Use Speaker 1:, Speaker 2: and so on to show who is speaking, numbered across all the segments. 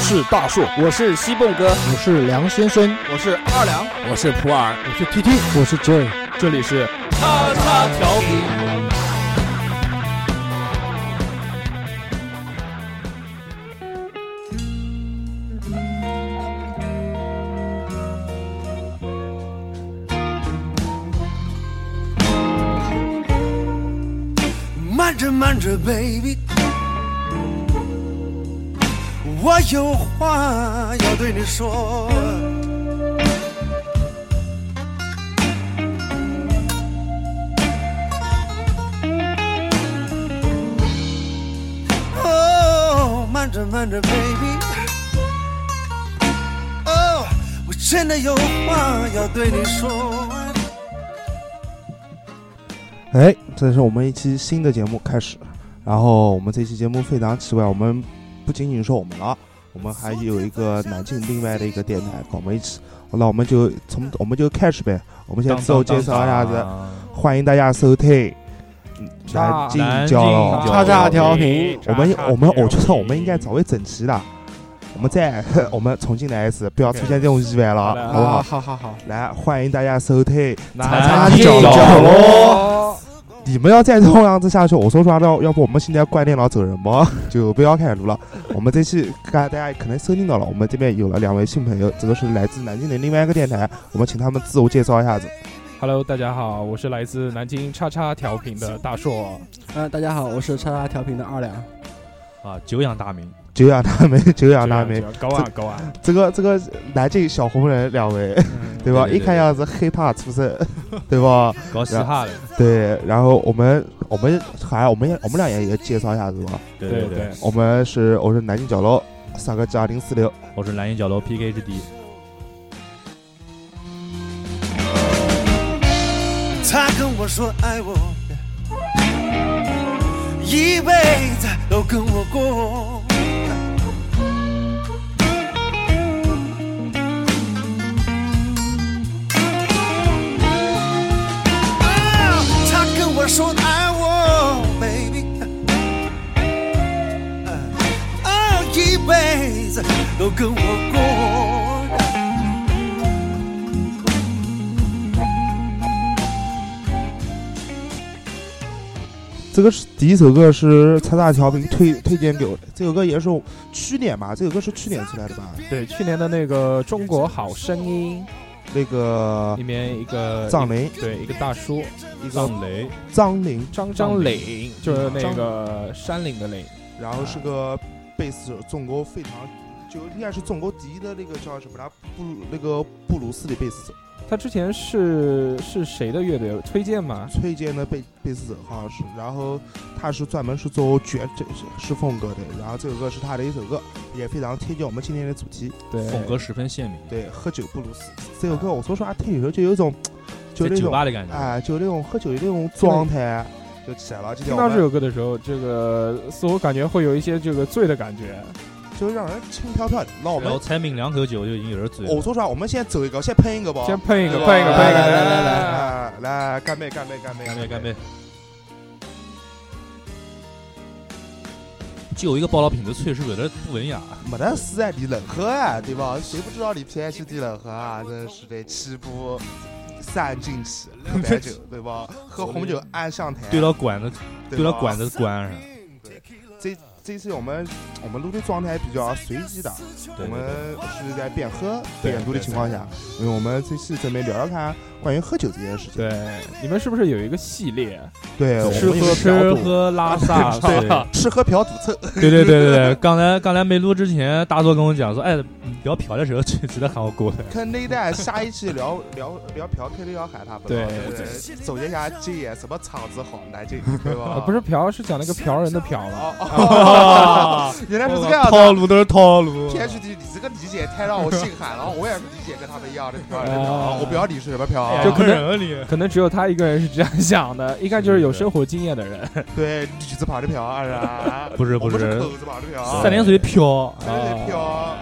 Speaker 1: 是大树，我是西蹦哥，
Speaker 2: 我是梁先生，
Speaker 3: 我是二两，
Speaker 4: 我是普洱，
Speaker 2: 我是 T T，我是 Joy，
Speaker 1: 这里是
Speaker 5: 叉叉调频。
Speaker 6: 慢着慢着，baby，我有话要对你说。哦，慢着慢着，baby，哦，我真的有话要对你说。
Speaker 7: 哎，这是我们一期新的节目开始，然后我们这期节目非常奇怪，我们不仅仅是我们了，我们还有一个南京另外的一个电台跟我们一起，那我们就从我们就开始呗，我们先自我介绍一下子，欢迎大家收听嗯南京交流
Speaker 2: 叉叉调频，
Speaker 7: 我们我们我觉得我们应该早为整齐了，我们再 我们重新来一次，不要出现这种意外了，
Speaker 4: 好的
Speaker 7: 好不好？
Speaker 2: 好好好，
Speaker 7: 来，欢迎大家收听。
Speaker 4: 南
Speaker 7: 京
Speaker 4: 角
Speaker 7: 角
Speaker 4: 落，
Speaker 7: 你们要再这样子下去，我说实话，要要不我们现在关电脑走人 吧，就不要开始录了。我们这期大大家可能收听到了，我们这边有了两位新朋友，这个是来自南京的另外一个电台，我们请他们自我介绍一下子。
Speaker 4: Hello，大家好，我是来自南京叉叉调频的大硕。
Speaker 2: 嗯，大家好，我是叉叉调频的二两，
Speaker 8: 啊，久仰大名，
Speaker 7: 久仰 大名，久仰大名，，
Speaker 4: 高啊高啊！
Speaker 7: 这个这个南京小红人两位，对吧？
Speaker 8: 嗯对对
Speaker 7: 一看样子黑怕出身， 对吧？
Speaker 8: 搞嘻哈的，
Speaker 7: 对，然后我们我们还我们也我们俩也也介绍一下子吧。
Speaker 8: 对
Speaker 4: 对
Speaker 8: 对，，
Speaker 7: 我们是我是南京角落三个加零四六，
Speaker 8: 我是蓝鹰角楼 PK 之敌，
Speaker 6: 他跟我说爱我，一辈子都跟我过。啊，他跟我说爱我，baby，啊，一辈子都跟我过。
Speaker 7: 这个是第一首歌是蔡大乔平推推荐给我的，这首歌也是去年吧，这首歌是去年出来的吧？
Speaker 4: 对，去年的那个《中国好声音
Speaker 7: 那》个
Speaker 4: 里面一个
Speaker 7: 啊藏羚，
Speaker 4: 对一个大叔，一个
Speaker 8: 藏雷，
Speaker 7: 藏羚，
Speaker 4: 张张
Speaker 8: 张
Speaker 4: 岭，就是那
Speaker 7: 张
Speaker 4: 个啊山岭的岭，
Speaker 7: 然后是个贝斯手，中国非常就应该是中国第一的那个叫什么来，布鲁那个布鲁斯的贝斯手，
Speaker 4: 他之前是是谁的乐队推荐吗？
Speaker 7: 崔健的贝贝斯手好像是，然后他是专门是做爵爵士风格的，然后这首歌是他的一首歌，也非常贴近我们今天的主题，
Speaker 4: 对，
Speaker 8: 风格十分鲜明，
Speaker 7: 对，喝酒布鲁斯这首歌，我说实话听的时候就有一种就
Speaker 8: 在
Speaker 7: 那
Speaker 8: 酒
Speaker 7: 种。
Speaker 8: 吧的感觉，
Speaker 7: 哎，就那种喝酒的那种状态，就起来了。就
Speaker 4: 听到这首歌的时候，这个似乎感觉会有一些这个醉的感觉。
Speaker 7: 就让人轻飘飘的。那我
Speaker 8: 然
Speaker 7: 们
Speaker 8: 后，才抿两口酒就已经有人醉
Speaker 7: 我
Speaker 8: 了，
Speaker 7: 说实话，我们先走一个，先喷一个吧。
Speaker 4: 先喷一个，
Speaker 7: 对吧
Speaker 4: 喷一个，喷一个，
Speaker 7: 哦来来来
Speaker 4: 来
Speaker 7: 来来来来，干杯，干杯，干杯，
Speaker 8: 干杯
Speaker 7: 杯，
Speaker 8: 干杯！就有一个报道品的翠是不是有点不文雅？
Speaker 7: 没得事啊，你冷喝啊，对吧？谁不知道你偏去地冷喝啊？真是的，气不散尽起，喝白酒，对吧？喝红酒按上台，
Speaker 8: 对到管子，
Speaker 7: 哎对
Speaker 8: 对到
Speaker 7: 吧
Speaker 8: 管子关上，
Speaker 7: 这这次我们我们录的状态比较随机的，我
Speaker 8: 对对
Speaker 7: 们
Speaker 8: 对，
Speaker 7: 是在边喝
Speaker 8: 对
Speaker 7: 边录的情况下，因为我们这次准备聊聊看关于喝酒这件事情。
Speaker 4: 对，你们是不是有一个系列？
Speaker 7: 对，呃我
Speaker 4: 吃
Speaker 7: 们
Speaker 4: 喝
Speaker 7: 有嫖
Speaker 4: 吃
Speaker 7: 赌，
Speaker 8: 喝拉撒， 对
Speaker 7: 吃喝嫖赌呃臭，
Speaker 8: 对对对对对，刚才刚才没录之前，大作跟我讲说，哎，你聊嫖的时候记记得喊我过来。
Speaker 7: 看那一代下一期聊 聊聊嫖，肯定要喊他不
Speaker 4: 对
Speaker 7: 对，总结一下今夜什么场子好，南京对吧
Speaker 4: 啊，？不是嫖，是讲那个嫖人的嫖了。
Speaker 7: 哦，哦， 原来是这个样
Speaker 8: 套
Speaker 7: 子。
Speaker 8: 路都是套路。
Speaker 7: 天去地，你这个理解太让我心寒了，我也是理解跟他们一样的 嫖人的
Speaker 4: 啊
Speaker 7: 嫖，我不要理是什么嫖
Speaker 8: 哎呀
Speaker 7: 啊，
Speaker 4: 就可能
Speaker 8: 人啊你，
Speaker 4: 可能只有他一个人是这样想的，一看就是有生活经验的人。
Speaker 7: 对女字旁的嫖啊，啊
Speaker 8: 不是
Speaker 7: 我
Speaker 8: 不
Speaker 7: 们
Speaker 8: 是
Speaker 7: 口字旁的嫖，
Speaker 8: 三点水飘
Speaker 7: 三点
Speaker 4: 啊
Speaker 7: 水嫖。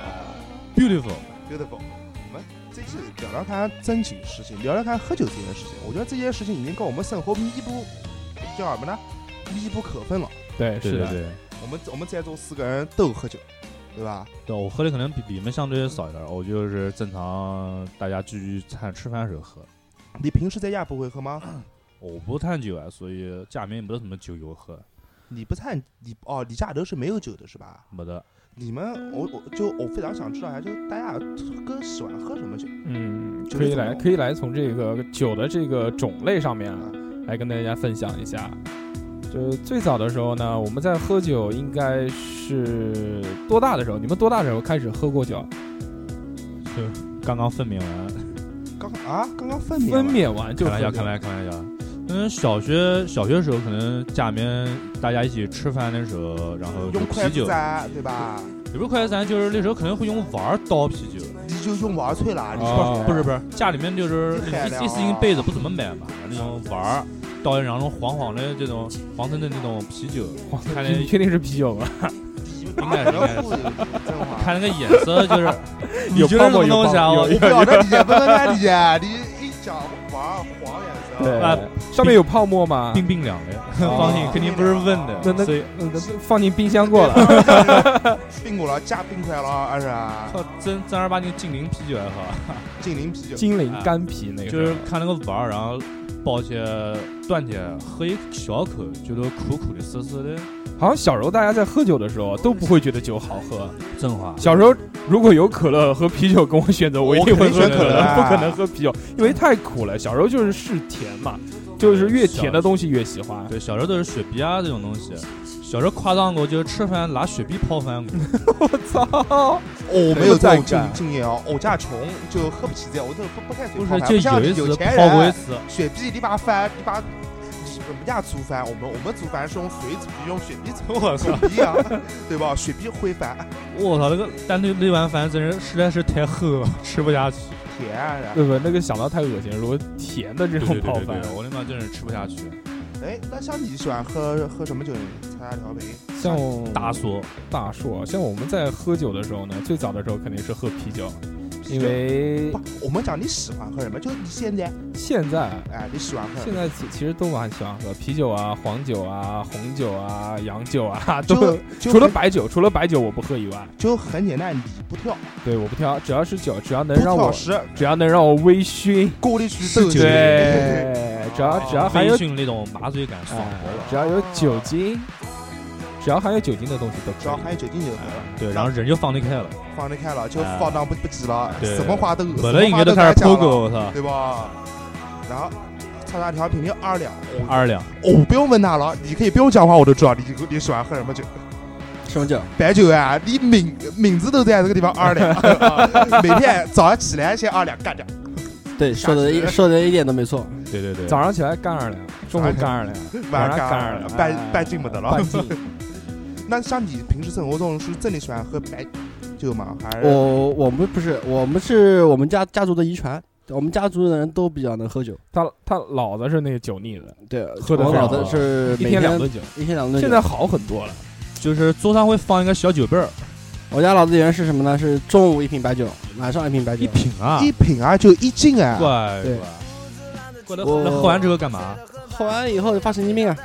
Speaker 8: ，beautiful。
Speaker 7: beautiful。我们这次聊聊看正经事情，聊聊看喝酒这件事情。我觉得这件事情已经跟我们生活密不叫什么呢？密不可分了。
Speaker 4: 对，
Speaker 8: 对
Speaker 4: 是
Speaker 8: 对
Speaker 4: 的，
Speaker 8: 对，
Speaker 7: 我们我们在座四个人都有喝酒，对吧？
Speaker 8: 对，我喝的可能比你们相对少一点儿，我就是正常大家聚聚餐吃饭的时候喝。
Speaker 7: 你平时在家不会喝吗？
Speaker 8: 我不探酒啊，所以家里面没得什么酒给我喝，
Speaker 7: 你不菜，你哦，你家里头是没有酒的是吧？
Speaker 8: 没得。
Speaker 7: 你们，我我就我非常想知道一下，就是大家哥喜欢喝什么酒？
Speaker 4: 嗯，
Speaker 7: 就是
Speaker 4: 可以
Speaker 7: 怎么
Speaker 4: 来可以来从这个酒的这个种类上面啊
Speaker 7: 啊
Speaker 4: 来跟大家分享一下。就是最早的时候呢，我们在喝酒应该是多大的时候？你们多大的时候开始喝过酒？
Speaker 8: 刚刚分娩完，
Speaker 7: 刚啊，刚刚分娩
Speaker 4: 分
Speaker 7: 了
Speaker 4: 娩完就
Speaker 8: 开玩笑，开
Speaker 4: 喝酒。
Speaker 8: 玩笑，开玩笑。嗯，小学小学时候可能家里面大家一起吃饭的时候，然后有
Speaker 7: 用筷
Speaker 8: 哦啤
Speaker 7: 子
Speaker 8: 酒，
Speaker 7: 噻，对吧？
Speaker 8: 也不是筷子咱就是那时候可能会用碗儿倒啤酒，
Speaker 7: 你就用碗脆了，你
Speaker 4: 哦
Speaker 8: 不是不是不是，家里面就是
Speaker 7: 你海
Speaker 8: 那
Speaker 7: 量
Speaker 8: 种一次性杯子不怎么买嘛，那种碗儿倒一上那种黄黄的这种黄橙的那种啤酒，看了
Speaker 4: 你确定是啤酒吗？
Speaker 7: 应
Speaker 8: 该是应 该是
Speaker 7: 真话。
Speaker 8: 看那个眼色 就是
Speaker 4: 啊
Speaker 8: 你
Speaker 4: 有
Speaker 8: 就是
Speaker 4: 泡
Speaker 8: 什
Speaker 4: 沫
Speaker 8: 么
Speaker 4: 有
Speaker 8: 东西啊？
Speaker 4: 泡沫
Speaker 8: 我
Speaker 7: 我不晓得理解，不能太理解。啊你一讲黄黄颜色，
Speaker 8: 啊
Speaker 4: 上面有泡沫吗？
Speaker 8: 冰冰凉的，
Speaker 7: 哦
Speaker 8: 放心肯定不是问
Speaker 4: 那
Speaker 8: 的，
Speaker 4: 那
Speaker 8: 所以
Speaker 4: 嗯放进冰箱过了。
Speaker 7: 冰过了，加冰块了，二是
Speaker 8: 靠真正儿八经精灵啤酒还好，
Speaker 7: 精灵 啤酒。
Speaker 4: 金陵
Speaker 8: 啊
Speaker 4: 干啤那个
Speaker 8: 就是看那个碗儿，然后抱起端起喝一小口，觉得苦苦的涩涩的，
Speaker 4: 好像小时候大家在喝酒的时候都不会觉得酒好喝。
Speaker 8: 真话。
Speaker 4: 小时候如果有可乐和啤酒跟我选择，我一定会喝
Speaker 7: 我肯定选可乐啊
Speaker 4: 不可能喝啤酒，因为太苦了。小时候就是嗜甜嘛，就是越甜的东西越喜欢。
Speaker 8: 对，小时候都是雪碧啊这种东西，小时候夸张过，就是吃饭拿雪碧泡 饭过。
Speaker 4: 我操！
Speaker 7: 我哦没有这
Speaker 4: 在
Speaker 7: 种经
Speaker 4: 干
Speaker 7: 经验哦，我家穷就喝不起这，我都不不开水
Speaker 8: 不
Speaker 7: 泡
Speaker 8: 是，
Speaker 7: 饭，
Speaker 8: 就
Speaker 7: 像
Speaker 8: 有一
Speaker 7: 有
Speaker 8: 次
Speaker 7: 钱
Speaker 4: 啊
Speaker 8: 泡过一
Speaker 7: 人
Speaker 8: 次，
Speaker 7: 雪碧，你把饭，你把我们家煮饭，我们我们煮饭是用水煮，用雪 碧煮，
Speaker 8: 我操！
Speaker 7: 不一样， 对吧？雪碧烩饭
Speaker 8: 我操，那个但那那碗饭真是实在是太齁了，吃不下去。
Speaker 7: 甜啊，然后
Speaker 4: 对不对？那个想到太恶心了，如果甜的这种泡饭，啊
Speaker 8: 我他妈真是吃不下去。
Speaker 7: 哎，那像你喜欢喝喝什么酒呢？参加调频，
Speaker 4: 像
Speaker 8: 大叔，
Speaker 4: 大硕，像我们在喝酒的时候呢，最早的时候肯定是喝啤酒，因为
Speaker 7: 不，我们讲你喜欢喝什么，就是你现在，
Speaker 4: 现在
Speaker 7: 哎，你喜欢喝什
Speaker 4: 现
Speaker 7: 么，
Speaker 4: 在其其实都蛮喜欢喝啤酒啊、黄酒啊、红酒啊、洋酒啊，都
Speaker 7: 就就
Speaker 4: 除了
Speaker 7: 很
Speaker 4: 白酒，除了白酒我不喝以外，
Speaker 7: 就很简单，你不跳，
Speaker 4: 对我不挑，只要是酒，只要能
Speaker 7: 不
Speaker 4: 让
Speaker 7: 挑
Speaker 4: 我
Speaker 7: 食，
Speaker 4: 只要能让我微醺，
Speaker 7: 过滤去斗
Speaker 8: 酒
Speaker 7: 酒，哦
Speaker 4: 对，只要只要还有
Speaker 8: 微醺那种麻醉感爽
Speaker 4: 哎
Speaker 8: 多了。
Speaker 4: 只要有酒精，只要含有酒精的东西都
Speaker 7: 只要
Speaker 4: 可以。
Speaker 7: 含有酒精就可以了，
Speaker 8: 对，然后人就放得开了，
Speaker 7: 放得开了，就
Speaker 8: 哎
Speaker 7: 放荡不不羁了，
Speaker 8: 对
Speaker 7: 什么话都，
Speaker 8: 本
Speaker 7: 什
Speaker 8: 来
Speaker 7: 么
Speaker 8: 应
Speaker 7: 话
Speaker 8: 该都开
Speaker 7: 敢
Speaker 8: 始
Speaker 7: 讲
Speaker 8: 剖
Speaker 7: 了，
Speaker 8: 狗，我操，
Speaker 7: 对吧？然后。叉叉调频频二两，我
Speaker 8: 二两。
Speaker 7: 我不用问他了，你可以不用讲话，我都知道你你喜欢喝什么酒。
Speaker 2: 什么酒？
Speaker 7: 白酒啊，你名名字都在这个地方二两， 每天早上起来先二两干掉，
Speaker 2: 对，说的一说的一点都没错。
Speaker 8: 对对对，
Speaker 4: 早上起来干二两，中午干二两，
Speaker 7: 晚上
Speaker 4: 上干
Speaker 7: 干
Speaker 4: 二
Speaker 7: 二
Speaker 4: 两
Speaker 7: 两，，半半斤没得了
Speaker 4: 半。斤。
Speaker 7: 那像你平时生活中是真的喜欢喝白酒吗？还是
Speaker 2: 我我们不是，我们是我们家家族的遗传，我们家族的人都比较能喝酒。
Speaker 4: 他他老子是那个酒腻子，
Speaker 2: 对，
Speaker 4: 喝得
Speaker 2: 我
Speaker 4: 非常
Speaker 2: 老
Speaker 4: 好
Speaker 2: 的是
Speaker 4: 一
Speaker 2: 每
Speaker 4: 天两顿酒，
Speaker 2: 一天两顿酒。
Speaker 4: 啊现在好很多了。
Speaker 8: 就是桌上会放一个小酒杯儿，
Speaker 2: 我家老子原是什么呢？是中午一瓶白酒，晚上一瓶白酒。
Speaker 8: 一瓶啊，
Speaker 7: 一瓶啊，就一斤啊？
Speaker 8: 乖
Speaker 2: 嗯对
Speaker 8: 乖。过来，
Speaker 2: 我
Speaker 8: 那喝完之后干嘛？
Speaker 2: 喝完以后就发神经病啊！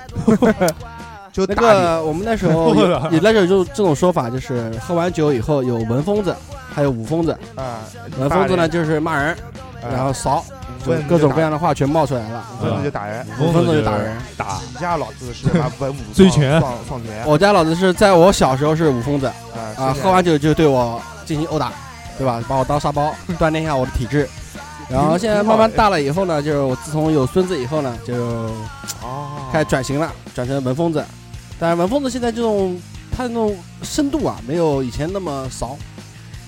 Speaker 7: 就
Speaker 2: 那
Speaker 7: 打脸
Speaker 2: 个我们那时候有 有那时候就这种说法，就是喝完酒以后有文疯子，还有武疯子。
Speaker 7: 啊，
Speaker 2: 文疯子呢就是骂人，然后骚，就
Speaker 7: 问
Speaker 2: 是各种各样的话全冒出来了。
Speaker 7: 文就打人，
Speaker 2: 武疯子就打人。
Speaker 8: 啊打，
Speaker 7: 你家老子是把文 武
Speaker 8: 醉拳
Speaker 7: 放放拳
Speaker 2: 我家老子是在我小时候是武疯子啊，
Speaker 7: 啊，
Speaker 2: 喝完酒就对我进行殴打，对吧？把我当沙包，锻炼一下哎我的体质。然后现在慢慢大了以后呢，就是我自从有孙子以后呢，就
Speaker 7: 哦，
Speaker 2: 开始转型了，转成文疯子。但是文疯子现在这种他那种深度啊，没有以前那么骚。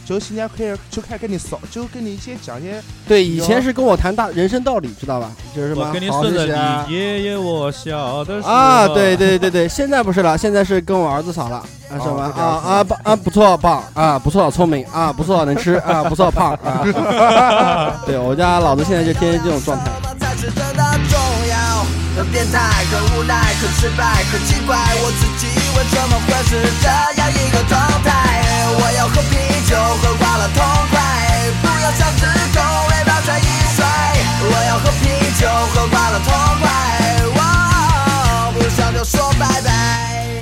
Speaker 7: 就现在开始就开始跟你扫，就跟你先讲一些
Speaker 2: 对，以前是跟我谈大人生道理，知道吧？就是什么
Speaker 8: 我跟你
Speaker 2: 好好
Speaker 8: 说
Speaker 2: 学习
Speaker 8: 的，
Speaker 2: 啊
Speaker 8: 你爷爷我小的时候
Speaker 2: 啊，对，对对对，现在不是了，现在是跟我儿子吵了，啊什么
Speaker 7: 哦
Speaker 2: 啊啊不啊不错棒啊不错聪明啊不错能吃啊不错胖啊，对我家老子现在就天天这种状态。
Speaker 6: 才是真的重要。很变态，很无奈，很失败，很奇怪，我自己为什么会是这样一个状态？我要喝啤酒，喝挂了痛快，不要像只狗，尾巴甩一甩。我要喝啤酒，喝挂了痛快，哇，不想就说拜拜。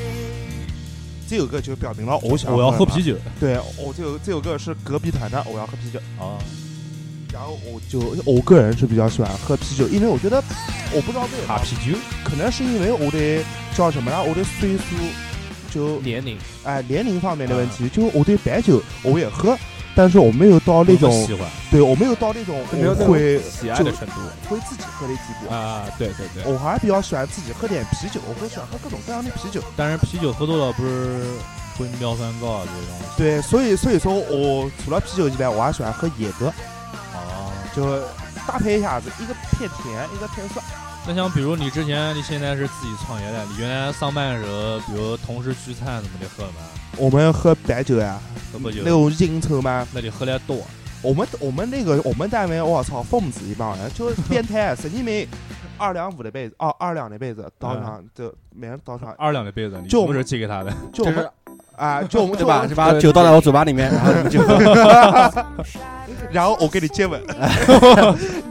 Speaker 7: 这这首歌就表明了我想
Speaker 8: 我哦要喝啤
Speaker 7: 酒。
Speaker 8: 酒
Speaker 7: 对，我这首这首歌是隔壁团的，我要喝啤酒。
Speaker 8: 啊，
Speaker 7: 然后我就哦我个人是比较喜欢喝啤酒，因为我觉得我不知道为啥
Speaker 8: 打，啊啤酒，
Speaker 7: 可能是因为我的叫什么呢？我的岁数就
Speaker 4: 年龄
Speaker 7: 哎年龄方面的问题，就是我对白酒我也喝，但是我没有到那种
Speaker 8: 我喜欢
Speaker 7: 对我没有到那种
Speaker 4: 没有
Speaker 7: 我
Speaker 4: 那种
Speaker 7: 会
Speaker 4: 喜爱的程度
Speaker 7: 会自己喝的地步。
Speaker 4: 啊，对对对，
Speaker 7: 我还比较喜欢自己喝点啤酒，我会喜欢喝各种各样的啤酒。
Speaker 8: 但是啤酒喝多了不是会尿酸高啊这些东西
Speaker 7: 对，所以所以说我除了啤酒以外，我还喜欢喝野格，
Speaker 8: 啊。
Speaker 7: 就搭配一下子，一个偏甜，一个偏酸。
Speaker 8: 那像比如你之前，你现在是自己创业的，你原来上班的时候，比如同事聚餐怎么的喝嘛，
Speaker 7: 我们喝白酒呀，
Speaker 8: 喝不
Speaker 7: 那
Speaker 8: 酒，
Speaker 7: 种应酬嘛。
Speaker 8: 那你喝的多，
Speaker 7: 我们我们那个我们单位，我操，疯子一帮人，就是变态啊神经病。二两五的杯子，哦，二两的杯子，倒上
Speaker 8: 嗯
Speaker 7: 就每人倒上，
Speaker 8: 二两的杯子，你
Speaker 7: 就
Speaker 8: 什么时候借给他的？
Speaker 7: 就我
Speaker 2: 就
Speaker 7: 们
Speaker 2: 是
Speaker 7: 啊，就我们
Speaker 2: 对吧？
Speaker 7: 就
Speaker 2: 就
Speaker 7: 我
Speaker 2: 把酒倒在我嘴巴里面，然后你们就喝
Speaker 7: 们然后我跟你接 吻，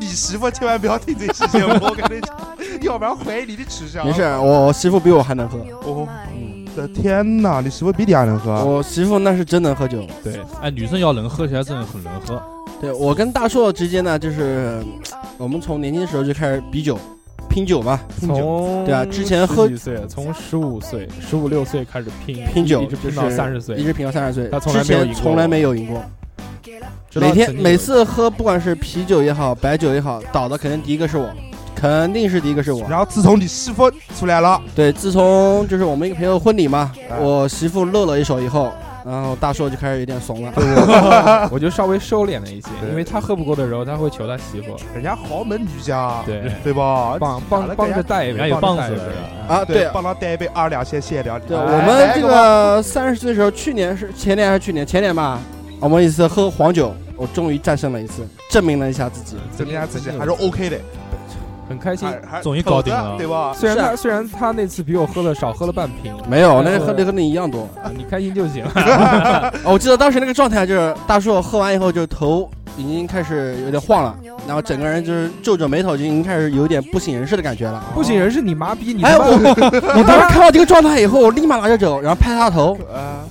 Speaker 7: 你媳妇千万不要听这期节目，我跟你讲， 要不然怀疑你的取向。
Speaker 2: 没事。我我媳妇比我还能喝，
Speaker 7: 哦，我的天哪，你媳妇比你还能喝，
Speaker 2: 我媳妇那是真能喝酒。
Speaker 8: 对，哎，女生要能喝起来真的很能喝，
Speaker 2: 对我跟大硕之间呢，就是嗯我们从年轻的时候就开始比酒、拼酒嘛，
Speaker 4: 从
Speaker 2: 对啊之前喝
Speaker 4: 十几岁，从十五岁、十五六岁开始拼
Speaker 2: 拼酒
Speaker 4: 一直拼到
Speaker 2: 就是
Speaker 4: 三十
Speaker 2: 一
Speaker 4: 岁，
Speaker 2: 直拼到三十岁
Speaker 4: 他，从来
Speaker 2: 之
Speaker 4: 没有
Speaker 2: 前
Speaker 4: 赢过
Speaker 2: 从来没有赢过。
Speaker 8: 直到
Speaker 2: 每天
Speaker 8: 曾经
Speaker 2: 每
Speaker 8: 有
Speaker 2: 次喝，不管是啤酒也好，白酒也好，倒的肯定第一个是我，肯定是第一个是我。
Speaker 7: 然后自从你媳妇出来了，
Speaker 2: 对，自从就是我们一个朋友婚礼嘛，
Speaker 7: 哎
Speaker 2: 我媳妇露了一手以后，然后大硕就开始有点怂了。
Speaker 4: 我就稍微收敛了一些，
Speaker 7: 对
Speaker 4: 因为他喝不过的时候，他会求他媳妇，啊
Speaker 7: 人家豪门女家，
Speaker 4: 对，
Speaker 7: 对吧？
Speaker 4: 帮
Speaker 7: 打了
Speaker 4: 帮
Speaker 7: 个
Speaker 4: 帮
Speaker 7: 呀
Speaker 4: 着带一
Speaker 8: 人家
Speaker 4: 杯，
Speaker 8: 有
Speaker 4: 帮着
Speaker 8: 棒
Speaker 4: 带一
Speaker 8: 子的
Speaker 4: 杯
Speaker 8: 是吧
Speaker 2: 啊，对
Speaker 7: 帮他带一杯二两，先谢了你。
Speaker 2: 对，
Speaker 7: 哎
Speaker 2: 我们这个三十岁的时候，去年是前年还是去年？前年吧，我们一次喝黄酒，我终于战胜了一次，证明了一下自己。
Speaker 7: 怎么样自己
Speaker 4: 曾经
Speaker 7: 还是 OK 的，
Speaker 4: 很开心。
Speaker 7: 还还
Speaker 8: 终于搞定了
Speaker 7: 对吧？
Speaker 4: 虽然
Speaker 2: 是啊
Speaker 4: 他虽然他那次比我喝了少喝了半瓶，
Speaker 2: 没有，那
Speaker 4: 但
Speaker 2: 个
Speaker 4: 是
Speaker 2: 喝的和你一样多。
Speaker 4: 你开心就行。
Speaker 2: 哦，我记得当时那个状态就是，大硕喝完以后就头已经开始有点晃了，然后整个人就是皱着眉头，就已经开始有点不省人事的感觉了。
Speaker 4: 不省人事，你麻痹你
Speaker 2: 哎，
Speaker 4: 他妈
Speaker 2: 我我当时看到这个状态以后，我立马拿着酒，然后拍他头，
Speaker 7: 啊，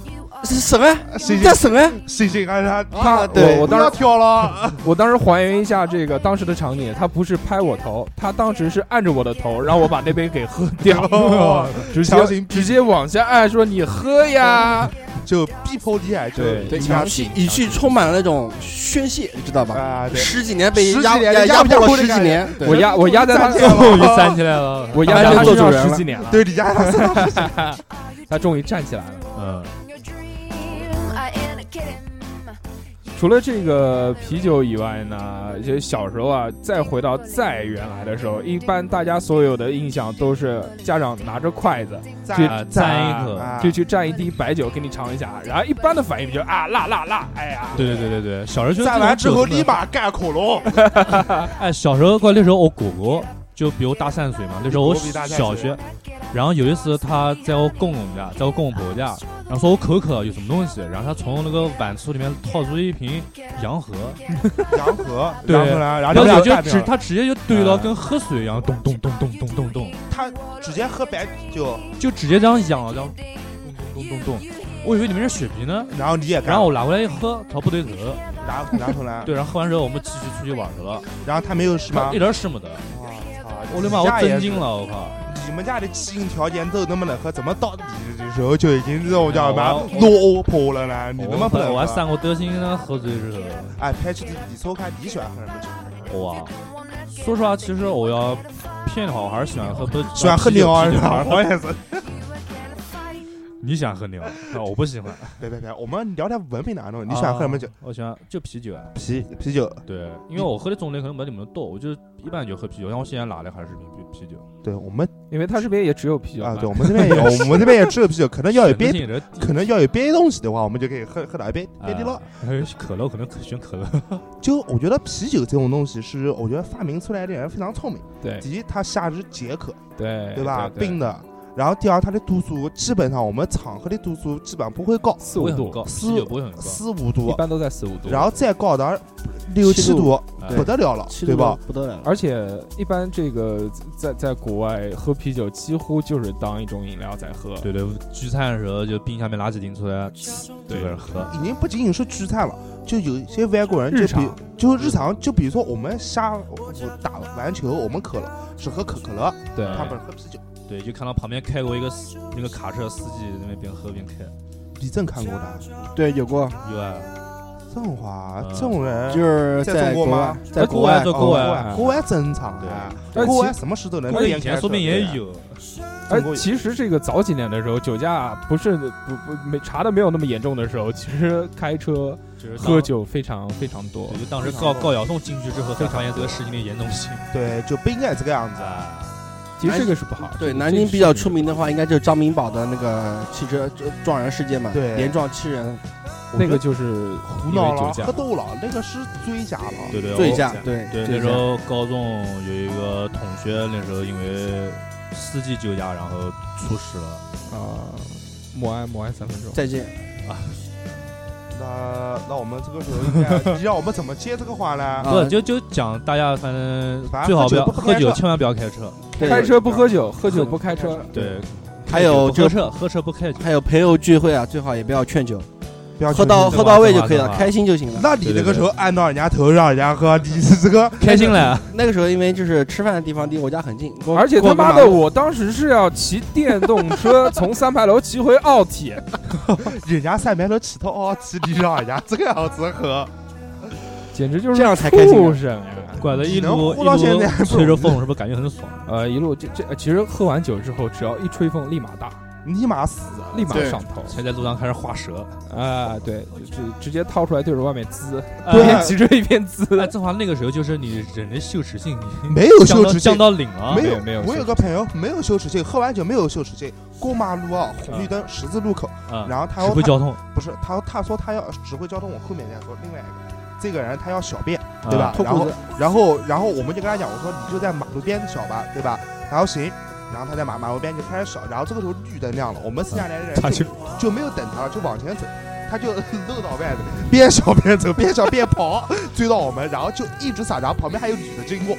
Speaker 2: 是什么？
Speaker 7: 星
Speaker 2: 你
Speaker 7: 星
Speaker 2: 在啊什么？
Speaker 7: 星星还是他
Speaker 2: 啊，对
Speaker 4: 我
Speaker 7: 不
Speaker 4: 当时
Speaker 7: 要跳了，
Speaker 4: 我当时还原一下这个当时的场景，他不是拍我头，他当时是按着我的头，让我把那杯给喝掉，直
Speaker 7: 强行
Speaker 4: 接
Speaker 7: 逼
Speaker 4: 直接往下按，说你喝呀。
Speaker 7: 就逼迫厉害，就
Speaker 4: 对
Speaker 2: 对，
Speaker 7: 强
Speaker 2: 语气语气充满了那种宣泄，你知道吧？
Speaker 7: 啊，对，
Speaker 2: 十几年被
Speaker 7: 十几
Speaker 2: 压
Speaker 7: 年
Speaker 2: 压
Speaker 7: 压不
Speaker 2: 迫
Speaker 7: 下
Speaker 2: 了
Speaker 7: 去
Speaker 2: 十
Speaker 7: 的
Speaker 2: 几
Speaker 7: 感觉
Speaker 2: 年，对
Speaker 4: 我压我压在他，
Speaker 7: 啊
Speaker 8: 终于站起来了，
Speaker 4: 我压在他身上十几年了，
Speaker 7: 对，李佳他
Speaker 4: 他终于站起来了。
Speaker 8: 嗯，
Speaker 4: 除了这个啤酒以外呢，就小时候啊，再回到再原来的时候，一般大家所有的印象都是家长拿着筷子
Speaker 8: 啊蘸一口，
Speaker 7: 啊
Speaker 4: 就去蘸一滴白酒给你尝一下，然后一般的反应就是啊辣辣辣，哎呀，
Speaker 8: 对对对对对，小时候就
Speaker 7: 站完之后立马干恐龙，
Speaker 8: 哎，小时候过那时候我哥哥就比我大三岁嘛，那时候我
Speaker 7: 你哥比大三岁
Speaker 8: 小学，然后有一次他在我公公家，在我公公婆家，然后说我口渴了有什么东西，然后他从那个碗橱里面掏出一瓶洋河，
Speaker 7: 杨河，
Speaker 8: 对
Speaker 7: 然后呢，然
Speaker 8: 然后
Speaker 7: 后你
Speaker 8: 我
Speaker 7: 们俩
Speaker 8: 就
Speaker 7: 干
Speaker 8: 直
Speaker 7: 啊掉了
Speaker 8: 他直接就兑
Speaker 7: 哎
Speaker 8: 到跟喝水一样，咚咚咚咚咚咚咚，
Speaker 7: 他直接喝白酒，
Speaker 8: 就直接这样仰了，这样咚咚咚咚咚，我以为里面是雪碧呢，
Speaker 7: 然后你也干，
Speaker 8: 然后我拿过来一喝，它不对头，
Speaker 7: 然后然后呢，
Speaker 8: 对，然后喝完之后我们继续出去玩去了，
Speaker 7: 然后他没有是吗
Speaker 8: 一？点事没得，
Speaker 7: 哇操
Speaker 8: 我他妈我
Speaker 7: 你家也
Speaker 8: 震
Speaker 7: 是
Speaker 8: 惊了，我靠。
Speaker 7: 你们家的基因条件都那么能喝，怎么到你的时候就已经这种叫什么
Speaker 8: 我我
Speaker 7: 落魄了呢？你他妈不能
Speaker 8: 我还
Speaker 7: 喝！
Speaker 8: 上过德兴呢，喝醉之后，
Speaker 7: 哎，拍去你抽看你喜欢喝什么酒？
Speaker 8: 哇！说实话，其实我要骗的话，我还是喜欢喝不
Speaker 7: 喜欢喝
Speaker 8: 酒
Speaker 7: 牛二
Speaker 8: 啤
Speaker 7: 是
Speaker 8: 酒
Speaker 7: 吧？我也 是。
Speaker 8: 你喜欢喝牛，啊我不喜欢。
Speaker 7: 别别别，我们聊点文明的啊，你喜欢喝什么酒
Speaker 8: 啊？？我喜欢就啤酒啊。
Speaker 7: 啤啤酒。
Speaker 8: 对，因为我喝的种类可能没你们多，我就一般就喝啤酒。像我现在拿的还是啤啤酒。
Speaker 7: 对我们
Speaker 4: 因为他这边也只有啤酒
Speaker 7: 啊，
Speaker 4: 嘛
Speaker 7: 对我们这边也有，我们这边也只有啤酒，可能要有
Speaker 8: 选择
Speaker 7: 哎别，
Speaker 8: 性人
Speaker 7: 可能要有别的东西的话，我们就可以喝喝到一杯别的了。，
Speaker 8: 哎哎可乐可能可选可乐。
Speaker 7: 就我觉得啤酒这种东西是，我觉得发明出来的人非常聪明。
Speaker 4: 对
Speaker 7: 第一，它下肢解渴，
Speaker 8: 哎
Speaker 4: 对
Speaker 7: 对吧？冰
Speaker 4: 的
Speaker 7: 的。然后第二，它的度数基本上我们场合的度数基本上不会高，
Speaker 4: 四
Speaker 8: 不
Speaker 4: 五
Speaker 8: 会很
Speaker 4: 度，
Speaker 8: 高，
Speaker 7: 四
Speaker 8: 啤酒不会很高，
Speaker 7: 四五
Speaker 4: 一
Speaker 7: 度，
Speaker 4: 般都在四五度。
Speaker 7: 然后再高的六七度
Speaker 8: 哎
Speaker 7: 不得了了，
Speaker 2: 七度
Speaker 7: 对吧？？
Speaker 2: 不得了了，
Speaker 4: 而且一般这个在在国外喝啤酒几乎就是当一种饮料在喝，
Speaker 8: 对对，聚餐的时候就冰箱里面拿几瓶出来，呲就在那喝。
Speaker 7: 已经不仅仅是聚餐了，就有些外国人
Speaker 4: 日
Speaker 7: 就比
Speaker 4: 常
Speaker 7: 就日常就比如说我们瞎我打完球，我们渴了是喝可可乐，
Speaker 4: 对
Speaker 8: 嗯
Speaker 7: 他们喝啤酒。
Speaker 8: 对，就看到旁边开过一个司那个卡车司机在那边喝边开。
Speaker 7: 李正看过的，
Speaker 2: 对，有过，
Speaker 8: 有啊，
Speaker 7: 振华
Speaker 8: 嗯
Speaker 7: 这种人
Speaker 2: 就是
Speaker 7: 在中国
Speaker 2: 国
Speaker 7: 吗
Speaker 2: 外，在
Speaker 8: 在国外在
Speaker 2: 哦
Speaker 8: 国外哎
Speaker 7: 国外正常
Speaker 8: 对
Speaker 7: 啊，
Speaker 4: 但
Speaker 7: 国
Speaker 4: 其
Speaker 7: 外什么事都能
Speaker 8: 国内
Speaker 7: 变
Speaker 8: 以
Speaker 7: 开
Speaker 8: 前
Speaker 7: 始
Speaker 8: 说不定也。有，
Speaker 4: 而
Speaker 7: 中国
Speaker 4: 其实这个早几年的时候，酒驾不是不不没查的没有那么严重的时候，其实开车
Speaker 8: 就是当
Speaker 4: 喝。酒非常非常多
Speaker 8: 对，。就当时告告姚栋进去之后，才发现这个事情的严重性。
Speaker 7: 对，就不应该这个样子。
Speaker 8: 啊，
Speaker 4: 其实这个是不好。
Speaker 2: 对，
Speaker 4: 这个
Speaker 2: 南京比较出。名的话，应该就是张明宝的那个汽车呃撞人事件嘛，
Speaker 7: 对
Speaker 2: 连撞七人，
Speaker 4: 这个那个就是
Speaker 7: 胡
Speaker 4: 胡
Speaker 7: 闹
Speaker 4: 酒
Speaker 7: 了，
Speaker 4: 驾
Speaker 7: 喝，多了，那个是啊醉驾了。
Speaker 8: 对对，
Speaker 2: 醉
Speaker 8: 我
Speaker 2: 驾，对
Speaker 8: 对，
Speaker 2: 醉
Speaker 8: 那时
Speaker 2: 驾
Speaker 8: 候高中有一个同学，那时候因为司机酒驾，然后猝死了。
Speaker 4: 啊，默哀默哀三分钟。
Speaker 2: 再见，
Speaker 7: 那那我们这个时候应 该，你让我们怎么接这个话呢？
Speaker 2: 啊
Speaker 8: 不，就就讲大家，反正
Speaker 7: 反正
Speaker 8: 最好
Speaker 7: 喝酒
Speaker 8: 要
Speaker 7: 不
Speaker 8: 喝
Speaker 7: 开
Speaker 8: 酒，
Speaker 7: 车
Speaker 8: 千万不要开车。
Speaker 2: 对
Speaker 4: 开车不喝酒，喝酒不开车。
Speaker 8: 对，
Speaker 2: 还
Speaker 8: 不
Speaker 2: 有
Speaker 8: 喝
Speaker 2: 就
Speaker 8: 车，喝车不开酒。
Speaker 2: 还有朋友聚会啊，最好也不要劝酒，
Speaker 7: 不要
Speaker 2: 喝到
Speaker 7: 啊酒精
Speaker 2: 喝到位就可以
Speaker 8: 对
Speaker 2: 了，
Speaker 8: 吧
Speaker 2: 开心就行了。
Speaker 7: 那你那个时候按到人家头让人家喝，你是这个
Speaker 8: 开心了，
Speaker 2: 那个时候因为就是吃饭的地方离我家很近，过
Speaker 4: 而且
Speaker 2: 过
Speaker 4: 他
Speaker 2: 个
Speaker 4: 妈
Speaker 2: 马
Speaker 4: 的，
Speaker 2: 路
Speaker 4: 我当时是要骑电动车从三牌楼骑回奥体，
Speaker 7: 人家三排头起头哦，起你让人家这个样子喝，
Speaker 4: 简直就是
Speaker 2: 这样才开心啊
Speaker 4: 畜生啊！
Speaker 8: 拐了一
Speaker 7: 你能
Speaker 8: 路一
Speaker 7: 活到
Speaker 8: 路
Speaker 7: 现在 不
Speaker 8: 吹着风，是不是感觉很爽？
Speaker 4: 呃，一路这这，其实喝完酒之后，只要一吹风，立马大，
Speaker 7: 立马死。
Speaker 4: 立马
Speaker 2: 对
Speaker 4: 上头。
Speaker 8: 才在路上开始画蛇。
Speaker 4: 啊，对，就直直接掏出来对着外面滋，一
Speaker 8: 啊
Speaker 7: 对
Speaker 4: 边骑车一边滋
Speaker 8: 哎，。正好那个时候就是你人的羞耻心已经
Speaker 7: 没有
Speaker 8: 降
Speaker 7: 羞
Speaker 8: 到
Speaker 7: 耻心
Speaker 8: 降，到零了。
Speaker 7: 没
Speaker 4: 没有
Speaker 7: 我有个朋友没有羞耻心，喝完酒没有羞耻心，过马路啊，红绿灯十字路口，
Speaker 8: 啊，
Speaker 7: 然后他
Speaker 8: 指
Speaker 7: 说
Speaker 8: 挥
Speaker 7: 他
Speaker 8: 交通，
Speaker 7: 不是，他他说他要指挥交通，我后面再说另外一个，这个人他要小便，对吧
Speaker 8: 啊？
Speaker 2: 脱
Speaker 7: 然
Speaker 2: 裤
Speaker 7: 后
Speaker 2: 子，
Speaker 7: 然后然后我们就跟他讲，我说你就在马路边小吧，对吧？然后行，然后他在马马路边就开始小，然后这个时候绿灯亮了，我们剩下来的人
Speaker 8: 啊他
Speaker 7: 就
Speaker 8: 就
Speaker 7: 就没有等他了，就往前走，他就 漏到外面，边小边走，边小边跑，追到我们，然后就一直撒，然后旁边还有女的经过，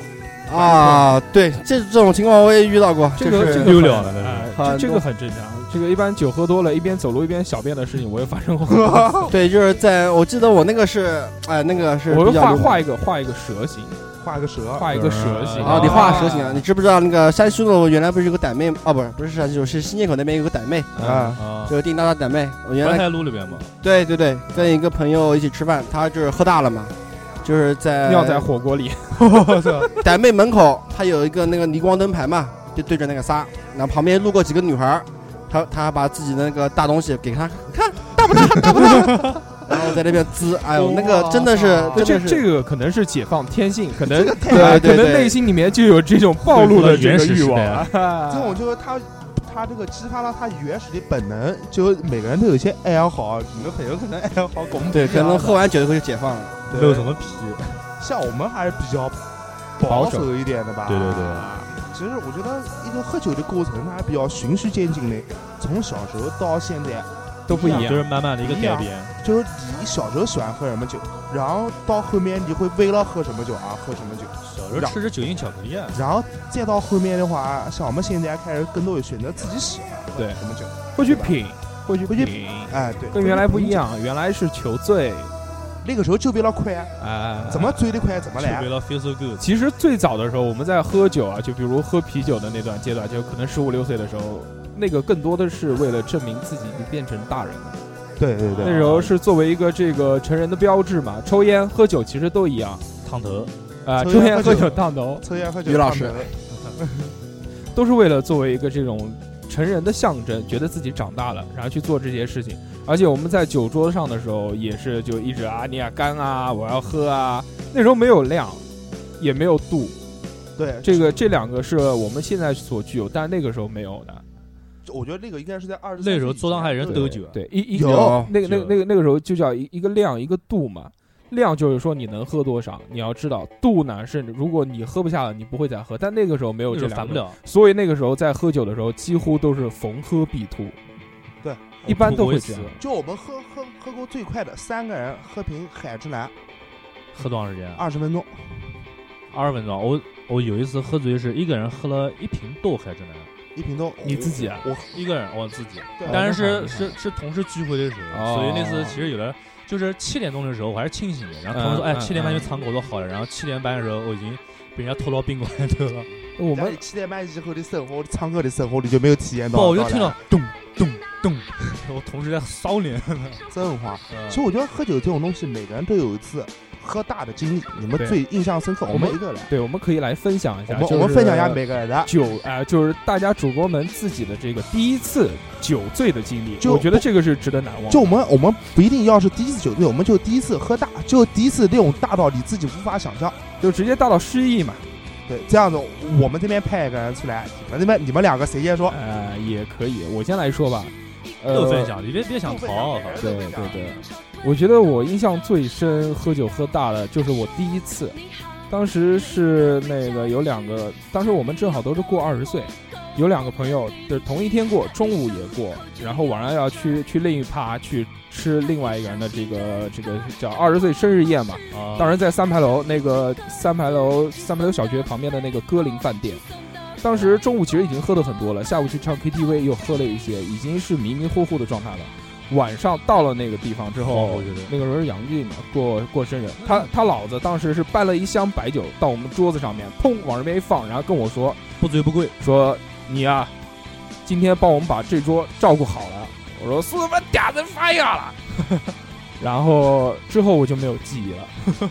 Speaker 2: 啊，对，这这种情况我也遇到过，
Speaker 4: 这个
Speaker 2: 就是
Speaker 4: 这个
Speaker 8: 溜了的那
Speaker 4: 哎
Speaker 8: 种。
Speaker 4: 这
Speaker 2: 很
Speaker 4: 这个
Speaker 2: 多
Speaker 4: 很正常。这个一般酒喝多了，一边走路一边小便的事情，我也发生过。
Speaker 2: 对，就是在我记得我那个是，哎，那个是
Speaker 4: 我
Speaker 2: 比
Speaker 4: 会
Speaker 2: 较
Speaker 4: 画
Speaker 2: 流
Speaker 4: 画一个画一个蛇形，
Speaker 7: 画个蛇，
Speaker 4: 画一个蛇形。
Speaker 2: 啊，
Speaker 8: 哦
Speaker 2: 你画蛇形啊？你知不知道那个山西路原来不是有个傣妹啊？不是，不是山西路，是新街口那边有个傣妹，
Speaker 7: 啊，
Speaker 8: 啊，
Speaker 2: 就是丁大大傣妹。我原
Speaker 8: 淮
Speaker 2: 来
Speaker 8: 海路里边嘛，
Speaker 2: 对对对，跟一个朋友一起吃饭，他就是喝大了嘛，就是在
Speaker 4: 尿在火锅
Speaker 2: 啊
Speaker 4: 里，
Speaker 2: 傣妹门口， 他有一个那个霓光灯牌嘛，就对着那个撒，然后旁边路过几个女孩儿，他他把自己的那个大东西给他看大不大，大不大， 哦然后在那边滋，哎呦，那个真的 是
Speaker 4: 这
Speaker 2: 真
Speaker 4: 这
Speaker 2: 的是
Speaker 4: 这个可能是解放天性，可能
Speaker 7: 对
Speaker 4: 哎
Speaker 2: 对
Speaker 4: 可能
Speaker 2: 对
Speaker 4: 内心里面就有这种暴露的这
Speaker 8: 原
Speaker 4: 个
Speaker 8: 始
Speaker 4: 欲
Speaker 8: 时
Speaker 4: 望
Speaker 8: 代啊。
Speaker 7: 这种就是他。他这个激发了他原始的本能，就每个人都有一些爱好，啊你的朋友可能爱好跟我们不一
Speaker 2: 对，
Speaker 7: 样
Speaker 2: 可能喝完酒以后就解放 了。
Speaker 7: 啊对
Speaker 8: 没有什么皮。
Speaker 7: 像我们还是比较保
Speaker 8: 保守
Speaker 7: 守一点的吧。啊
Speaker 8: 对对对。
Speaker 7: 其实我觉得一个喝酒的过程，它还比较循序渐进的，从小时候到现在，
Speaker 4: 都不一样
Speaker 8: 就是慢慢的一个改变。
Speaker 7: 就是你小时候喜欢喝什么酒，然后到后面你会为了喝什么酒而喝什么酒，
Speaker 8: 小时候吃着酒精巧克力啊，
Speaker 7: 然后再到后面的话，像我们现在开始更多的选择自己喜欢喝什么酒。
Speaker 4: 会去品，会去
Speaker 7: 会去
Speaker 4: 品，
Speaker 7: 哎，对，
Speaker 4: 跟原来不一。样。原来是求醉，
Speaker 7: 那个时候就为了快啊，
Speaker 4: 哎，
Speaker 7: 怎么追得快怎么来
Speaker 8: 就为
Speaker 7: 啊。
Speaker 8: 了 feel so good。
Speaker 4: 其实最早的时候，我们在喝酒啊，就比如喝啤酒的那段阶段，就可能十五六岁的时候，那个更多的是为了证明自己已经变成大人了。
Speaker 7: 对对对
Speaker 4: 那时候是作为一个这个成人的标志嘛，抽烟、喝酒其实都一样
Speaker 8: 烫头，
Speaker 4: 啊、
Speaker 7: 抽
Speaker 4: 抽
Speaker 7: 烟
Speaker 4: 烟、
Speaker 7: 喝
Speaker 4: 喝
Speaker 7: 酒
Speaker 4: 酒、烫头，
Speaker 7: 抽烟喝酒，
Speaker 2: 于老师
Speaker 4: 都是为了作为一个这种成人的象征，觉得自己长大了，然后去做这些事情。而且我们在酒桌上的时候，也是就一直啊，你要干啊，我要喝啊。那时候没有量，也没有度，
Speaker 7: 对，
Speaker 4: 这个这两个是我们现在所具有，但是那个时候没有的。
Speaker 7: 我觉得那个应该是在二十。
Speaker 8: 那时候做上海人都酒啊，
Speaker 4: 对，一一
Speaker 7: 有
Speaker 4: 那个那
Speaker 8: 有
Speaker 4: 个那个那个时候就叫一一个量一个度嘛。量就是说你能喝多少，你要知道度呢是如果你喝不下了，你不会再喝。但那个时候没有
Speaker 8: 那时候
Speaker 4: 这两
Speaker 8: 烦不
Speaker 4: 个，
Speaker 8: 了。
Speaker 4: 所以那个时候在喝酒的时候几乎都是逢喝必吐，
Speaker 7: 对，
Speaker 4: 一般都会这
Speaker 8: 吐
Speaker 4: 样
Speaker 8: 过一。
Speaker 7: 就我们喝喝喝过最快的三个人喝瓶海之蓝，
Speaker 8: 喝多长时间？
Speaker 7: 二十分钟，
Speaker 8: 二十分钟。我我有一次喝醉是一个人喝了一瓶豆开真的，
Speaker 7: 一瓶都
Speaker 4: 你自己啊？
Speaker 7: 我
Speaker 8: 一个人我自己，
Speaker 7: 对
Speaker 8: 但
Speaker 4: 那
Speaker 8: 是
Speaker 4: 还
Speaker 8: 是是是同事聚会的时
Speaker 4: 哦
Speaker 8: 候，所以那次其实有的就是七点钟的时候我还是清醒的，然后同事说
Speaker 4: 嗯
Speaker 8: 哎
Speaker 4: 嗯
Speaker 8: 七点半
Speaker 4: 嗯
Speaker 8: 去藏狗都好了，然后七点半的时候我已经被人家拖到宾馆去了，
Speaker 4: 我
Speaker 7: 我
Speaker 4: 们
Speaker 7: 们七点半以后的生活，唱歌的生活，你就没有体验
Speaker 8: 不
Speaker 7: 到。
Speaker 8: 我就听到咚咚咚，我同事在骚脸，
Speaker 7: 真话。
Speaker 8: 嗯
Speaker 7: 其实我觉得喝酒这种东西，每个人都有一次喝大的经历，你们
Speaker 4: 对
Speaker 7: 最印象深刻，
Speaker 4: 哎我
Speaker 7: 我们
Speaker 4: 们
Speaker 7: 一个人。
Speaker 4: 对，我们可以来分享一
Speaker 7: 我
Speaker 4: 下，
Speaker 7: 们
Speaker 4: 就是
Speaker 7: 我们分享一下每个人的，
Speaker 4: 酒啊、就是大家主播们自己的这个第一次酒醉的经历，
Speaker 7: 就
Speaker 4: 我觉得这个是值得难忘的。
Speaker 7: 就我们我们不一定要是第一次酒醉，我们就第一次喝大，就第一次那种大到你自己无法想象。
Speaker 4: 就直接大到失忆嘛，
Speaker 7: 对，这样子我们这边派一个人出来，你们那边你们两个谁先说？
Speaker 4: 呃，也可以。我先来说吧，呃，
Speaker 8: 都分享，你别别想逃，啊
Speaker 4: 对对对，我觉得我印象最深，喝酒喝大了，就是我第一次，当时是那个有两个，当时我们正好都是过二十岁，有两个朋友就是同一天过，中午也过，然后晚上要去去另一趴去吃另外一个人的这个这个叫二十岁生日宴嘛，
Speaker 8: 啊
Speaker 4: 当时在三牌楼那个三牌楼三牌楼小学旁边的那个歌林饭店。当时中午其实已经喝的很多了，下午去唱 KTV 又喝了一些，已经是迷迷糊糊的状态了。晚上到了那个地方之
Speaker 8: 恍
Speaker 4: 后
Speaker 8: 哦惚觉得，
Speaker 4: 那个时候是杨俊嘛，过过生日，他他老子当时是搬了一箱白酒到我们桌子上面，砰往这边一放，然后跟我说
Speaker 8: 不醉不归，
Speaker 4: 说你啊，今天帮我们把这桌照顾好了。我说苏他妈嗲人发呀了， 然后之后我就没有记忆了。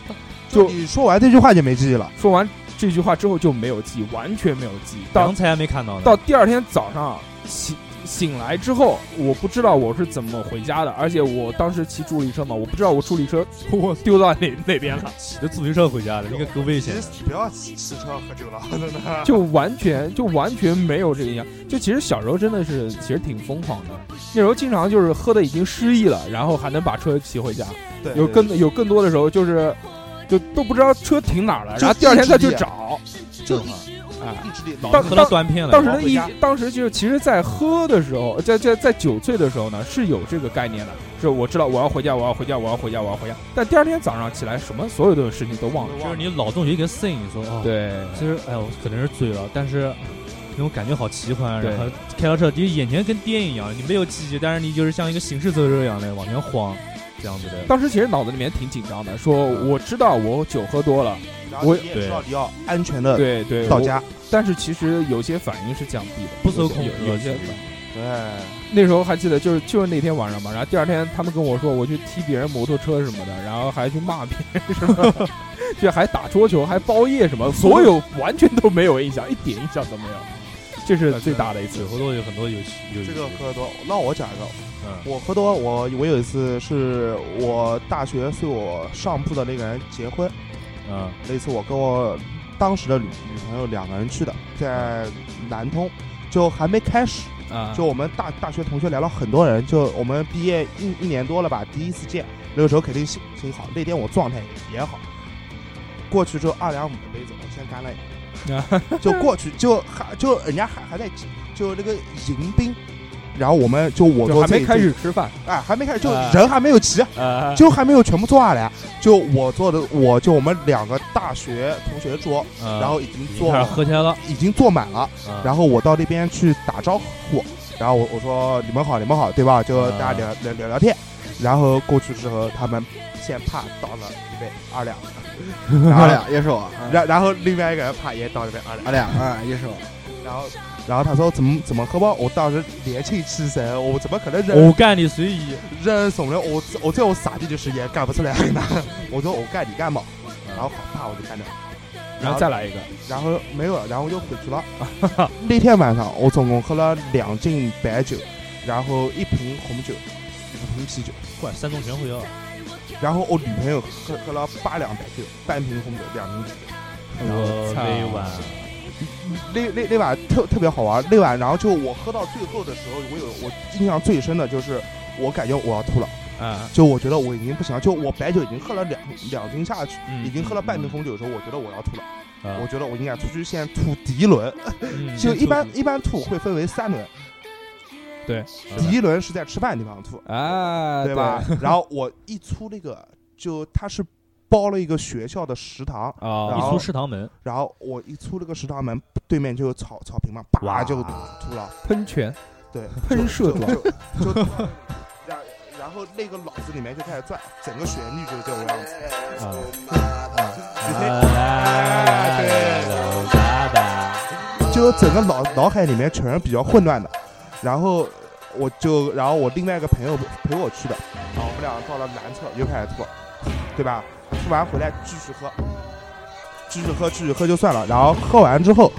Speaker 4: 就
Speaker 7: 你说完这句话就没记忆了。
Speaker 4: 说完这句话之后就没有记忆，完全没有记忆。到
Speaker 8: 刚才还没看到呢，
Speaker 4: 到第二天早上醒醒来之后，我不知道我是怎么回家的，而且我当时骑助力车嘛，我不知道我助力车 我丢到哪哪边了，
Speaker 8: 骑着自行车回家的，应该够危险的。
Speaker 7: 实不要骑骑车喝酒了，真的。
Speaker 4: 就完全就完全没有这个印象。就其实小时候真的是其实挺疯狂的，那时候经常就是喝的已经失忆了，然后还能把车骑回家。
Speaker 7: 对
Speaker 4: 有更有更多的时候就是就都不知道车停哪儿了，
Speaker 7: 就
Speaker 4: 然后第二天再
Speaker 7: 地
Speaker 4: 去
Speaker 7: 址地
Speaker 4: 找。
Speaker 7: 就啊
Speaker 4: 哎，
Speaker 7: 意志力
Speaker 8: 老
Speaker 4: 当
Speaker 8: 子喝了断片了，
Speaker 4: 当时
Speaker 7: 然
Speaker 4: 的
Speaker 7: 后回
Speaker 4: 意
Speaker 7: 家，
Speaker 4: 当时就是，其实，在喝的时候，在在在酒醉的时候呢，是有这个概念的，是我知道我要回家，我要回家，我要回家，我要回家。但第二天早上起来，什么所有的事情都忘了。
Speaker 8: 就是你脑中有一个声音说，哦，，
Speaker 4: 对，
Speaker 8: 其实哎呦，可能是醉了，但是那种感觉好奇幻，啊
Speaker 4: 对
Speaker 8: 然后开到这，就是眼前跟电影一样，你没有记忆，但是你就是像一个行尸走肉一样的往前晃，这样子的。
Speaker 4: 当时其实脑子里面挺紧张的，说我知道我酒喝多了，
Speaker 7: 然
Speaker 4: 我
Speaker 7: 后你也知道你要安全的
Speaker 4: 对对，
Speaker 7: 嗯到
Speaker 4: 我。
Speaker 7: 家。
Speaker 4: 但是其实有些反应是降低的，
Speaker 8: 不受控
Speaker 4: 有
Speaker 8: 制
Speaker 4: 有有些
Speaker 7: 对，
Speaker 4: 那时候还记得，就是就是那天晚上嘛，然后第二天他们跟我说，我去踢别人摩托车什么的，然后还去骂别人什么的，就还打桌球，还包夜什么，所有完全都没有印象，一点印象 都没有。这是最大的一次
Speaker 8: 酒，后都有很多有趣有
Speaker 7: 这个喝多，那我讲一个，
Speaker 8: 嗯
Speaker 7: 我喝多，我我有一次是我大学睡我上铺的那个人结婚，
Speaker 8: 嗯
Speaker 7: 那次我跟我当时的女女朋友两个人去的，在南通，就还没开始，
Speaker 4: 啊
Speaker 7: 就我们大大学同学来了很多人，就我们毕业一一年多了吧，第一次见，那个时候肯定心情好，那天我状态也好。过去之后二两五的杯子，我先干了一个，就过去就还就人家还还在就那个迎宾，然后我们就我
Speaker 4: 就
Speaker 7: 坐
Speaker 4: 还没
Speaker 7: 这
Speaker 4: 开始吃饭，
Speaker 7: 哎还没开始就
Speaker 4: 啊
Speaker 7: 人还没有齐，
Speaker 8: 啊
Speaker 4: 呃，
Speaker 7: 就还没有全部坐下来，就我坐的我就我们两个大学同学桌，
Speaker 8: 嗯，
Speaker 7: 然后已经
Speaker 8: 已经
Speaker 7: 坐
Speaker 8: 开始喝起来了，
Speaker 7: 已经坐满了，
Speaker 8: 嗯
Speaker 7: 然后我到那边去打招呼，然后我我说你们好，你们好，对吧？就
Speaker 4: 啊
Speaker 7: 大家聊聊聊聊天，然后过去之后，他们先啪倒了一杯二 两，
Speaker 2: 二两也是我，
Speaker 7: 然然后另外一个人啪也倒了一杯二两，
Speaker 2: 二两啊也是我，
Speaker 7: 然后然后他说怎么怎么喝吧，我当时年轻气盛，我怎么可能忍
Speaker 4: 哦
Speaker 8: 我哦干你随意，
Speaker 7: 认怂了，我我这种傻逼的事也干不出来 呢。我说我干你干嘛？然后好怕我就干掉，
Speaker 4: 然后再来一个，
Speaker 7: 然后没有了，然后我就回 去了。那天晚上我总共喝了两斤白酒，然后一瓶红酒，一瓶啤酒，
Speaker 8: 怪山东全会啊要，
Speaker 7: 然后我女朋友喝喝了八两白酒，半瓶红酒，两瓶啤酒。
Speaker 8: 我
Speaker 4: 操
Speaker 8: 每晚
Speaker 7: 那那那晚特特别好玩，那晚然后就我喝到最后的时候，我有我印象最深的就是我感觉我要吐了，
Speaker 4: 啊，
Speaker 7: 就我觉得我已经不行了，就我白酒已经喝了两两斤下去。
Speaker 4: 嗯
Speaker 7: 已经喝了半瓶红酒的时候，我觉得我要吐了，
Speaker 8: 啊
Speaker 7: 我觉得我应该出去先吐第一轮。
Speaker 8: 嗯
Speaker 7: 就一般一般吐会分为三轮，
Speaker 4: 对，
Speaker 7: 第一轮是在吃饭的地方吐，
Speaker 4: 啊，
Speaker 7: 对吧？然后我一出那个，就它是包了一个学校的食堂，
Speaker 4: 啊
Speaker 7: 然
Speaker 8: 一
Speaker 7: 后
Speaker 8: 出食堂门，
Speaker 7: 然后我一出那个食堂门，对面就有草草坪嘛，叭
Speaker 8: 哇
Speaker 7: 就吐了，
Speaker 4: 喷泉，
Speaker 7: 对，
Speaker 4: 喷射
Speaker 7: 就
Speaker 4: 状
Speaker 7: 就 就，就然然后那个脑子里面就开始转，整个旋律就是这个样子。
Speaker 8: 啊，
Speaker 4: 啊
Speaker 7: 就整个脑脑海里面全是比较混乱的。然后我就，然后我另外一个朋友陪我去的，然后我们俩到了南侧又开始吐，对吧？吐完回来继续喝，继续喝，继续喝就算了。然后喝完之后，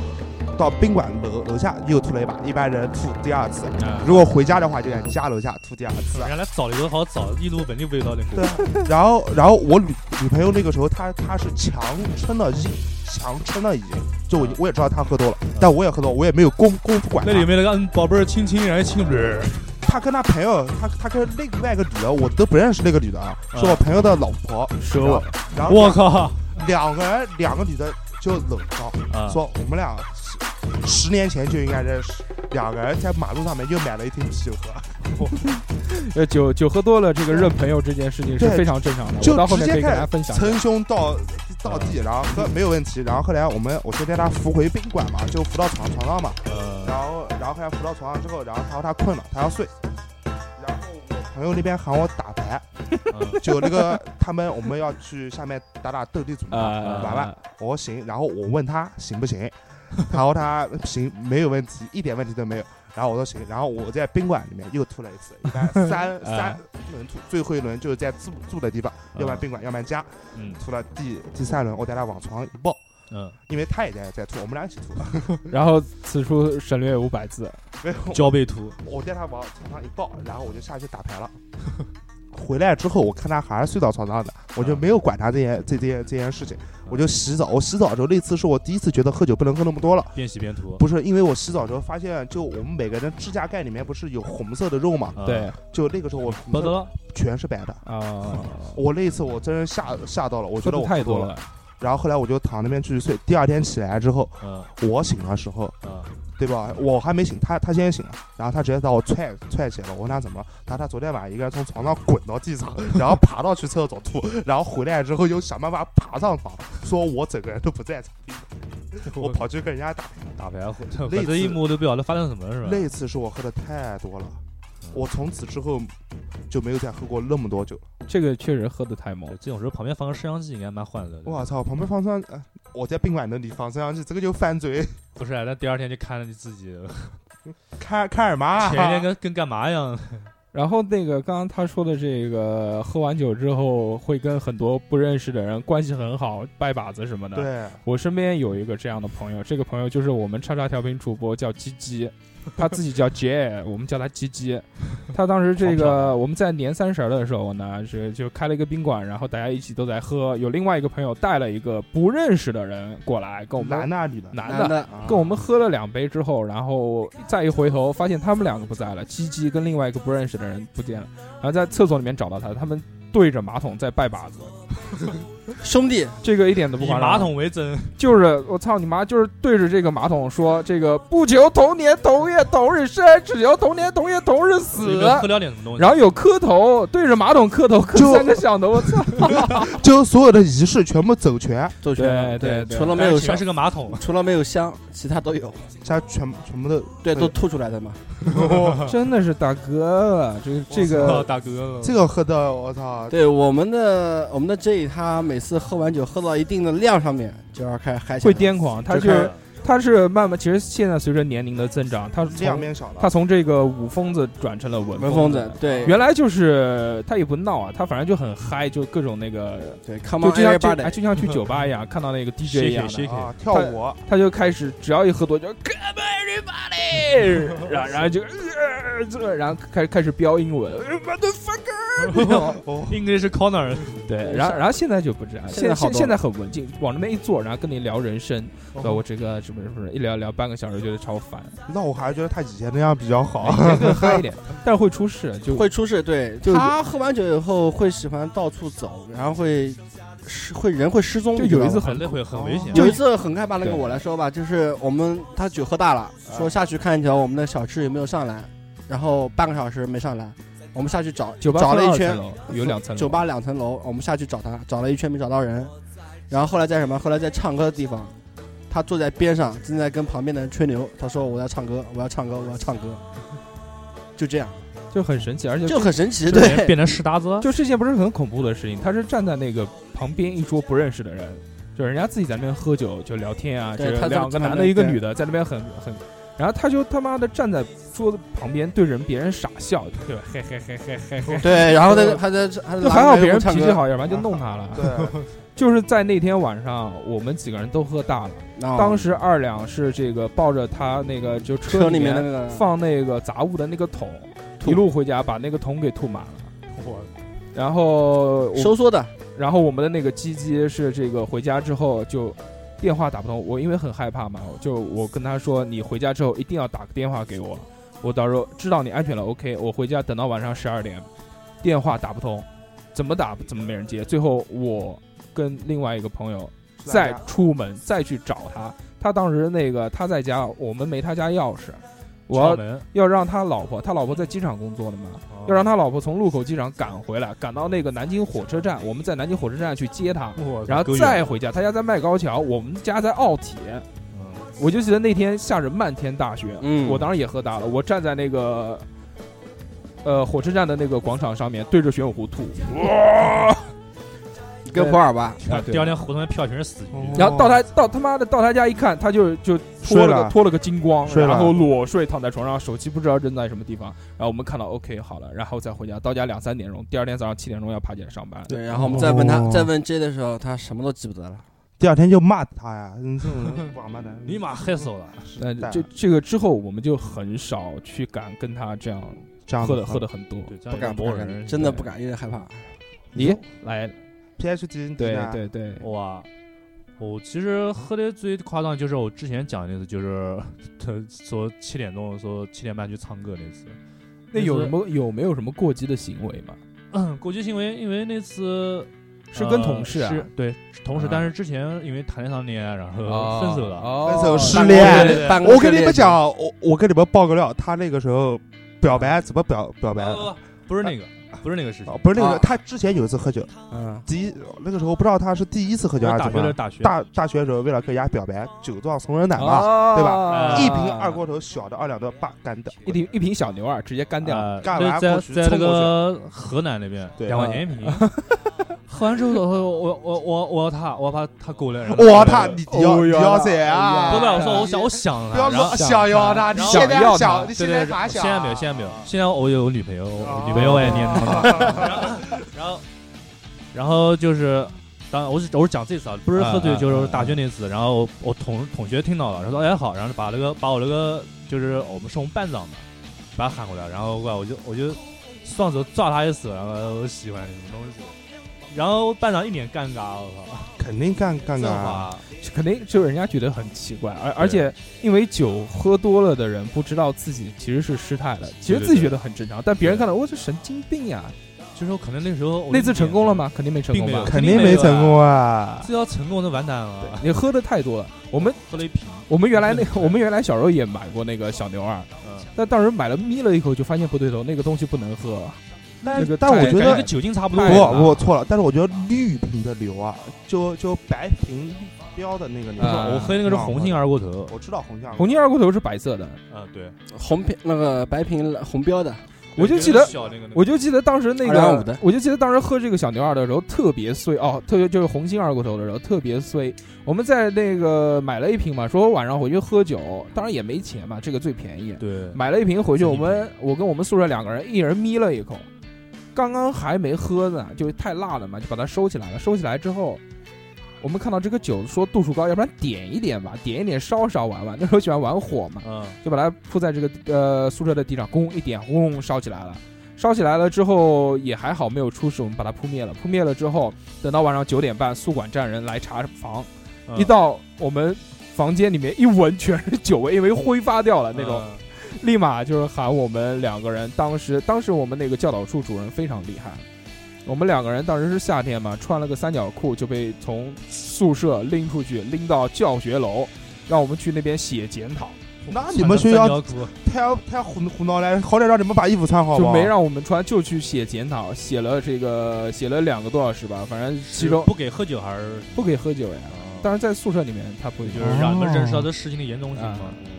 Speaker 7: 到宾馆楼楼下又吐了一把，一般人吐第二次。如果回家的话，就在家楼下吐第二次。
Speaker 8: 原来找了一个好找，一路闻就味道那股
Speaker 7: 对，然后然后我女女朋友那个时候她她是强撑了，已经强撑了已经，就我我也知道她喝多了，但我也喝多，我也没有功功夫管她。
Speaker 8: 那里面那个嗯宝贝儿亲亲，然后亲，
Speaker 7: 她跟她朋友，她她跟另外一个女的，我都不认识那个女的啊，是我朋友的老婆。
Speaker 4: 蛇我，
Speaker 7: 然后
Speaker 8: 我靠，
Speaker 7: 两个人两个女的就冷到，
Speaker 8: 啊，
Speaker 7: 说我们俩十十年前就应该认识，两个人在马路上面又买了一瓶啤酒喝。
Speaker 4: 呃，酒酒喝多了，这个认朋友这件事情是
Speaker 7: 对
Speaker 4: 非常正常的。
Speaker 7: 就
Speaker 4: 我到后
Speaker 7: 直接
Speaker 4: 面可以跟
Speaker 7: 开
Speaker 4: 大
Speaker 7: 始
Speaker 4: 家分享一下。
Speaker 7: 称兄道道弟，然后喝没有问题，然后后来我们我就带他扶回宾馆嘛，就扶到床床上嘛，然后然后后来扶到床上之后，然后他说他困了，他要睡，然后我朋友那边喊我打牌，
Speaker 4: 嗯
Speaker 7: 就那个他们我们要去下面打打斗地主嘛，
Speaker 4: 啊
Speaker 7: 玩玩，我说行，然后我问他行不 行，然后他行没有问题，一点问题都没有。然后我说行，然后我在宾馆里面又吐了一次，一 般
Speaker 4: 啊
Speaker 7: 三三轮吐，最后一轮就是在住住的地方，要不然宾馆，要不然家，
Speaker 8: 嗯
Speaker 7: 吐了第第三轮，我带他往床上一抱，
Speaker 8: 嗯，
Speaker 7: 因为他也在在吐，我们俩一起吐，
Speaker 4: 然后此处省略五百字，
Speaker 7: 没有，
Speaker 8: 交背图，
Speaker 7: 我带他往床上一抱，然后我就下去打牌了。 回来之后，我看他还是睡到床上的，我就没有管他这件这这件这件事情，我就洗澡。我洗澡的时候，那次是我第一次觉得喝酒不能喝那么多了。
Speaker 8: 边洗边涂，
Speaker 7: 不是，因为我洗澡的时候发现，就我们每个人指甲盖里面不是有红色的肉嘛？
Speaker 8: 啊
Speaker 4: 对，
Speaker 7: 就那个时候我
Speaker 8: 不得了，
Speaker 7: 全是白的。
Speaker 4: 啊，
Speaker 7: 我那一次我真是吓吓嗯到了，我觉
Speaker 4: 说
Speaker 7: 得
Speaker 4: 的
Speaker 7: 我
Speaker 4: 太
Speaker 7: 喝多
Speaker 4: 多
Speaker 7: 了。
Speaker 4: 了，
Speaker 7: 然后后来我就躺那边继续睡。第二天起来之后，
Speaker 8: 嗯
Speaker 7: 我醒的时候，
Speaker 8: 嗯，
Speaker 7: 对吧？我还没醒，他他先醒了，然后他直接把我踹踹起来了。我问他怎么了，他说他昨天晚上一个人从床上滚到地上， 然后爬到去厕所吐，然后回来之后又想办法爬上床，说我整个人都不在场，我跑去跟人家打。
Speaker 8: 打牌，反正一幕都不晓得发生什么了是吧？
Speaker 7: 那次是我喝的太多了，我从此之后就没有再喝过那么多酒了。
Speaker 4: 这个确实喝的太猛
Speaker 8: 对，。这种时候旁边放个摄像机应该蛮欢乐的。
Speaker 7: 我操，旁边放上、呃，我在宾馆那里放摄像机，这个就犯罪，
Speaker 8: 不是啊，那第二天就看着你自己，
Speaker 7: 看看什么啊？
Speaker 8: 前一天跟跟干嘛一样，
Speaker 4: 然后那个刚刚他说的这个，喝完酒之后会跟很多不认识的人关系很好，拜把子什么的。，
Speaker 7: 对，
Speaker 4: 我身边有一个这样的朋友，这个朋友就是我们叉叉调频主播叫鸡 鸡，他自己叫 J，我们叫他鸡鸡。他当时这
Speaker 8: 好漂
Speaker 4: 个我们在年三十儿的时候呢，是就开了一个宾馆，然后大家一起都在喝，有另外一个朋友带了一个不认识的人过来跟我们
Speaker 7: 男那里的，
Speaker 4: 男
Speaker 2: 男
Speaker 4: 的。
Speaker 2: 的，
Speaker 7: 啊
Speaker 4: 跟我们喝了两杯之后，然后再一回头，发现他们两个不在了，鸡鸡跟另外一个不认识的人不见了，然后在厕所里面找到他，他们对着马桶在拜把子，
Speaker 2: 兄弟，
Speaker 4: 这个一点都不
Speaker 8: 以
Speaker 4: 夸张。
Speaker 8: 马桶为真，
Speaker 4: 就是我操你妈，就是对着这个马桶说这个不求同年同月同日生，只求同年同月同日
Speaker 8: 你
Speaker 4: 死。
Speaker 8: 们喝了点什么东西？
Speaker 4: 然后有磕头，对着马桶磕头，磕
Speaker 7: 就
Speaker 4: 三个响头，我操！
Speaker 7: 就所有的仪式全部走全，
Speaker 2: 周全，
Speaker 4: 对对对
Speaker 2: 除了没
Speaker 8: 但
Speaker 2: 有
Speaker 8: 哎是全
Speaker 2: 香，
Speaker 8: 是个马桶，
Speaker 2: 除了没有香，其他都有，
Speaker 7: 加全全部都对
Speaker 2: 对，都吐出来的嘛。
Speaker 4: 真的是大哥啊，这个这
Speaker 8: 哦
Speaker 4: 个
Speaker 8: 大哥，
Speaker 7: 这个喝的，我操，
Speaker 2: 对，我们的我们的 J 他每次喝完酒喝到一定的量上面，就要开始嗨起来
Speaker 4: 会
Speaker 2: 了。
Speaker 4: 癫狂，他
Speaker 2: 就
Speaker 4: 就
Speaker 2: 开
Speaker 4: 是
Speaker 2: 始
Speaker 4: 他是慢慢，其实现在随着年龄的增长，他
Speaker 7: 量
Speaker 4: 从
Speaker 7: 变小啊了
Speaker 4: 他。从这个武疯子转成了文
Speaker 2: 文疯
Speaker 4: 子
Speaker 2: 子，，对
Speaker 4: 原来就是他也不闹啊，他反正就很嗨，就各种那个，
Speaker 2: 对，Come
Speaker 4: 就
Speaker 2: on
Speaker 4: 就像就
Speaker 2: everybody，
Speaker 4: 哎就 像去酒吧一样，看到那个 DJ 一样的
Speaker 8: Shake it, shake it
Speaker 7: 啊，跳舞，
Speaker 4: 他哦就开始只要一喝多就 Come everybody，然后然后就呃这，然后开开始飙英文，motherfucker，
Speaker 8: English corner，
Speaker 4: 对，然后然后现在就不这样，
Speaker 2: 现在好
Speaker 4: 现
Speaker 2: 多
Speaker 4: 现在很文静，往那边一坐，然后跟你聊人生，
Speaker 2: 哦
Speaker 4: 对我这个什么什么，一聊聊半个小时觉得超 烦，
Speaker 7: 那我还是觉得他以前那样比较好。
Speaker 4: 先更嗨一点，但是会出事，就
Speaker 2: 会出事。对，
Speaker 4: 就
Speaker 2: 他喝完酒以后会喜欢到处走，然后会失会人会失踪。
Speaker 4: 就
Speaker 2: 你知道
Speaker 4: 有一次
Speaker 2: 吗
Speaker 4: 很
Speaker 8: 很累会很危险，
Speaker 2: 有一次很害怕，那个
Speaker 4: 对
Speaker 2: 我来说吧，就是我们他
Speaker 4: 啊
Speaker 2: 酒喝大了，说下去看一瞧我们的小吃有没有上来，然后半个小时没上来，我们下去找，
Speaker 4: 酒吧
Speaker 2: 找
Speaker 4: 分
Speaker 2: 了一
Speaker 4: 二
Speaker 2: 圈
Speaker 4: 层，楼，有两层楼。
Speaker 2: 酒吧两层楼，我们下去找他，找了一圈没找到人，然后后来在什么？后来在唱歌的地方，他坐在边上，正在跟旁边的人吹牛，他说我要唱歌，我要唱歌，我要唱歌，就这样，
Speaker 4: 就很神奇，而且
Speaker 2: 就很神奇，
Speaker 8: 就变
Speaker 2: 对，
Speaker 8: 变成石达子，
Speaker 4: 就是一件不是很恐怖的事情，他是站在那个旁边一桌不认识的人，就人家自己在那边喝酒就聊天啊，就
Speaker 2: 对
Speaker 4: 是
Speaker 2: 他在
Speaker 4: 两个
Speaker 2: 他
Speaker 4: 男的
Speaker 2: 们
Speaker 4: 一个
Speaker 2: 对
Speaker 4: 女的在那边很很，然后他就他妈的站在桌子旁边对人别人傻笑，对吧？嘿嘿嘿嘿嘿嘿。
Speaker 2: 对，然后他还在还在
Speaker 4: 就
Speaker 2: 拿
Speaker 4: 还好
Speaker 2: 麦克风
Speaker 4: 别人
Speaker 2: 唱
Speaker 4: 脾气
Speaker 2: 歌，啊
Speaker 4: 好，要不然就弄他了。
Speaker 7: 对，
Speaker 4: 就是在那天晚上，我们几个人都喝大了。
Speaker 2: 然后
Speaker 4: 当时二两是这个抱着他那个就
Speaker 2: 车
Speaker 4: 里
Speaker 2: 里面
Speaker 4: 面
Speaker 2: 那个
Speaker 4: 放那个杂物的那个桶，一路回家把那个桶给吐满了。然后我，
Speaker 2: 收缩的，
Speaker 4: 然后我们的那个鸡鸡是这个回家之后就电话打不通，我因为很害怕嘛，我就我跟他说你回家之后一定要打个电话给我，我到时候知道你安全了，OK，我回家等到晚上十二点，电话打不通，怎么打怎么没人接，最后我跟另外一个朋友
Speaker 7: 啊
Speaker 4: 再出门再去找他。他当时那个他在家，我们没他家钥匙，我
Speaker 8: 敲
Speaker 4: 要
Speaker 8: 门，
Speaker 4: 要让他老婆，他老婆在机场工作的嘛，要让他老婆从禄口机场赶回来，赶到那个南京火车站，我们在南京火车站去接他，
Speaker 8: 我
Speaker 4: 然后
Speaker 8: 够
Speaker 4: 再
Speaker 8: 远
Speaker 4: 回家。他家在迈皋桥，我们家在奥体。
Speaker 8: 嗯啊
Speaker 4: 我就记得那天下着漫天大雪，
Speaker 2: 嗯
Speaker 4: 我当时也喝大了，我站在那个。呃，火车站的那个广场上面，对着玄武湖吐，
Speaker 2: 跟普洱吧，
Speaker 4: 啊嗯
Speaker 8: 第二天胡同票全是死鱼，
Speaker 4: 然后到他到他妈的到他家一看，他就就脱
Speaker 7: 哦睡
Speaker 4: 了个
Speaker 7: 了，
Speaker 4: 脱了个精光，
Speaker 7: 睡了
Speaker 4: 然后裸睡躺在床上，手机不知道扔在什么地方。然后我们看到 OK 好了，然后再回家，到家两三点钟，第二天早上七点钟要爬起来上班。
Speaker 2: 对，然后我们再问他
Speaker 7: 哦
Speaker 2: 再问 J 的时候，他什么都记不得了，
Speaker 7: 第二天就骂他呀，你这种人王八蛋，
Speaker 8: 尼玛害死我了！
Speaker 7: 是
Speaker 4: 但
Speaker 7: 蛋
Speaker 4: 这这个之后，我们就很少去敢跟他这样
Speaker 7: 这样
Speaker 4: 喝的喝的很多。
Speaker 8: 对，这
Speaker 2: 不
Speaker 8: 样
Speaker 2: 敢不
Speaker 8: 磨
Speaker 2: 敢，
Speaker 8: 人，
Speaker 2: 真的不敢，有点害怕，
Speaker 4: 咦，来，
Speaker 7: PhD，
Speaker 4: 对
Speaker 7: 呢
Speaker 4: 对对，
Speaker 8: 哇，我其实喝的最夸张就是我之前讲的那次，就是 他说七点钟说七点半去唱歌那次。那
Speaker 4: 那有
Speaker 8: 次
Speaker 4: 什么有没有什么过激的行为吗？
Speaker 8: 国际新闻，嗯因为那次
Speaker 4: 是跟
Speaker 8: 呃
Speaker 4: 同事啊
Speaker 8: 是对同事
Speaker 4: 啊，
Speaker 8: 但是之前因为谈了一场恋爱，然后呃分手了。
Speaker 4: 哦
Speaker 7: 分手失
Speaker 2: 办公
Speaker 7: 恋
Speaker 2: 室办公
Speaker 7: 我
Speaker 2: 室
Speaker 7: 跟你们
Speaker 2: 恋
Speaker 7: 讲，我我跟你们爆个料，他那个时候表白怎么表表白的？
Speaker 8: 不呃不不是那个，不是那个事情
Speaker 7: 哦，，不是那个，
Speaker 2: 啊
Speaker 7: 他之前有一次喝酒，
Speaker 2: 嗯，
Speaker 7: 第一那个时候不知道他是第一次喝酒还是
Speaker 8: 大
Speaker 7: 怎
Speaker 8: 学
Speaker 7: 么
Speaker 8: 的
Speaker 7: 样，
Speaker 8: 大学
Speaker 7: 大大学的时候为了跟人家表白，酒壮怂人胆嘛，
Speaker 4: 啊
Speaker 7: 对
Speaker 8: 吧
Speaker 7: 一瓶二锅头，小的二两的，把干掉，
Speaker 4: 一瓶一瓶小牛二直接干掉。
Speaker 8: 呃
Speaker 7: 干
Speaker 8: 对
Speaker 7: 完
Speaker 8: 在
Speaker 7: 过去
Speaker 8: 在那
Speaker 7: 冲过
Speaker 8: 个河南那边，
Speaker 7: 对
Speaker 8: 两块钱一瓶。 喝完之后，我我我我我要他，我要把他狗了。 然后
Speaker 7: 我他你你要
Speaker 4: 哦
Speaker 7: 你
Speaker 4: 哟
Speaker 7: 要谁啊？
Speaker 8: 不不，我说我想我想
Speaker 7: 不要
Speaker 8: 他，然后
Speaker 7: 说想要他，你
Speaker 8: 然后
Speaker 7: 现在
Speaker 4: 想要他
Speaker 7: 想，你
Speaker 8: 对
Speaker 7: 现
Speaker 8: 对
Speaker 7: 在
Speaker 8: 对，
Speaker 7: 还想？
Speaker 8: 现在没有，现在没有，现在我有女朋友，我女朋友我也念他妈。然后，然后就是，当然我是我是讲这次啊，不是喝醉，
Speaker 4: 嗯嗯
Speaker 8: 就是
Speaker 4: 嗯
Speaker 8: 大学那次。然后我我同同学听到了，然后说哎好，然后把那个把我那个就是我们是我们班长嘛，把他喊过来，然后过来我就我就双手抓他一手，然后我喜欢你什么东西。然后班长一脸尴尬，我靠，
Speaker 7: 肯定干干啊
Speaker 8: 这
Speaker 7: 干。
Speaker 8: 话
Speaker 4: 肯定就是人家觉得很奇怪，而而且因为酒喝多了的人不知道自己其实是失态了，其实
Speaker 8: 对对
Speaker 4: 自己
Speaker 8: 对
Speaker 4: 觉得很正常，但别人看到我哦这神经病呀！
Speaker 8: 就是说可能那时候我
Speaker 4: 那次成功了？吗？肯定没成
Speaker 8: 并
Speaker 4: 功
Speaker 8: 没
Speaker 4: 吧
Speaker 8: 有？
Speaker 7: 肯定没成功啊！
Speaker 8: 这要成功就完蛋了，
Speaker 4: 你喝的太多了。我们
Speaker 8: 喝了一瓶，
Speaker 4: 我们原来那个我们原来小时候也买过那个小牛二，
Speaker 8: 嗯，
Speaker 4: 但当时买了眯了一口就发现不对头，那个东西不能喝。
Speaker 7: 但
Speaker 4: 这个
Speaker 7: 但我
Speaker 4: 太
Speaker 7: 觉
Speaker 8: 感觉
Speaker 7: 得
Speaker 8: 跟酒精差啊不多
Speaker 4: 太
Speaker 7: 不，
Speaker 4: 了
Speaker 7: 我错了。但是我觉得绿瓶的牛啊，就就白瓶标的呃那个牛，
Speaker 4: 啊
Speaker 8: 我喝那个是红杏二锅头，
Speaker 7: 我知道红酱，
Speaker 4: 红金二锅头是白色的，
Speaker 8: 嗯，对，
Speaker 2: 红瓶那个白瓶红标的，
Speaker 4: 我就记得
Speaker 8: 小那个那个
Speaker 4: 我就记得当时那
Speaker 2: 2.5
Speaker 4: 个
Speaker 2: 的，
Speaker 4: 我就记得当时喝这个小牛二的时候特别衰哦，特别就是红星二锅头的时候特别衰。我们在那个买了一瓶嘛，说晚上回去喝酒，当然也没钱嘛，这个最便宜。
Speaker 8: 对，
Speaker 4: 买了一瓶回去，
Speaker 8: 自己
Speaker 4: 我们我跟我们宿舍两个人，一人眯了一口，刚刚还没喝呢，就太辣了嘛，就把它收起来了。收起来之后，我们看到这个酒说度数高，要不然点一点吧，点一点烧烧玩玩。那时候喜欢玩火嘛，
Speaker 8: 嗯，
Speaker 4: 就把它铺在这个呃宿舍的地上，咣一点，轰隆烧起来了。烧起来了之后也还好，没有出事，我们把它扑灭了。扑灭了之后，等到晚上九点半，宿管站人来查房，
Speaker 8: 嗯
Speaker 4: 一到我们房间里面一闻全是酒味，因为挥发掉了那种。
Speaker 8: 嗯
Speaker 4: 立马就是喊我们两个人。当时，当时我们那个教导处主任非常厉害，我们两个人当时是夏天嘛，穿了个三角裤就被从宿舍拎出去，拎到教学楼，让我们去那边写检讨。
Speaker 7: 那啊你们学
Speaker 8: 三
Speaker 7: 校
Speaker 8: 角裤
Speaker 7: 太太胡胡闹了，好歹让你们把衣服穿好
Speaker 4: 就
Speaker 7: 吧。
Speaker 4: 没让我们穿，就去写检讨，写了这个写了两个多小时吧，反正其
Speaker 8: 是
Speaker 4: 中
Speaker 8: 不给喝酒还是
Speaker 4: 不可以喝酒呀。当然在宿舍里面他不会
Speaker 8: 就
Speaker 4: 觉
Speaker 8: 是
Speaker 4: 得
Speaker 8: 让你们认识到这事情的严重性嘛
Speaker 4: 啊。
Speaker 8: 嗯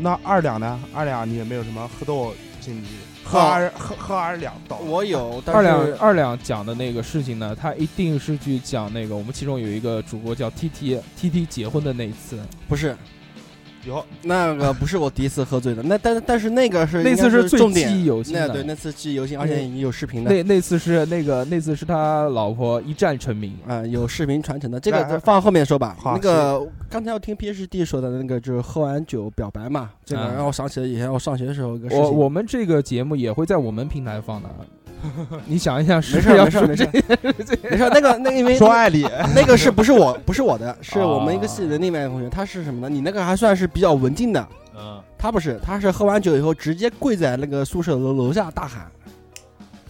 Speaker 7: 那二两呢？二两你也没有什么喝豆禁忌，喝
Speaker 2: 哦
Speaker 7: 二 喝喝二两倒。
Speaker 2: 我有，但
Speaker 4: 二
Speaker 2: 是
Speaker 4: 两二两讲的那个事情呢，他一定是去讲那个我们其中有一个主播叫 T T T T 结婚的那一次，
Speaker 2: 不是
Speaker 7: 有
Speaker 2: 那个不是我第一次喝醉的，那但但是那个是
Speaker 4: 那
Speaker 2: 应该
Speaker 4: 次
Speaker 2: 是
Speaker 4: 最
Speaker 2: 重
Speaker 4: 记忆
Speaker 2: 点，
Speaker 4: 犹新
Speaker 2: 那
Speaker 4: 的。
Speaker 2: 对那次记忆犹新，而且
Speaker 4: 嗯
Speaker 2: 有视频的，
Speaker 4: 那那次是那个那次是他老婆一战成名，
Speaker 2: 啊，有视频传承的，这
Speaker 7: 来
Speaker 2: 个放后面说吧。
Speaker 7: 好
Speaker 2: 那个刚才我听 PhD 说的那个，就是喝完酒表白嘛，这个
Speaker 4: 嗯
Speaker 2: 让我想起了以前我上学的时候一个事
Speaker 4: 我
Speaker 2: 情。
Speaker 4: 我们这个节目也会在我们平台 放的，你想一想是不
Speaker 2: 没事
Speaker 4: 是
Speaker 2: 儿
Speaker 4: 要
Speaker 2: 没事
Speaker 4: 说
Speaker 2: 儿没事
Speaker 4: 这
Speaker 2: 儿没事儿，那个那因为
Speaker 7: 说爱你，
Speaker 2: 那个是不是我不是我的，是
Speaker 4: 啊
Speaker 2: 我们一个系里的另外一个同学，他是什么呢？你那个还算是比较文静的，
Speaker 8: 嗯，
Speaker 2: 他不是，他是喝完酒以后直接跪在那个宿舍楼楼下大喊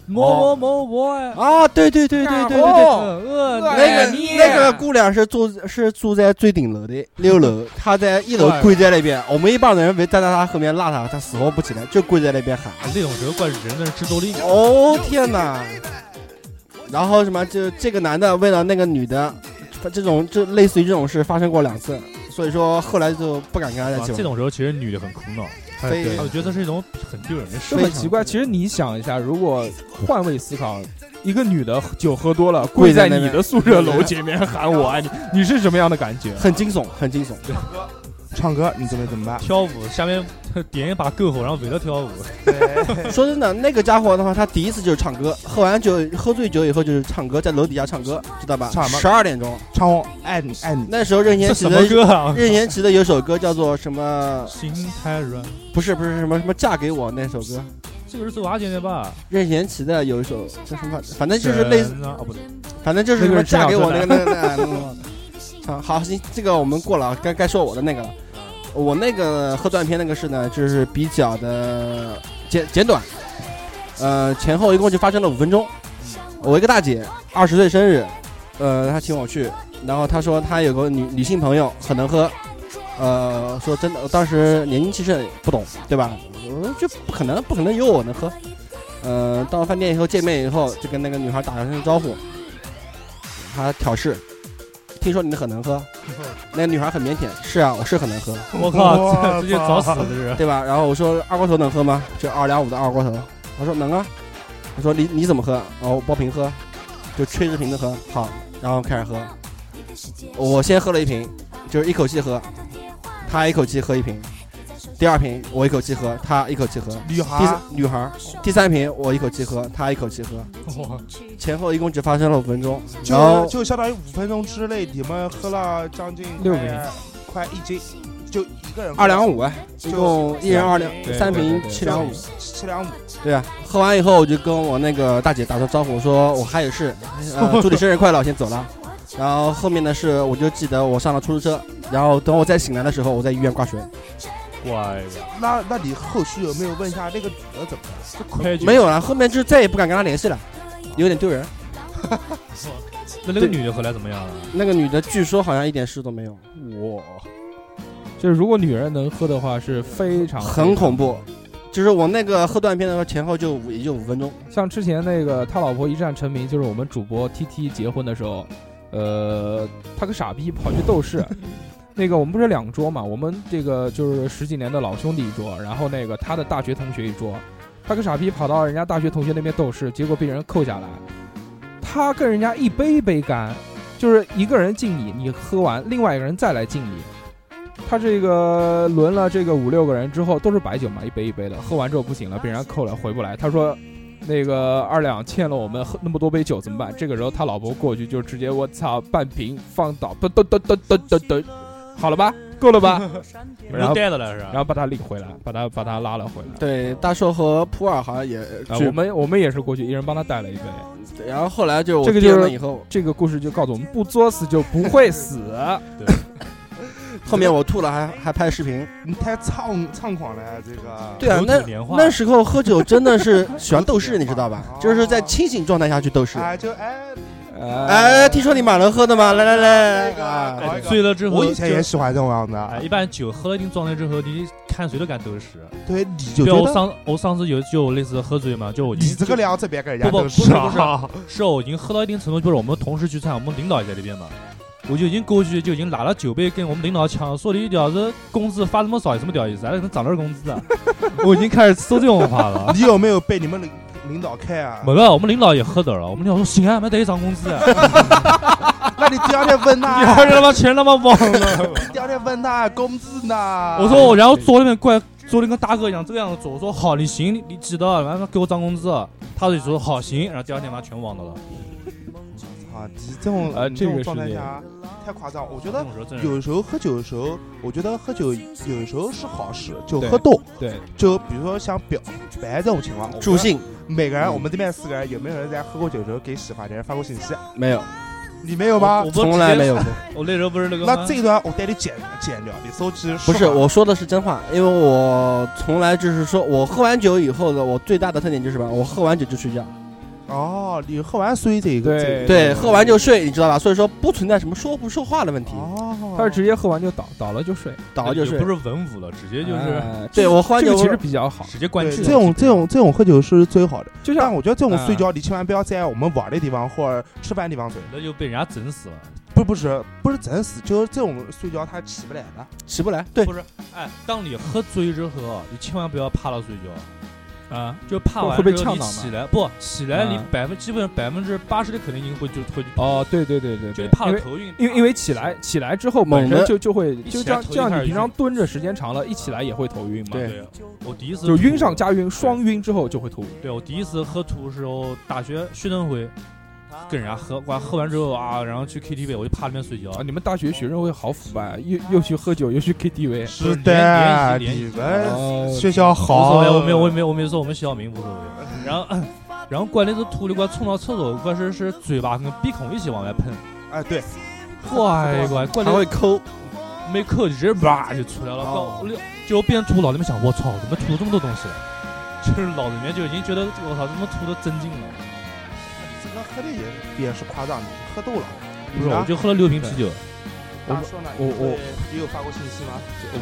Speaker 8: 摸摸摸摸哎，
Speaker 2: 啊！对对对对对对对。
Speaker 8: 呃，
Speaker 2: 哦那
Speaker 8: 呃
Speaker 2: 个那个姑娘是住是住在最顶楼的六楼，她在一楼跪在那边，我们一帮人围站在她后面拉她，她死活不起来，就跪在那边喊。
Speaker 8: 那种时候怪人的制斗力，
Speaker 2: 哦天哪！然后什么，就这个男的为了那个女的，这种这类似于这种事发生过两次，所以说后来哎就不敢跟他在一
Speaker 8: 啊
Speaker 2: 起
Speaker 8: 这
Speaker 2: 玩。
Speaker 8: 种时候其实女的很苦恼，
Speaker 2: 哎对
Speaker 8: 我觉得这是一种很丢人的事
Speaker 4: 就。很奇怪。其实你想一下，如果换位思考，一个女的酒喝多了，跪在你的宿舍楼前面喊我爱你，你是什么样的感觉？
Speaker 2: 很惊悚，很惊悚。
Speaker 7: 唱歌你准备怎么 办？
Speaker 8: 跳舞下面点一把篝火，然后围着跳舞，
Speaker 2: 说真的，那个家伙的话，他第一次就是唱歌，喝完酒喝醉酒以后就是唱歌，在楼底下唱歌，知道吧
Speaker 7: 唱？什么
Speaker 2: 十二点钟，
Speaker 7: 唱我爱你爱你。
Speaker 2: 那时候任贤
Speaker 8: 这
Speaker 2: 齐
Speaker 8: 什
Speaker 2: 的
Speaker 8: 么歌啊？
Speaker 2: 任贤齐的有首歌叫做什么？
Speaker 8: 心太软，
Speaker 2: 不是不是什么什么嫁给我那首歌，
Speaker 8: 这个是周华健的吧？
Speaker 2: 任贤齐的有一首叫什么？反正就是类似，
Speaker 8: 神啊，哦不对，
Speaker 2: 反正就是什么
Speaker 4: 那个是
Speaker 2: 嫁给我那
Speaker 4: 这
Speaker 2: 个那个那个。那个啊，好，行，这个我们过了，啊，该该说我的那个了。我那个喝断片那个事呢，就是比较的简简短，呃，前后一共就发生了五分钟。我一个大姐二十岁生日，呃，她请我去，然后她说她有个女女性朋友很能喝，呃，说真的，当时年轻气盛不懂，对吧？我说这不可能，不可能有我能喝。呃，到饭店以后见面以后，就跟那个女孩打了声招呼，她挑事，听说你很能喝，那个女孩很腼腆，是啊，我是很能喝，
Speaker 8: 我靠，
Speaker 7: 哇
Speaker 8: 这直接找死了这是。
Speaker 2: 对吧？然后我说二锅头能喝吗？就二两五的二锅头，她说能啊，我说你你怎么喝？哦，我包瓶喝，就吹着瓶子喝，好，然后开始喝，我先喝了一瓶，就是一口气喝，她一口气喝一瓶，第二瓶我一口气喝，她一口气喝，
Speaker 7: 女
Speaker 2: 第
Speaker 7: 孩
Speaker 2: 三女孩儿，第三瓶我一口气喝，她一口气喝，前后一共只发生了五分钟，
Speaker 7: 就
Speaker 2: 然后
Speaker 7: 就相当于五分钟之内，你们喝了将近
Speaker 4: 六
Speaker 7: 快
Speaker 4: 瓶，
Speaker 7: 快一斤，就一个人喝
Speaker 2: 二两五，哎一共一人二两，
Speaker 4: 对
Speaker 2: 三瓶
Speaker 4: 对对
Speaker 2: 七两五，
Speaker 7: 七两五。
Speaker 2: 对啊。喝完以后我就跟我那个大姐打声招呼，我说我还有 事，呃，祝你生日快乐，我先走了。然后后面的事我就记得我上了出租车，然后等我再醒来的时候，我在医院挂水，
Speaker 8: 乖呀，
Speaker 7: 那那你后续有没有问一下那个女的怎么了？
Speaker 8: 这快
Speaker 2: 没有了。后面就再也不敢跟她联系了，有点丢人。
Speaker 8: 那那个女的后来怎么样了？
Speaker 2: 那个女的据说好像一点事都没有，
Speaker 8: 我
Speaker 4: 就是如果女人能喝的话，是非常
Speaker 2: 很恐怖。就是我那个喝断片的时候，前后就五也就五分钟。
Speaker 4: 像之前那个他老婆一战成名，就是我们主播 T T 结婚的时候，呃，他个傻逼跑去斗士。那个我们不是两桌嘛，我们这个就是十几年的老兄弟一桌，然后那个他的大学同学一桌，他个傻逼跑到人家大学同学那边斗士，结果被人扣下来，他跟人家一杯一杯干，就是一个人敬你，你喝完，另外一个人再来敬你。他这个轮了这个五六个人之后，都是白酒嘛，一杯一杯的，喝完之后不行了，被人家扣了，回不来。他说那个二两欠了我们喝那么多杯酒怎么办？这个时候他老婆过去就直接我操半瓶放倒，噔噔噔噔噔噔噔，好了吧，够了吧？然后
Speaker 8: 不带的了是吧？
Speaker 4: 然后把他领回来，把他把他拉了回来。
Speaker 2: 对，大硕和普洱好像也
Speaker 4: 啊，
Speaker 2: 去
Speaker 4: 我们我们也是过去，一人帮他带了一杯。
Speaker 2: 对然后后来就是我
Speaker 4: 这个
Speaker 2: 癫
Speaker 4: 就是
Speaker 2: 了以后，
Speaker 4: 这个故事就告诉我们，不作死就不会死。
Speaker 2: 后面我吐了还还拍视频。
Speaker 7: 你太猖猖狂了，这个。
Speaker 2: 对啊
Speaker 8: 口，吐
Speaker 2: 那
Speaker 8: 莲花
Speaker 2: 那时候喝酒真的是喜欢斗士，
Speaker 7: 口 吐莲花
Speaker 2: 你知道吧
Speaker 7: 哦？
Speaker 2: 就是在清醒状态下去斗士，
Speaker 7: 啊，就哎，
Speaker 2: 哎，听说你马伦喝的吗？来来来来来啊！
Speaker 8: 哎醉了之后，
Speaker 7: 我以前也
Speaker 8: 就
Speaker 7: 喜欢这种样
Speaker 8: 哎，
Speaker 7: 的，
Speaker 8: 一般酒喝了一定状态之后，你看谁都敢兜屎。
Speaker 7: 对，你就
Speaker 8: 就我
Speaker 7: 觉得
Speaker 8: 上我上次有就类似喝醉嘛，就我
Speaker 7: 你这个量子别跟人家
Speaker 8: 不不
Speaker 7: 都
Speaker 8: 不
Speaker 7: 是
Speaker 8: 是
Speaker 7: 啊
Speaker 8: 不是，是我已经喝到一定程度，就是我们同事聚餐，我们领导也在这边嘛，我就已经过去就已经拿了酒杯跟我们领导抢，说你屌丝工资发这么少有什么屌意思？还能涨点工资啊？ 我已经开始说这种话了。
Speaker 7: 你有没有被你们领领导看啊？
Speaker 8: 没个，我们领导也喝得了，我们领导说行啊，没得涨工资啊，
Speaker 7: 那你第二天问
Speaker 8: 第二
Speaker 7: 他，
Speaker 8: 天他妈全他妈忘了。
Speaker 7: 第二天问他工资呢？
Speaker 8: 我说我，然后坐那边怪坐的跟大哥一样这个样子坐，我说好，你行，你你记得，然后给我涨工资，啊他就说好行，然后第二天妈全忘了了。
Speaker 7: 啊，你这种
Speaker 4: 呃
Speaker 7: 你
Speaker 4: 这
Speaker 7: 这种
Speaker 4: 个
Speaker 7: 状
Speaker 4: 是
Speaker 7: 态
Speaker 4: 这
Speaker 7: 下太夸张，我觉得
Speaker 8: 这。种时候真是
Speaker 7: 有时候喝酒的时候，我觉得喝酒有时候是好事，就
Speaker 4: 对
Speaker 7: 喝多，
Speaker 4: 对，
Speaker 7: 就比如说像表白这种情况，
Speaker 2: 助兴
Speaker 7: 每个人，我们这边四个人，有没有人在喝过酒的时候给喜欢的人发过信息？
Speaker 2: 没有，
Speaker 7: 你没有吗
Speaker 8: 我？不
Speaker 2: 从来没有过。
Speaker 8: 我那时候不是那个吗
Speaker 7: 那这一段我带你剪剪掉，你手机
Speaker 2: 不是，
Speaker 7: 刷
Speaker 2: 我说的是真话，因为我从来就是说我喝完酒以后的，我最大的特点就是什么？我喝完酒就睡觉，
Speaker 7: 哦，你喝完睡这个
Speaker 4: 对
Speaker 7: 这个
Speaker 2: 对，喝完就睡，你知道吧？所以说不存在什么说不说话的问题，
Speaker 7: 哦，
Speaker 4: 他是直接喝完就倒，倒了就睡，
Speaker 2: 倒了就
Speaker 8: 也
Speaker 2: 睡
Speaker 8: 不。是文武了，直接就是
Speaker 4: 哎
Speaker 2: 对我喝完
Speaker 4: 这
Speaker 2: 酒
Speaker 4: 个其实比较好，
Speaker 8: 直接关
Speaker 7: 对
Speaker 8: 机
Speaker 7: 这种这种这种喝酒是最好的，
Speaker 4: 就
Speaker 7: 但
Speaker 4: 像
Speaker 7: 我觉得这种
Speaker 4: 嗯
Speaker 7: 睡觉你千万不要在我们玩的地方或者吃饭地方睡，
Speaker 8: 那就被人家整死了。
Speaker 7: 不不是不是整死，就是这种睡觉他起不来的。
Speaker 2: 起不来。对
Speaker 8: 不，是，哎，当你喝醉之后，你千万不要趴了睡觉，
Speaker 4: 啊，
Speaker 8: 就趴完
Speaker 4: 会被
Speaker 8: 之后
Speaker 4: 呛
Speaker 8: 你
Speaker 4: 到吗
Speaker 8: 起来不起来，你
Speaker 4: 嗯
Speaker 8: 百分基本上百分之八十的可能性会就会
Speaker 4: 哦，对对对对
Speaker 8: 就
Speaker 4: 对，
Speaker 8: 怕
Speaker 4: 因
Speaker 8: 了
Speaker 4: 为
Speaker 8: 头晕，啊
Speaker 4: 因为因为起来起来之后，本
Speaker 2: 猛
Speaker 4: 身
Speaker 2: 的
Speaker 4: 就就会
Speaker 8: 一
Speaker 4: 就
Speaker 8: 起
Speaker 4: 这
Speaker 8: 来
Speaker 4: 样
Speaker 8: 头
Speaker 4: 这
Speaker 8: 就
Speaker 4: 样，
Speaker 8: 开
Speaker 4: 你
Speaker 8: 始
Speaker 4: 平常
Speaker 8: 晕
Speaker 4: 蹲着时间长了，一起来也会头晕嘛，
Speaker 2: 对
Speaker 8: 对，我第一次
Speaker 4: 就
Speaker 8: 吐
Speaker 4: 晕上加晕，双晕之后就会头晕。
Speaker 8: 对我第一次喝吐的时候，大学学生会跟人家喝，完喝完之后啊，然后去 KTV，我就趴那边睡觉
Speaker 4: 啊，。你们大学学生会好腐败，啊又又去喝酒，又去 KTV。
Speaker 8: 是
Speaker 7: 的，
Speaker 8: 联
Speaker 7: 你
Speaker 8: 系
Speaker 7: 们
Speaker 4: 哦
Speaker 7: 学校
Speaker 8: 无
Speaker 7: 好，
Speaker 8: 所谓，我没有，我没有，我没有说我们小名无所谓。然后， 然后怪那次吐了，怪冲到厕所，怪是是嘴巴跟鼻孔一起往外喷，
Speaker 7: 哎，对，
Speaker 8: 怪怪怪
Speaker 2: 还
Speaker 8: 那
Speaker 2: 会抠，
Speaker 8: 没扣，直接叭就出来了。
Speaker 4: 哦
Speaker 8: 怪我就我边吐，脑子里面想，我操，怎么吐了这么多东西？啊就是脑子里面就已经觉得我操，怎么吐的真劲了？
Speaker 7: 这个喝的也也是夸张的，喝多了。
Speaker 8: 不是，我就喝了六瓶啤酒。
Speaker 7: 我说呢，
Speaker 4: 我
Speaker 7: 你会
Speaker 4: 我
Speaker 7: 你有发过信息 吗？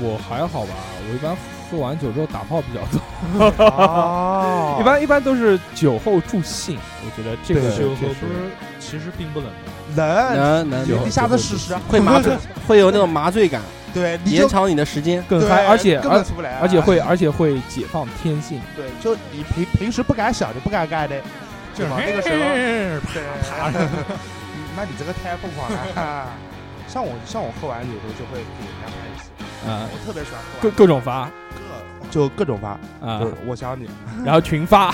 Speaker 4: 我还好吧，我一般喝完酒之后打炮比较多，
Speaker 7: 哦
Speaker 4: 一般一般都是酒后助兴，我觉得这个
Speaker 7: 对
Speaker 8: 酒后
Speaker 4: 确
Speaker 8: 不
Speaker 4: 实
Speaker 8: 是，其实并不冷的。
Speaker 7: 能，
Speaker 2: 能能
Speaker 4: 就
Speaker 2: 能
Speaker 7: 你下次试试啊，
Speaker 2: 会麻醉，会有那种麻醉感，
Speaker 7: 对，你
Speaker 2: 延
Speaker 7: 就
Speaker 2: 长你的时间。
Speaker 4: 更
Speaker 7: 对
Speaker 4: 嗨，而且
Speaker 7: 根本
Speaker 4: 而
Speaker 7: 出不来啊，
Speaker 4: 而且会而且会解放天性。
Speaker 7: 对，就你平平时不敢想，你不敢干的，就往那个时候， 对，那你这个太疯狂了。 像我像我喝完有时候就会给人家发信息，
Speaker 4: 啊，
Speaker 7: 我特别喜欢喝
Speaker 4: 各
Speaker 7: 完
Speaker 4: 各种发
Speaker 7: 各就各种发，
Speaker 4: 啊
Speaker 7: 就，是我想你，
Speaker 4: 然后群发，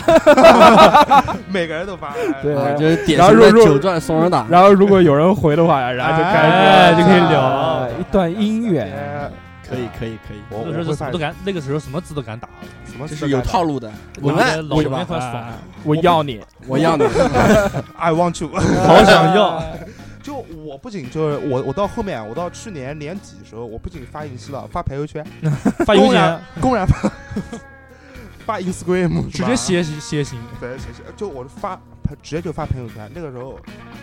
Speaker 7: 每个人都发，哎
Speaker 4: 对
Speaker 2: 啊，就是典
Speaker 4: 然后
Speaker 2: 型的
Speaker 4: 肉肉
Speaker 2: 酒壮怂人胆。
Speaker 4: 然后如果有人回的话，然后就开始
Speaker 8: 哎就可以聊
Speaker 4: 啊一段姻缘。
Speaker 7: 哎
Speaker 2: 可以可以可以，
Speaker 7: 我
Speaker 8: 那个
Speaker 7: 我
Speaker 8: 时
Speaker 7: 会
Speaker 8: 候什
Speaker 7: 发
Speaker 8: 么都敢，那个时候什么字都敢打了。
Speaker 7: 什 么
Speaker 2: 这
Speaker 7: 事
Speaker 2: 是有
Speaker 7: 干的
Speaker 2: 套路的文案，
Speaker 8: 老
Speaker 2: 是
Speaker 8: 娘
Speaker 2: 吧？
Speaker 8: 快爽
Speaker 4: 啊
Speaker 8: 了，
Speaker 4: 我要你，
Speaker 2: 我要 你，
Speaker 7: ，I want you。
Speaker 8: 好想要。
Speaker 7: 就我不仅就是我，我到后面，我到去年年底的时候，我不仅发信息了，发朋友圈，
Speaker 8: 发邮
Speaker 7: 公
Speaker 8: 件
Speaker 7: 然公然发 发 Instagram，
Speaker 8: 直
Speaker 7: 是吧
Speaker 8: 接，写写信。
Speaker 7: 对，写写，就我发直接就发朋友圈，那个时候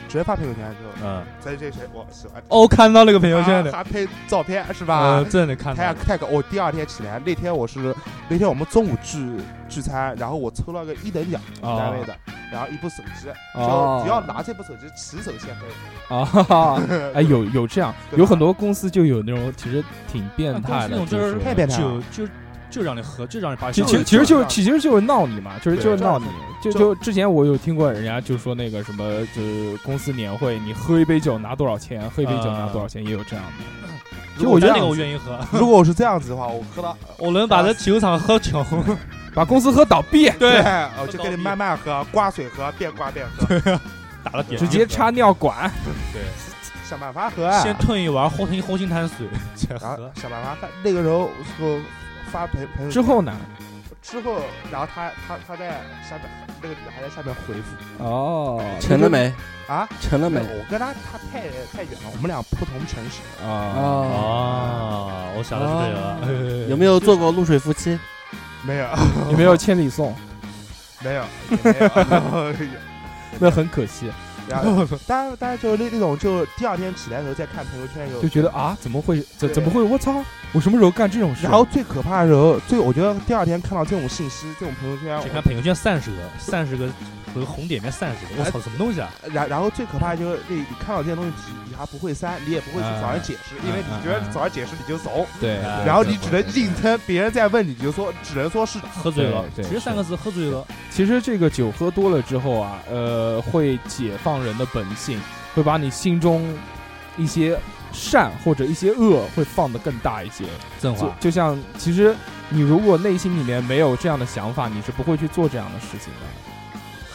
Speaker 7: 直接发朋友圈就
Speaker 8: 嗯，
Speaker 7: 在这谁我喜欢，
Speaker 8: 哦，看到那个朋友圈的，
Speaker 7: 还配照片是啊吧
Speaker 8: 呃，？真的看
Speaker 7: 太
Speaker 8: 到。
Speaker 7: 太搞！我第二天起来，那天我是那天我们中午聚聚餐，然后我抽了个一等奖
Speaker 4: 哦
Speaker 7: 单位的，然后一部手机，
Speaker 4: 哦
Speaker 7: 就只要拿这部手机骑手先飞，
Speaker 4: 啊， 哈哈， 哎，有有这样，
Speaker 7: 对吧
Speaker 4: 有很多公司就有那种其实挺变
Speaker 8: 那
Speaker 4: 态的，
Speaker 8: 种
Speaker 4: 就
Speaker 8: 嗯就是
Speaker 7: 太变态
Speaker 8: 就
Speaker 7: 了。
Speaker 8: 就就让你喝，就让你把
Speaker 4: 其
Speaker 8: 信
Speaker 4: 其
Speaker 8: 息
Speaker 4: 实其实就
Speaker 7: 对
Speaker 4: 其实就是闹你嘛，就是
Speaker 7: 对
Speaker 4: 就是闹你，就
Speaker 7: 就
Speaker 4: 就之前我有听过人啊家就说那个什么，就是公司年会，你喝一杯酒拿多少钱，喝一杯酒拿多少钱，也有这样的。其实我觉
Speaker 8: 那
Speaker 4: 得
Speaker 8: 个我愿意喝，
Speaker 7: 如果我是这样子的话，我喝到
Speaker 8: 我能把这球场喝穷。
Speaker 4: 把公司喝倒闭，
Speaker 8: 对，
Speaker 7: 哎我就给你慢慢喝，刮水喝，边刮边喝，
Speaker 8: 打了点
Speaker 4: 直 接插尿管，
Speaker 7: 想办法喝。
Speaker 8: 先吞一碗红心红心碳水， 再
Speaker 7: 然
Speaker 8: 喝
Speaker 7: 后。想办法喝。那个时候说发朋朋友
Speaker 4: 之后呢？
Speaker 7: 之后，然后他他他在下面那个女孩在下面回复
Speaker 4: 哦，
Speaker 2: 成了没？
Speaker 7: 啊，
Speaker 2: 成了没？
Speaker 7: 我跟他他太太远了，我们俩不同城市。
Speaker 4: 啊？
Speaker 8: 啊，
Speaker 2: 哦，
Speaker 8: 我想的是这个。
Speaker 2: 有没有做过露水夫妻？
Speaker 7: 没有
Speaker 4: 你
Speaker 7: 嗯
Speaker 4: 没有千里送，
Speaker 7: 没有也没有，
Speaker 4: 那很可惜。
Speaker 7: 然后大家大家就那那种就第二天起来的时候再看朋友圈的时候
Speaker 4: 就，觉得啊，怎么会怎
Speaker 7: 对
Speaker 4: 怎么会？我操！我什么时候干这种事？
Speaker 7: 然后最可怕的时候，最我觉得第二天看到这种信息，这种朋友圈，
Speaker 8: 只
Speaker 7: 我
Speaker 8: 看朋友圈三十个，三十个和红点面三十个，我操，什么东西啊？
Speaker 7: 然然后最可怕就是你你看到这些东西，你你还不会删，你也不会去
Speaker 8: 嗯
Speaker 7: 找人解释，因为你觉得找人解释你就怂，
Speaker 4: 对，
Speaker 8: 哎
Speaker 7: 然后你只能硬撑，别人再问你你就说只能说是
Speaker 8: 喝醉了，
Speaker 4: 对
Speaker 8: 其
Speaker 4: 对
Speaker 8: 实三个字喝醉了，
Speaker 4: 其实这个酒喝多了之后啊，呃，会解放人的本性，会把你心中一些善或者一些恶会放得更大一些。
Speaker 8: 振
Speaker 4: 就
Speaker 8: 华
Speaker 4: 就像，其实你如果内心里面没有这样的想法，你是不会去做这样的事情的。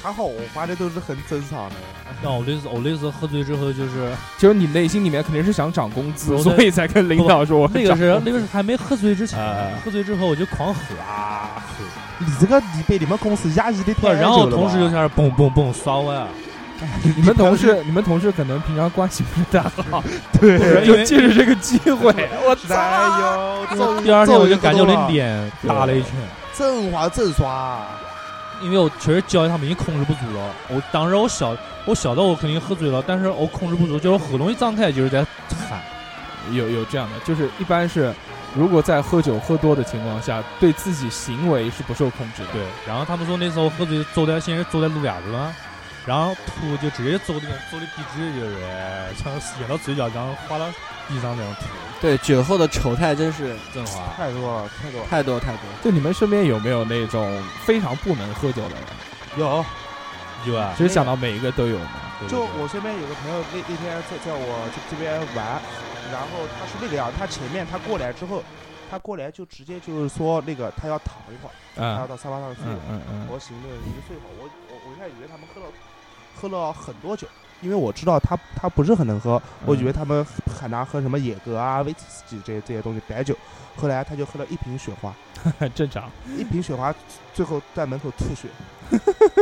Speaker 7: 还好我发的都是很正常 的，
Speaker 8: 让我那次我那次喝醉之后就是
Speaker 4: 就是你内心里面肯定是想涨工资
Speaker 8: 不，是
Speaker 4: 所以才跟领导说我
Speaker 8: 那个
Speaker 4: 涨
Speaker 8: 是
Speaker 4: 工资
Speaker 8: 那个是还没喝醉之前
Speaker 4: 哎，
Speaker 8: 喝醉之后我就狂喝啊喝，
Speaker 7: 你这个你被你们公司压抑的太久了吧，
Speaker 8: 然后我同事就开始蹦蹦蹦啊刷歪，
Speaker 4: 你们同事，你们同事可能平常关系不是太好，
Speaker 8: 对
Speaker 4: 就借着这个机会，我
Speaker 7: 哎呦，
Speaker 8: 第二天我就感觉我
Speaker 7: 的
Speaker 8: 的脸大了一圈，
Speaker 7: 正滑正刷，
Speaker 8: 因为我确实教育他们已经控制不住了。我当时我晓我晓得我肯定喝醉了，但是我控制不住，就是我喉咙一张开就是在喊。
Speaker 4: 有有这样的，就是一般是，如果在喝酒喝多的情况下，对自己行为是不受控制的。
Speaker 8: 对，然后他们说那时候喝醉坐在先是坐在路牙子上，然后吐就直接坐那个坐的壁纸就是，像撅到嘴角，然后滑到地上那种吐。
Speaker 2: 对，酒后的丑态真是
Speaker 8: 振华，
Speaker 7: 太多了太多了，
Speaker 2: 太多太多。
Speaker 4: 就你们身边有没有那种非常不能喝酒的人？
Speaker 7: 有。
Speaker 8: 有啊，
Speaker 4: 其实想到每一个都有嘛。
Speaker 8: 对
Speaker 7: 就
Speaker 8: 对对
Speaker 7: 我身边有个朋友，那那天在在我这这边玩，然后他是那个样，他前面他过来之后，他过来就直接就是说那个他要躺一会儿，他要
Speaker 4: 嗯
Speaker 7: 到沙发上睡。
Speaker 4: 嗯嗯嗯，
Speaker 7: 我行，那个你就睡一会儿。我我我一开始以为他们喝了喝了很多酒，因为我知道他他不是很能喝，我以为他们喊他喝什么野格啊、威士忌这这些东西白酒，后来他就喝了一瓶雪花，
Speaker 4: 很正常。
Speaker 7: 一瓶雪花，最后在门口吐血，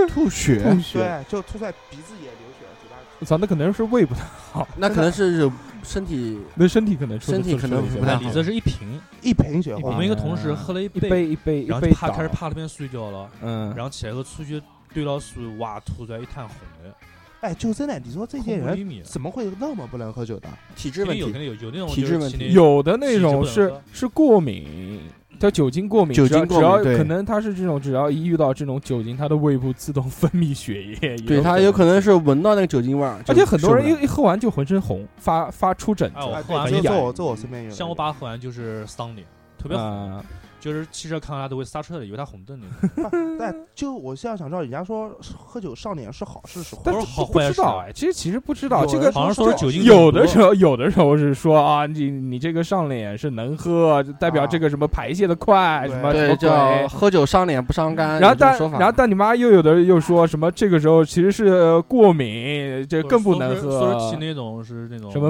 Speaker 2: 吐血，
Speaker 7: 对，就吐在鼻子也流血，嘴巴
Speaker 4: 我操，那可能是胃不太好，
Speaker 2: 那可能是有身体
Speaker 4: 那身体可能出
Speaker 2: 身体可能
Speaker 4: 出
Speaker 2: 不太
Speaker 4: 了
Speaker 2: 好
Speaker 4: 一
Speaker 8: 李
Speaker 4: 些
Speaker 8: 子是一瓶，
Speaker 7: 一瓶雪
Speaker 8: 我
Speaker 7: 花
Speaker 8: 们一个同事喝了一
Speaker 4: 一
Speaker 8: 杯，
Speaker 4: 杯一杯一
Speaker 8: 然后
Speaker 4: 杯
Speaker 8: 就趴
Speaker 4: 倒
Speaker 8: 开始趴那边睡觉了，
Speaker 4: 嗯，
Speaker 8: 然后起来后出去对到树，哇，吐出来一滩红的，
Speaker 7: 哎，就真的，你说这些
Speaker 8: 空无一
Speaker 7: 人
Speaker 8: 米啊。
Speaker 7: 怎么会那么不能喝酒的？
Speaker 2: 体质
Speaker 8: 肯
Speaker 2: 问
Speaker 8: 定有，肯
Speaker 2: 题，
Speaker 8: 定有有那种
Speaker 2: 体
Speaker 8: 就
Speaker 2: 质
Speaker 8: 是
Speaker 2: 问
Speaker 8: 心
Speaker 2: 题
Speaker 8: 里
Speaker 4: 有的那种
Speaker 8: 是不
Speaker 4: 是
Speaker 8: 能喝
Speaker 4: 是过敏，叫酒精过敏，
Speaker 2: 酒精
Speaker 4: 只要
Speaker 2: 过敏
Speaker 4: 只
Speaker 2: 对
Speaker 4: 要可能他是这种，只要一遇到这种酒精，他的胃部自动分泌血液，
Speaker 2: 对他有可能是闻到那个酒精味儿，
Speaker 4: 而
Speaker 2: 就
Speaker 4: 且很多人
Speaker 2: 受不了
Speaker 4: 一一喝完就浑身红，发发出疹子
Speaker 8: 哎，我
Speaker 7: 哎，
Speaker 8: 喝完
Speaker 7: 对，
Speaker 4: 之
Speaker 7: 这
Speaker 4: 后
Speaker 7: 这我这我身边有人，
Speaker 8: 像我爸喝完就是丧脸，特别红，
Speaker 4: 啊，
Speaker 8: 就是汽车看到他都会刹车的，以为他红灯那种。
Speaker 7: 但就我现在想知道，人家说喝酒上脸是好事是坏
Speaker 4: 但
Speaker 7: 事？
Speaker 8: 不
Speaker 4: 是
Speaker 8: 是好
Speaker 4: 不
Speaker 8: 坏
Speaker 4: 知
Speaker 8: 事啊
Speaker 4: 道哎，其实其实不知道
Speaker 7: 有
Speaker 4: 这
Speaker 7: 人
Speaker 4: 个
Speaker 8: 好像说是酒精
Speaker 4: 有
Speaker 8: 中毒
Speaker 4: 的时候，有的时候是说啊，你你这个上脸是能喝，就代表
Speaker 7: 啊
Speaker 4: 这个什么排泄的快，什么什
Speaker 2: 对
Speaker 4: 么
Speaker 2: 叫
Speaker 4: 鬼。
Speaker 2: 喝酒伤脸不伤肝，
Speaker 4: 然后
Speaker 2: 有这种
Speaker 4: 但
Speaker 2: 说法
Speaker 4: 然后但你妈又有的又说什么这个时候其实是过敏，这 更不能
Speaker 8: 或者
Speaker 4: 喝
Speaker 8: 说是。那种是那种
Speaker 4: 什么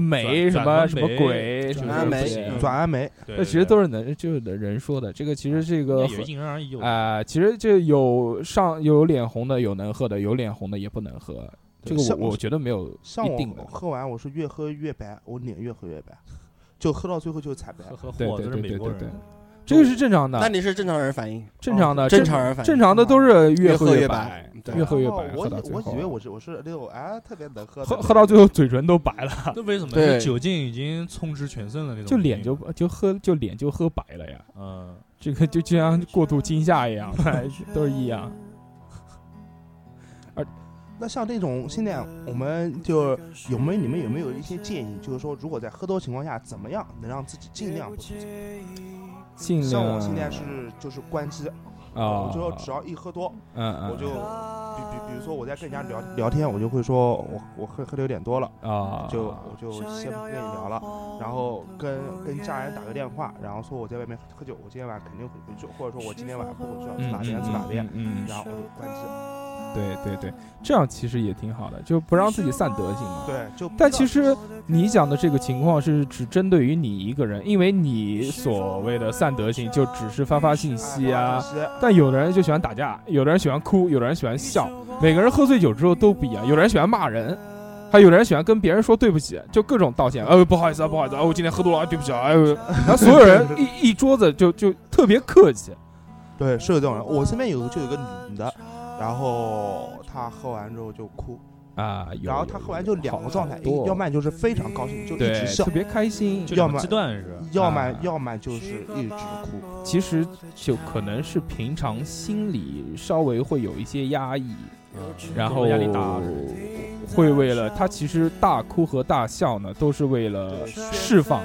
Speaker 8: 转
Speaker 4: 酶什么
Speaker 8: 转
Speaker 4: 什么
Speaker 8: 酶
Speaker 4: 鬼
Speaker 8: 转
Speaker 2: 什么
Speaker 8: 氨
Speaker 2: 酶
Speaker 8: 酶
Speaker 2: 嗯
Speaker 7: 转氨酶，
Speaker 8: 对
Speaker 4: 那
Speaker 8: 对哎
Speaker 4: 其实都
Speaker 8: 对
Speaker 4: 是能就是的人说的，这个其实这个
Speaker 8: 也因人而异。我
Speaker 4: 啊、其实就有上有脸红的，有能喝的，有脸红的也不能喝。这
Speaker 7: 对
Speaker 4: 个
Speaker 7: 像
Speaker 4: 我我觉得没有
Speaker 7: 像
Speaker 4: 一定的
Speaker 7: 我。喝完我是越喝越白，我脸越喝越白，就喝到最后就是惨白
Speaker 8: 喝。喝
Speaker 4: 对
Speaker 8: 货
Speaker 4: 对
Speaker 8: 都是
Speaker 4: 对
Speaker 8: 美
Speaker 4: 对
Speaker 8: 国
Speaker 4: 对
Speaker 8: 人
Speaker 4: 对，，这个是正常
Speaker 2: 那
Speaker 4: 的，
Speaker 2: 你是正常人反应，
Speaker 4: 啊正常
Speaker 7: 哦
Speaker 4: 的，
Speaker 2: 正常人反应
Speaker 4: 正常的都是
Speaker 2: 越
Speaker 4: 喝
Speaker 2: 喝
Speaker 4: 越
Speaker 2: 越白，对
Speaker 4: 越喝越
Speaker 7: 然后
Speaker 4: 白，
Speaker 7: 哦我
Speaker 4: 喝到
Speaker 7: 以
Speaker 4: 最
Speaker 7: 我
Speaker 4: 后
Speaker 7: 以为我是我是那种哎特别能喝的
Speaker 4: 喝
Speaker 7: 那种，
Speaker 4: 喝到最后嘴唇都白了，
Speaker 8: 那为什么？
Speaker 2: 对
Speaker 8: 是酒精已经充斥全身了那种，
Speaker 4: 就脸就就喝就脸就喝白了呀。
Speaker 8: 嗯，
Speaker 4: 这个就就像过度惊 吓一样， 都是一样。
Speaker 7: 那像这种现在我们就有没有你们有没有一些建议？就是说，如果在喝多情况下，怎么样能让自己尽量不喝酒？
Speaker 4: 尽量
Speaker 7: 像我现在是就是关机，
Speaker 4: 啊，
Speaker 7: 我就只要一喝多，
Speaker 4: 嗯嗯，
Speaker 7: 我就比比比如说我在跟人家聊聊天，我就会说我我喝喝的有点多了，
Speaker 4: 啊
Speaker 7: 就我就先不跟你聊了，然后跟跟家人打个电话，然后说我在外面喝酒，我今天晚上肯定回不去，或者说我今天晚上不回去了，去
Speaker 4: 嗯
Speaker 7: 哪边去哪边
Speaker 4: 嗯，嗯，
Speaker 7: 然后我就关机。
Speaker 4: 对对对，这样其实也挺好的，就不让自己散德性嘛。
Speaker 7: 对，就不
Speaker 4: 但
Speaker 7: 知道
Speaker 4: 其实你讲的这个情况是只针对于你一个人，因为你所谓的散德性就只是发发信息
Speaker 7: 哎
Speaker 4: 啊。
Speaker 7: 发信息
Speaker 4: 但有的人就喜欢打架，有的人喜欢哭，有的人喜欢笑，每个人喝醉酒之后都不一样。有的人喜欢骂人，还有人喜欢跟别人说对不起，就各种道歉。呃，不好意思啊，不好意思啊，我今天喝多了，啊，对不起啊。哎呦，然后所有人一一桌子就就特别客气。
Speaker 7: 对，是有这种人。我身边有就有个女的，然后她喝完之后就哭，
Speaker 4: 啊，有
Speaker 7: 然后他
Speaker 4: 有
Speaker 7: 后来
Speaker 4: 有
Speaker 7: 就两个状态，
Speaker 4: 好多
Speaker 7: 一要么就是非常高兴就一直
Speaker 4: 对
Speaker 7: 笑
Speaker 4: 特，别开心，
Speaker 8: 就
Speaker 7: 要
Speaker 8: 两个
Speaker 7: 么
Speaker 8: 阶段是
Speaker 2: 嗯
Speaker 8: 吧
Speaker 7: 要么
Speaker 4: 啊
Speaker 7: 要么就是一直哭。
Speaker 4: 其实就可能是平常心里稍微会有一些压抑，然后
Speaker 8: 压力大是吧
Speaker 4: 会为了他其实大哭和大笑呢，都是为了释放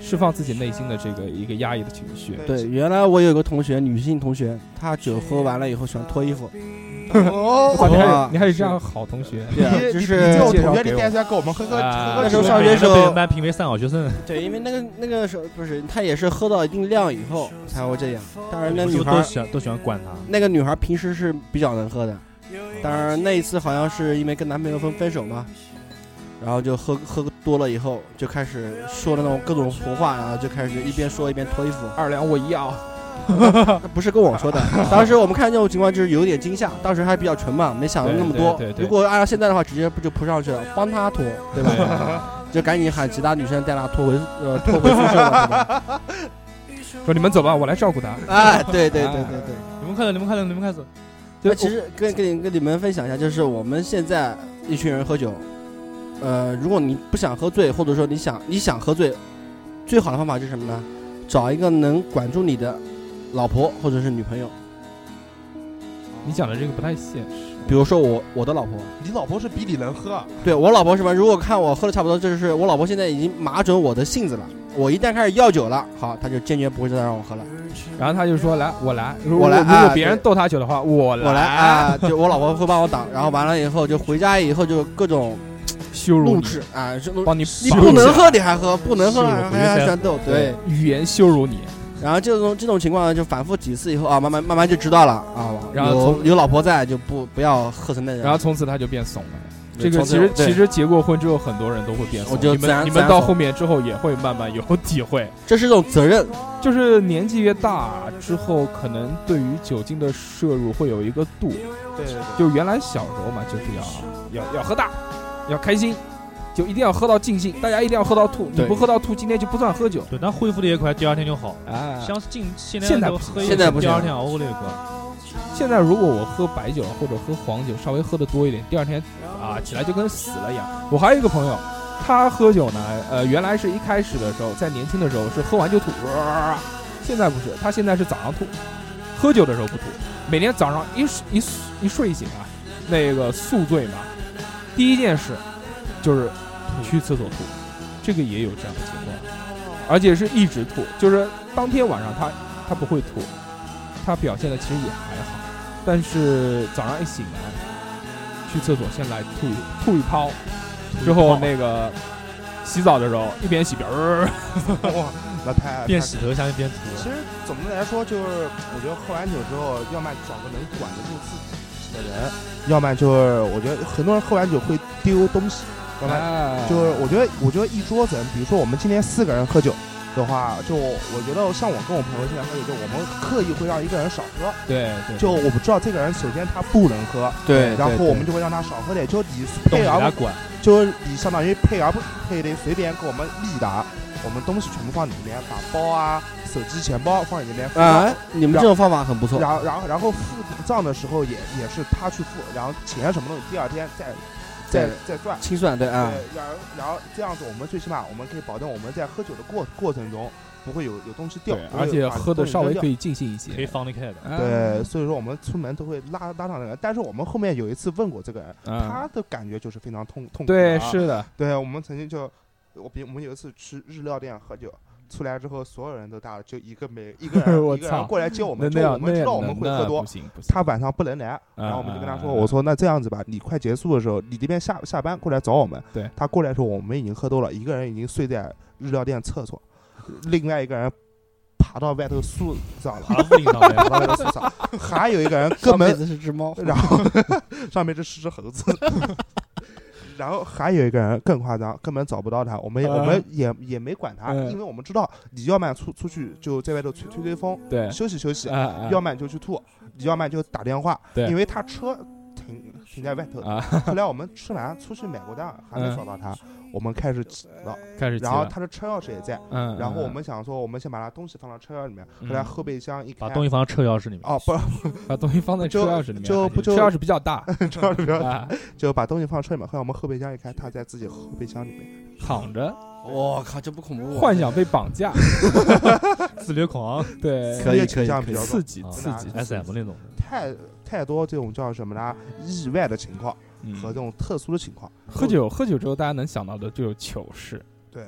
Speaker 4: 释放自己内心的这个一个压抑的情绪。
Speaker 2: 对，原来我有个同学，女性同学，她酒喝完了以后喜欢脱衣 服，
Speaker 4: 哇，你还有
Speaker 2: 啊
Speaker 4: 你还有这样好同学，
Speaker 2: 对啊，
Speaker 7: 你
Speaker 2: 就
Speaker 7: 你
Speaker 2: 是
Speaker 7: 在我
Speaker 4: 介绍
Speaker 7: 同学里
Speaker 4: 给我
Speaker 7: 带出来给我们喝喝
Speaker 4: 啊
Speaker 7: 喝
Speaker 2: 那
Speaker 7: 喝
Speaker 2: 时候
Speaker 7: 酒
Speaker 2: 上学时候
Speaker 8: 被人班评为三好学生，
Speaker 2: 对，因为那个那个时候不是，她也是喝到一定量以后才会这样。当然，那
Speaker 8: 你
Speaker 2: 女
Speaker 8: 们
Speaker 2: 孩
Speaker 8: 都喜欢都喜欢管他。
Speaker 2: 那个女孩平时是比较能喝的，当然那一次好像是因为跟男朋友分分手嘛，然后就喝喝多了以后就开始说的那种各种胡话，然后就开始一边说一边脱衣服。
Speaker 4: 二两我一样，
Speaker 2: 那不是跟我说 的，当时我们看这种情况就是有点惊吓，当时还比较纯嘛，没想到那么多
Speaker 4: 对对对。对
Speaker 2: 如果按照现在的话，直接不就扑上去了，帮他脱，对吧？就赶紧喊其他女生带他拖回呃拖回宿舍了，是吧？
Speaker 4: 说你们走吧，我来照顾他。
Speaker 2: 哎，对对对对对。
Speaker 8: 你们快乐，你们快乐，你们快乐。
Speaker 2: 那呃其实跟跟你跟你们分享一下，就是我们现在一群人喝酒，呃，如果你不想喝醉，或者说你想你想喝醉，最好的方法是什么呢？找一个能管住你的老婆或者是女朋友，
Speaker 4: 哦你讲的这个不太现实，
Speaker 2: 比如说我我的老婆，
Speaker 7: 你老婆是比你能喝，
Speaker 2: 对我老婆是吧？如果看我喝的差不多，就是我老婆现在已经码准我的性子了，我一旦开始要酒了，好，她就坚决不会再让我喝了，
Speaker 4: 然后他就说来，我来，如
Speaker 2: 我来
Speaker 4: 如果如
Speaker 2: 啊
Speaker 4: 果别人逗他酒的话，我
Speaker 2: 我来啊、就我老婆会帮我挡，然后完了以后就回家以后就各种
Speaker 4: 羞辱
Speaker 2: 录
Speaker 4: 你，
Speaker 2: 制啊，就录
Speaker 4: 帮你
Speaker 2: 你
Speaker 4: 绑
Speaker 2: 不
Speaker 4: 一
Speaker 2: 能
Speaker 4: 下
Speaker 2: 喝你还喝，不能喝
Speaker 8: 是
Speaker 2: 还
Speaker 8: 我回去
Speaker 2: 还还
Speaker 8: 再
Speaker 2: 战斗，对。
Speaker 4: 语言羞辱你，
Speaker 2: 然后这种这种情况就反复几次以后啊，慢慢慢慢就知道了啊。
Speaker 4: 然后
Speaker 2: 有
Speaker 4: 从
Speaker 2: 有老婆在就不不要喝成那样。
Speaker 4: 然后从此他就变怂了。这个
Speaker 2: 从
Speaker 4: 其
Speaker 2: 此
Speaker 4: 实
Speaker 2: 对
Speaker 4: 其实结过婚之后，很多人都会变怂。
Speaker 2: 我就
Speaker 4: 你
Speaker 2: 自然
Speaker 4: 们你
Speaker 2: 自
Speaker 4: 们
Speaker 2: 然
Speaker 4: 到
Speaker 2: 怂
Speaker 4: 后面之后也会慢慢有 体会，
Speaker 2: 这是一种责任，
Speaker 4: 就是年纪越大之后，可能对于酒精的摄入会有一个度。
Speaker 7: 对对对，
Speaker 4: 就原来小时候嘛，就是要要要喝大，要开心，就一定要喝到尽兴，大家一定要喝到吐。你
Speaker 2: 对
Speaker 4: 不喝到吐，今天就不算喝酒。
Speaker 8: 对，但恢复的也快，第二天就好。
Speaker 4: 啊，
Speaker 8: 像近现
Speaker 4: 现在
Speaker 8: 在都
Speaker 4: 不行
Speaker 8: 喝一
Speaker 2: 现在
Speaker 8: 次
Speaker 2: 不
Speaker 8: 第二
Speaker 2: 行
Speaker 8: 天熬过那个，
Speaker 4: 现在如果我喝白酒或者喝黄酒，稍微喝的多一点，第二天啊起来就跟死了一样。我还有一个朋友，他喝酒呢，呃，原来是一开始的时候，在年轻的时候是喝完就吐，哇现在不是，他现在是早上吐，喝酒的时候不吐，每天早上一睡一睡一睡醒啊，那个宿醉嘛，第一件事就是去厕所吐，这个也有这样的情况，而且是一直吐，就是当天晚上他他不会吐，他表现的其实也还好，但是早上一醒来，去厕所先来吐一吐一泡，之后那个洗澡的时候一边洗边儿，
Speaker 7: 哇，那太
Speaker 8: 边
Speaker 7: 太
Speaker 8: 洗头像一边吐。
Speaker 7: 其实总的来说，就是我觉得喝完酒之后，要么找个能管得住自己的人，要么就是我觉得很多人喝完酒会丢东西，要么
Speaker 4: 哎
Speaker 7: 就是我觉得我觉得一桌子人，比如说我们今天四个人喝酒的话，就我觉得像我跟我朋友现在喝酒，就我们刻意会让一个人少喝，
Speaker 4: 对对，
Speaker 7: 就我们知道这个人首先他不能喝，
Speaker 2: 对
Speaker 7: 然后我们就会让他少喝点，就你配
Speaker 8: 来
Speaker 7: 而
Speaker 8: 管，
Speaker 7: 就是你相当于配而不配的随便给我们立达。我们东西全部放你里面，把包啊、手机、钱包放你里面，
Speaker 2: 啊，你们这种方法很不错。
Speaker 7: 然后然后然后付账的时候也也是他去付，然后钱什么东西第二天再再
Speaker 2: 对
Speaker 7: 再算。
Speaker 2: 清算对
Speaker 7: 对
Speaker 2: 啊，，
Speaker 7: 然后然后这样子，我们最起码我们可以保证我们在喝酒的过过程中不会有有东西掉
Speaker 4: 对，，而且喝的
Speaker 7: 的
Speaker 4: 稍微可
Speaker 7: 以。
Speaker 4: 以尽兴一
Speaker 8: 可以
Speaker 4: 些。
Speaker 8: 放得开的。
Speaker 4: 哎
Speaker 7: 对，，所以说我们出门都会拉拉上那个，但是我们后面有一次问过这个人，
Speaker 4: 嗯，
Speaker 7: 他的感觉就是非常痛痛苦
Speaker 4: 对，
Speaker 7: 的啊。
Speaker 4: 是的，
Speaker 7: 对，我们曾经就我比我们有一次去日料店喝酒，出来之后所有人都大了，就一个 没一个
Speaker 4: 我
Speaker 7: 人一个
Speaker 4: 操
Speaker 7: 人过来接我
Speaker 4: 那
Speaker 7: 们，
Speaker 4: 那
Speaker 7: 就我
Speaker 4: 样
Speaker 7: 们
Speaker 4: 那
Speaker 7: 知
Speaker 4: 样
Speaker 7: 道我们会
Speaker 4: 那
Speaker 7: 喝多
Speaker 4: 不，行不啊行，
Speaker 7: 他晚上不能来，然后我们就跟他说：“
Speaker 4: 嗯
Speaker 7: 我说那这样子吧，你快结束的时候，你这边下下班过来找我们。”
Speaker 4: 对，
Speaker 7: 他过来的时候，我们已经喝多了，一个人已经睡在日料店厕 所，另外一个人爬到外头树上了，
Speaker 8: 爬到屋顶上
Speaker 7: 爬
Speaker 8: 面，
Speaker 7: 到外头树上，还有一个人
Speaker 2: 上
Speaker 7: 根
Speaker 2: 辈
Speaker 7: 本，
Speaker 2: 子是只猫，
Speaker 7: 然后上面这是只猴子。然后还有一个人更夸张，根本找不到他，我们也、我们也也没管他，
Speaker 4: 嗯
Speaker 7: 因为我们知道你要么出出去就在外头吹吹吹风，
Speaker 4: 嗯对，
Speaker 7: 休息休息，
Speaker 4: 啊啊
Speaker 7: 要么你就去吐，要么你就打电话，
Speaker 4: 对
Speaker 7: 因为他车停停在外头。
Speaker 4: 啊，
Speaker 7: 后来我们吃完出去买过单，还没找到他，我们开始急了。
Speaker 4: 嗯开始骑
Speaker 7: 然后
Speaker 4: 了，
Speaker 7: 他的车钥匙也在，
Speaker 4: 嗯，
Speaker 7: 然后我们想说，我们先把他东西放到车钥匙里面。后来
Speaker 4: 嗯
Speaker 7: 后备箱一开，
Speaker 8: 把东西放到车钥匙里面。
Speaker 7: 哦不，
Speaker 4: 嗯把东西放在车
Speaker 7: 就
Speaker 4: 钥匙里面，
Speaker 7: 就不就
Speaker 4: 车钥匙比较大
Speaker 7: 车钥匙里面
Speaker 4: 啊，
Speaker 7: 就把东西放到车里面。后来我们后备箱一开，他在自己后备箱里面。
Speaker 4: 躺着，
Speaker 2: 我靠，这不恐怖啊！
Speaker 4: 幻想被绑架，
Speaker 8: 自虐
Speaker 4: 啊
Speaker 8: 狂
Speaker 4: 对，
Speaker 2: 可以
Speaker 7: 猎奇
Speaker 2: 可以
Speaker 7: 项
Speaker 2: 可
Speaker 7: 比
Speaker 2: 以
Speaker 7: 较多
Speaker 4: 刺激
Speaker 8: 啊
Speaker 4: 刺激，
Speaker 8: ，SM 那种。
Speaker 7: 太太多这种叫什么呢？意外的情况
Speaker 4: 嗯
Speaker 7: 和这种特殊的情况。
Speaker 4: 喝酒喝酒之后，大家能想到的就有糗事，
Speaker 7: 对，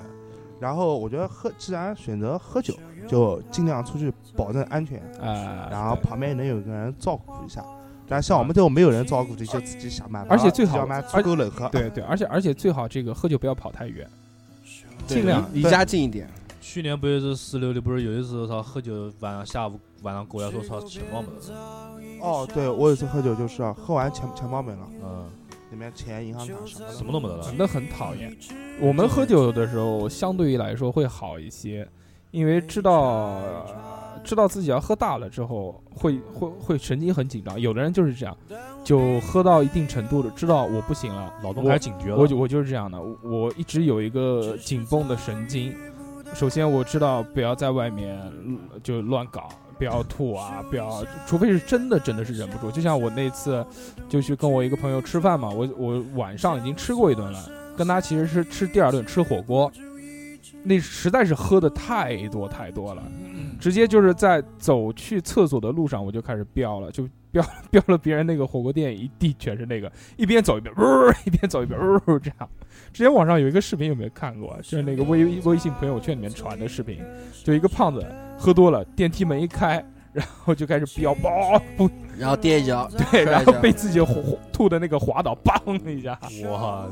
Speaker 7: 然后我觉得喝，既然选择喝酒，就尽量出去保证安全，
Speaker 4: 啊，
Speaker 7: 然后
Speaker 4: 对
Speaker 7: 旁边能有个人照顾一下。但像我们这种没有人照顾的，就自己想办法。
Speaker 4: 而且最好
Speaker 7: 要么足够冷喝，
Speaker 4: 对对，而且而且最好这个喝酒不要跑太远，
Speaker 2: 对
Speaker 4: 尽量
Speaker 2: 离离
Speaker 7: 对
Speaker 2: 家近一点。
Speaker 8: 去年不是四六的，不是有一次操喝酒晚上下午晚上过来说操钱包没了，
Speaker 7: 哦，对我有一次喝酒就是啊喝完钱钱包没了，
Speaker 8: 嗯，
Speaker 7: 里面钱、银行卡什么的
Speaker 8: 什么都没得了。
Speaker 4: 真的很讨厌。我们喝酒的时候，相对于来说会好一些，因为知道、呃知道自己要喝大了之后，会会会神经很紧张。有的人就是这样，就喝到一定程度了，知道我不行了，
Speaker 8: 脑洞
Speaker 4: 我
Speaker 8: 开始警觉了，
Speaker 4: 我就我就是这样的，我我一直有一个紧绷的神经。首先我知道不要在外面呃就乱搞，不要吐啊，不要，除非是真的真的是忍不住。就像我那次就去跟我一个朋友吃饭嘛，我我晚上已经吃过一顿了，跟他其实是吃第二顿吃火锅，那实在是喝的太多太多了，
Speaker 8: 嗯
Speaker 4: 直接就是在走去厕所的路上我就开始飙了，就飙 飙了别人那个火锅店一地全是那个，一边走一边呜、 一边走一边呜、这样。之前网上有一个视频，有没有看过？啊就是那个微微信朋友圈里面传的视频，就一个胖子喝多了，电梯门一开，然后就开始 飙，嘣不
Speaker 2: 然后跌一跤，
Speaker 4: 对，
Speaker 2: 摔一
Speaker 4: 然后
Speaker 2: 跤
Speaker 4: 被自己火火吐的那个滑倒，砰一下。
Speaker 8: 哇，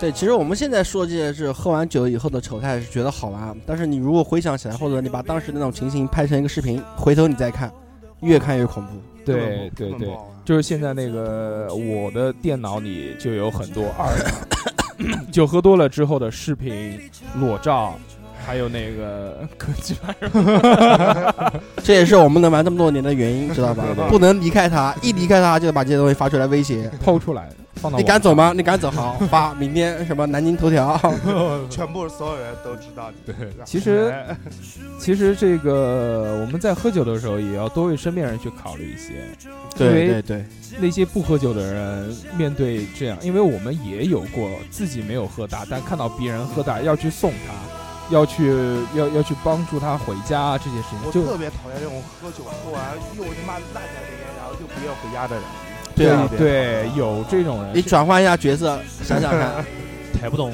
Speaker 2: 对，其实我们现在说这些是喝完酒以后的丑态，是觉得好玩。啊但是你如果回想起来，或者你把当时那种情形拍成一个视频，回头你再看，越看越恐怖。
Speaker 7: 根本
Speaker 4: 对
Speaker 7: 不
Speaker 4: 对
Speaker 7: 根本
Speaker 4: 对
Speaker 7: 不，好玩
Speaker 4: 就是现在那个我的电脑里就有很多二酒喝多了之后的视频、裸照，还有那个 科技版。
Speaker 2: 这也是我们能玩这么多年的原因，知道 吧？不能离开他，一离开他就把这些东西发出来威胁。
Speaker 4: 抛出来放到
Speaker 2: 你敢走吗？你敢走？好，发明天什么南京头条。
Speaker 7: 全部所有人都知道你。对
Speaker 4: 其实其实这个我们在喝酒的时候，也要多为身边人去考虑一些。
Speaker 2: 对对对，
Speaker 4: 那些不喝酒的人面对这样，因为我们也有过自己没有喝大，但看到别人喝大要去送他，要去要要去帮助他回家啊这些事情，
Speaker 7: 我
Speaker 4: 就
Speaker 7: 特别讨厌这种喝酒喝完又他妈烂在那边，然后又不愿回家的人。
Speaker 2: 对啊
Speaker 4: 对对有这种人
Speaker 7: 哎
Speaker 2: 你。转换一下角色，想想 看，
Speaker 8: 抬不动，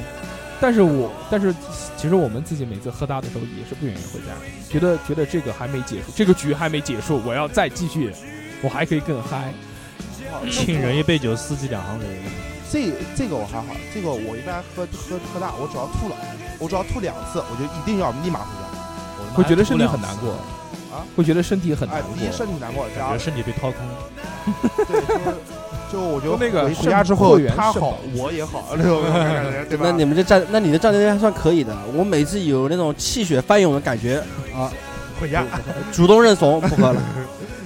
Speaker 4: 但是我但是其实我们自己每次喝大的时候也是不愿意回家，觉得觉得这个还没结束，这个局还没结束，我要再继续，我还可以更嗨。
Speaker 8: 亲人一杯酒，司机两行泪。
Speaker 7: 这这个我还好，这个我一般喝喝喝大，我只要吐了，我只要吐两次，我就一定要立马回家。
Speaker 8: 我他妈
Speaker 4: 会觉得
Speaker 8: 还
Speaker 4: 身体
Speaker 8: 两
Speaker 4: 很难过
Speaker 7: 啊，
Speaker 4: 会觉得身体很难
Speaker 7: 哎，
Speaker 4: 过。
Speaker 7: 第一身体难过，然
Speaker 8: 感
Speaker 7: 后
Speaker 8: 觉身体被 掏空。
Speaker 7: 对，就是就我觉得
Speaker 4: 就那个
Speaker 7: 回回
Speaker 4: 肾
Speaker 7: 家之
Speaker 4: 后
Speaker 7: 后
Speaker 4: 援
Speaker 7: 他
Speaker 4: 肾
Speaker 7: 好
Speaker 4: 宝
Speaker 7: 我也好 那种感觉，对吧？
Speaker 2: 那你们这战，那你的战略还算可以的。我每次有那种气血翻涌的感觉啊，
Speaker 7: 回家
Speaker 2: 主动认怂，不 喝了。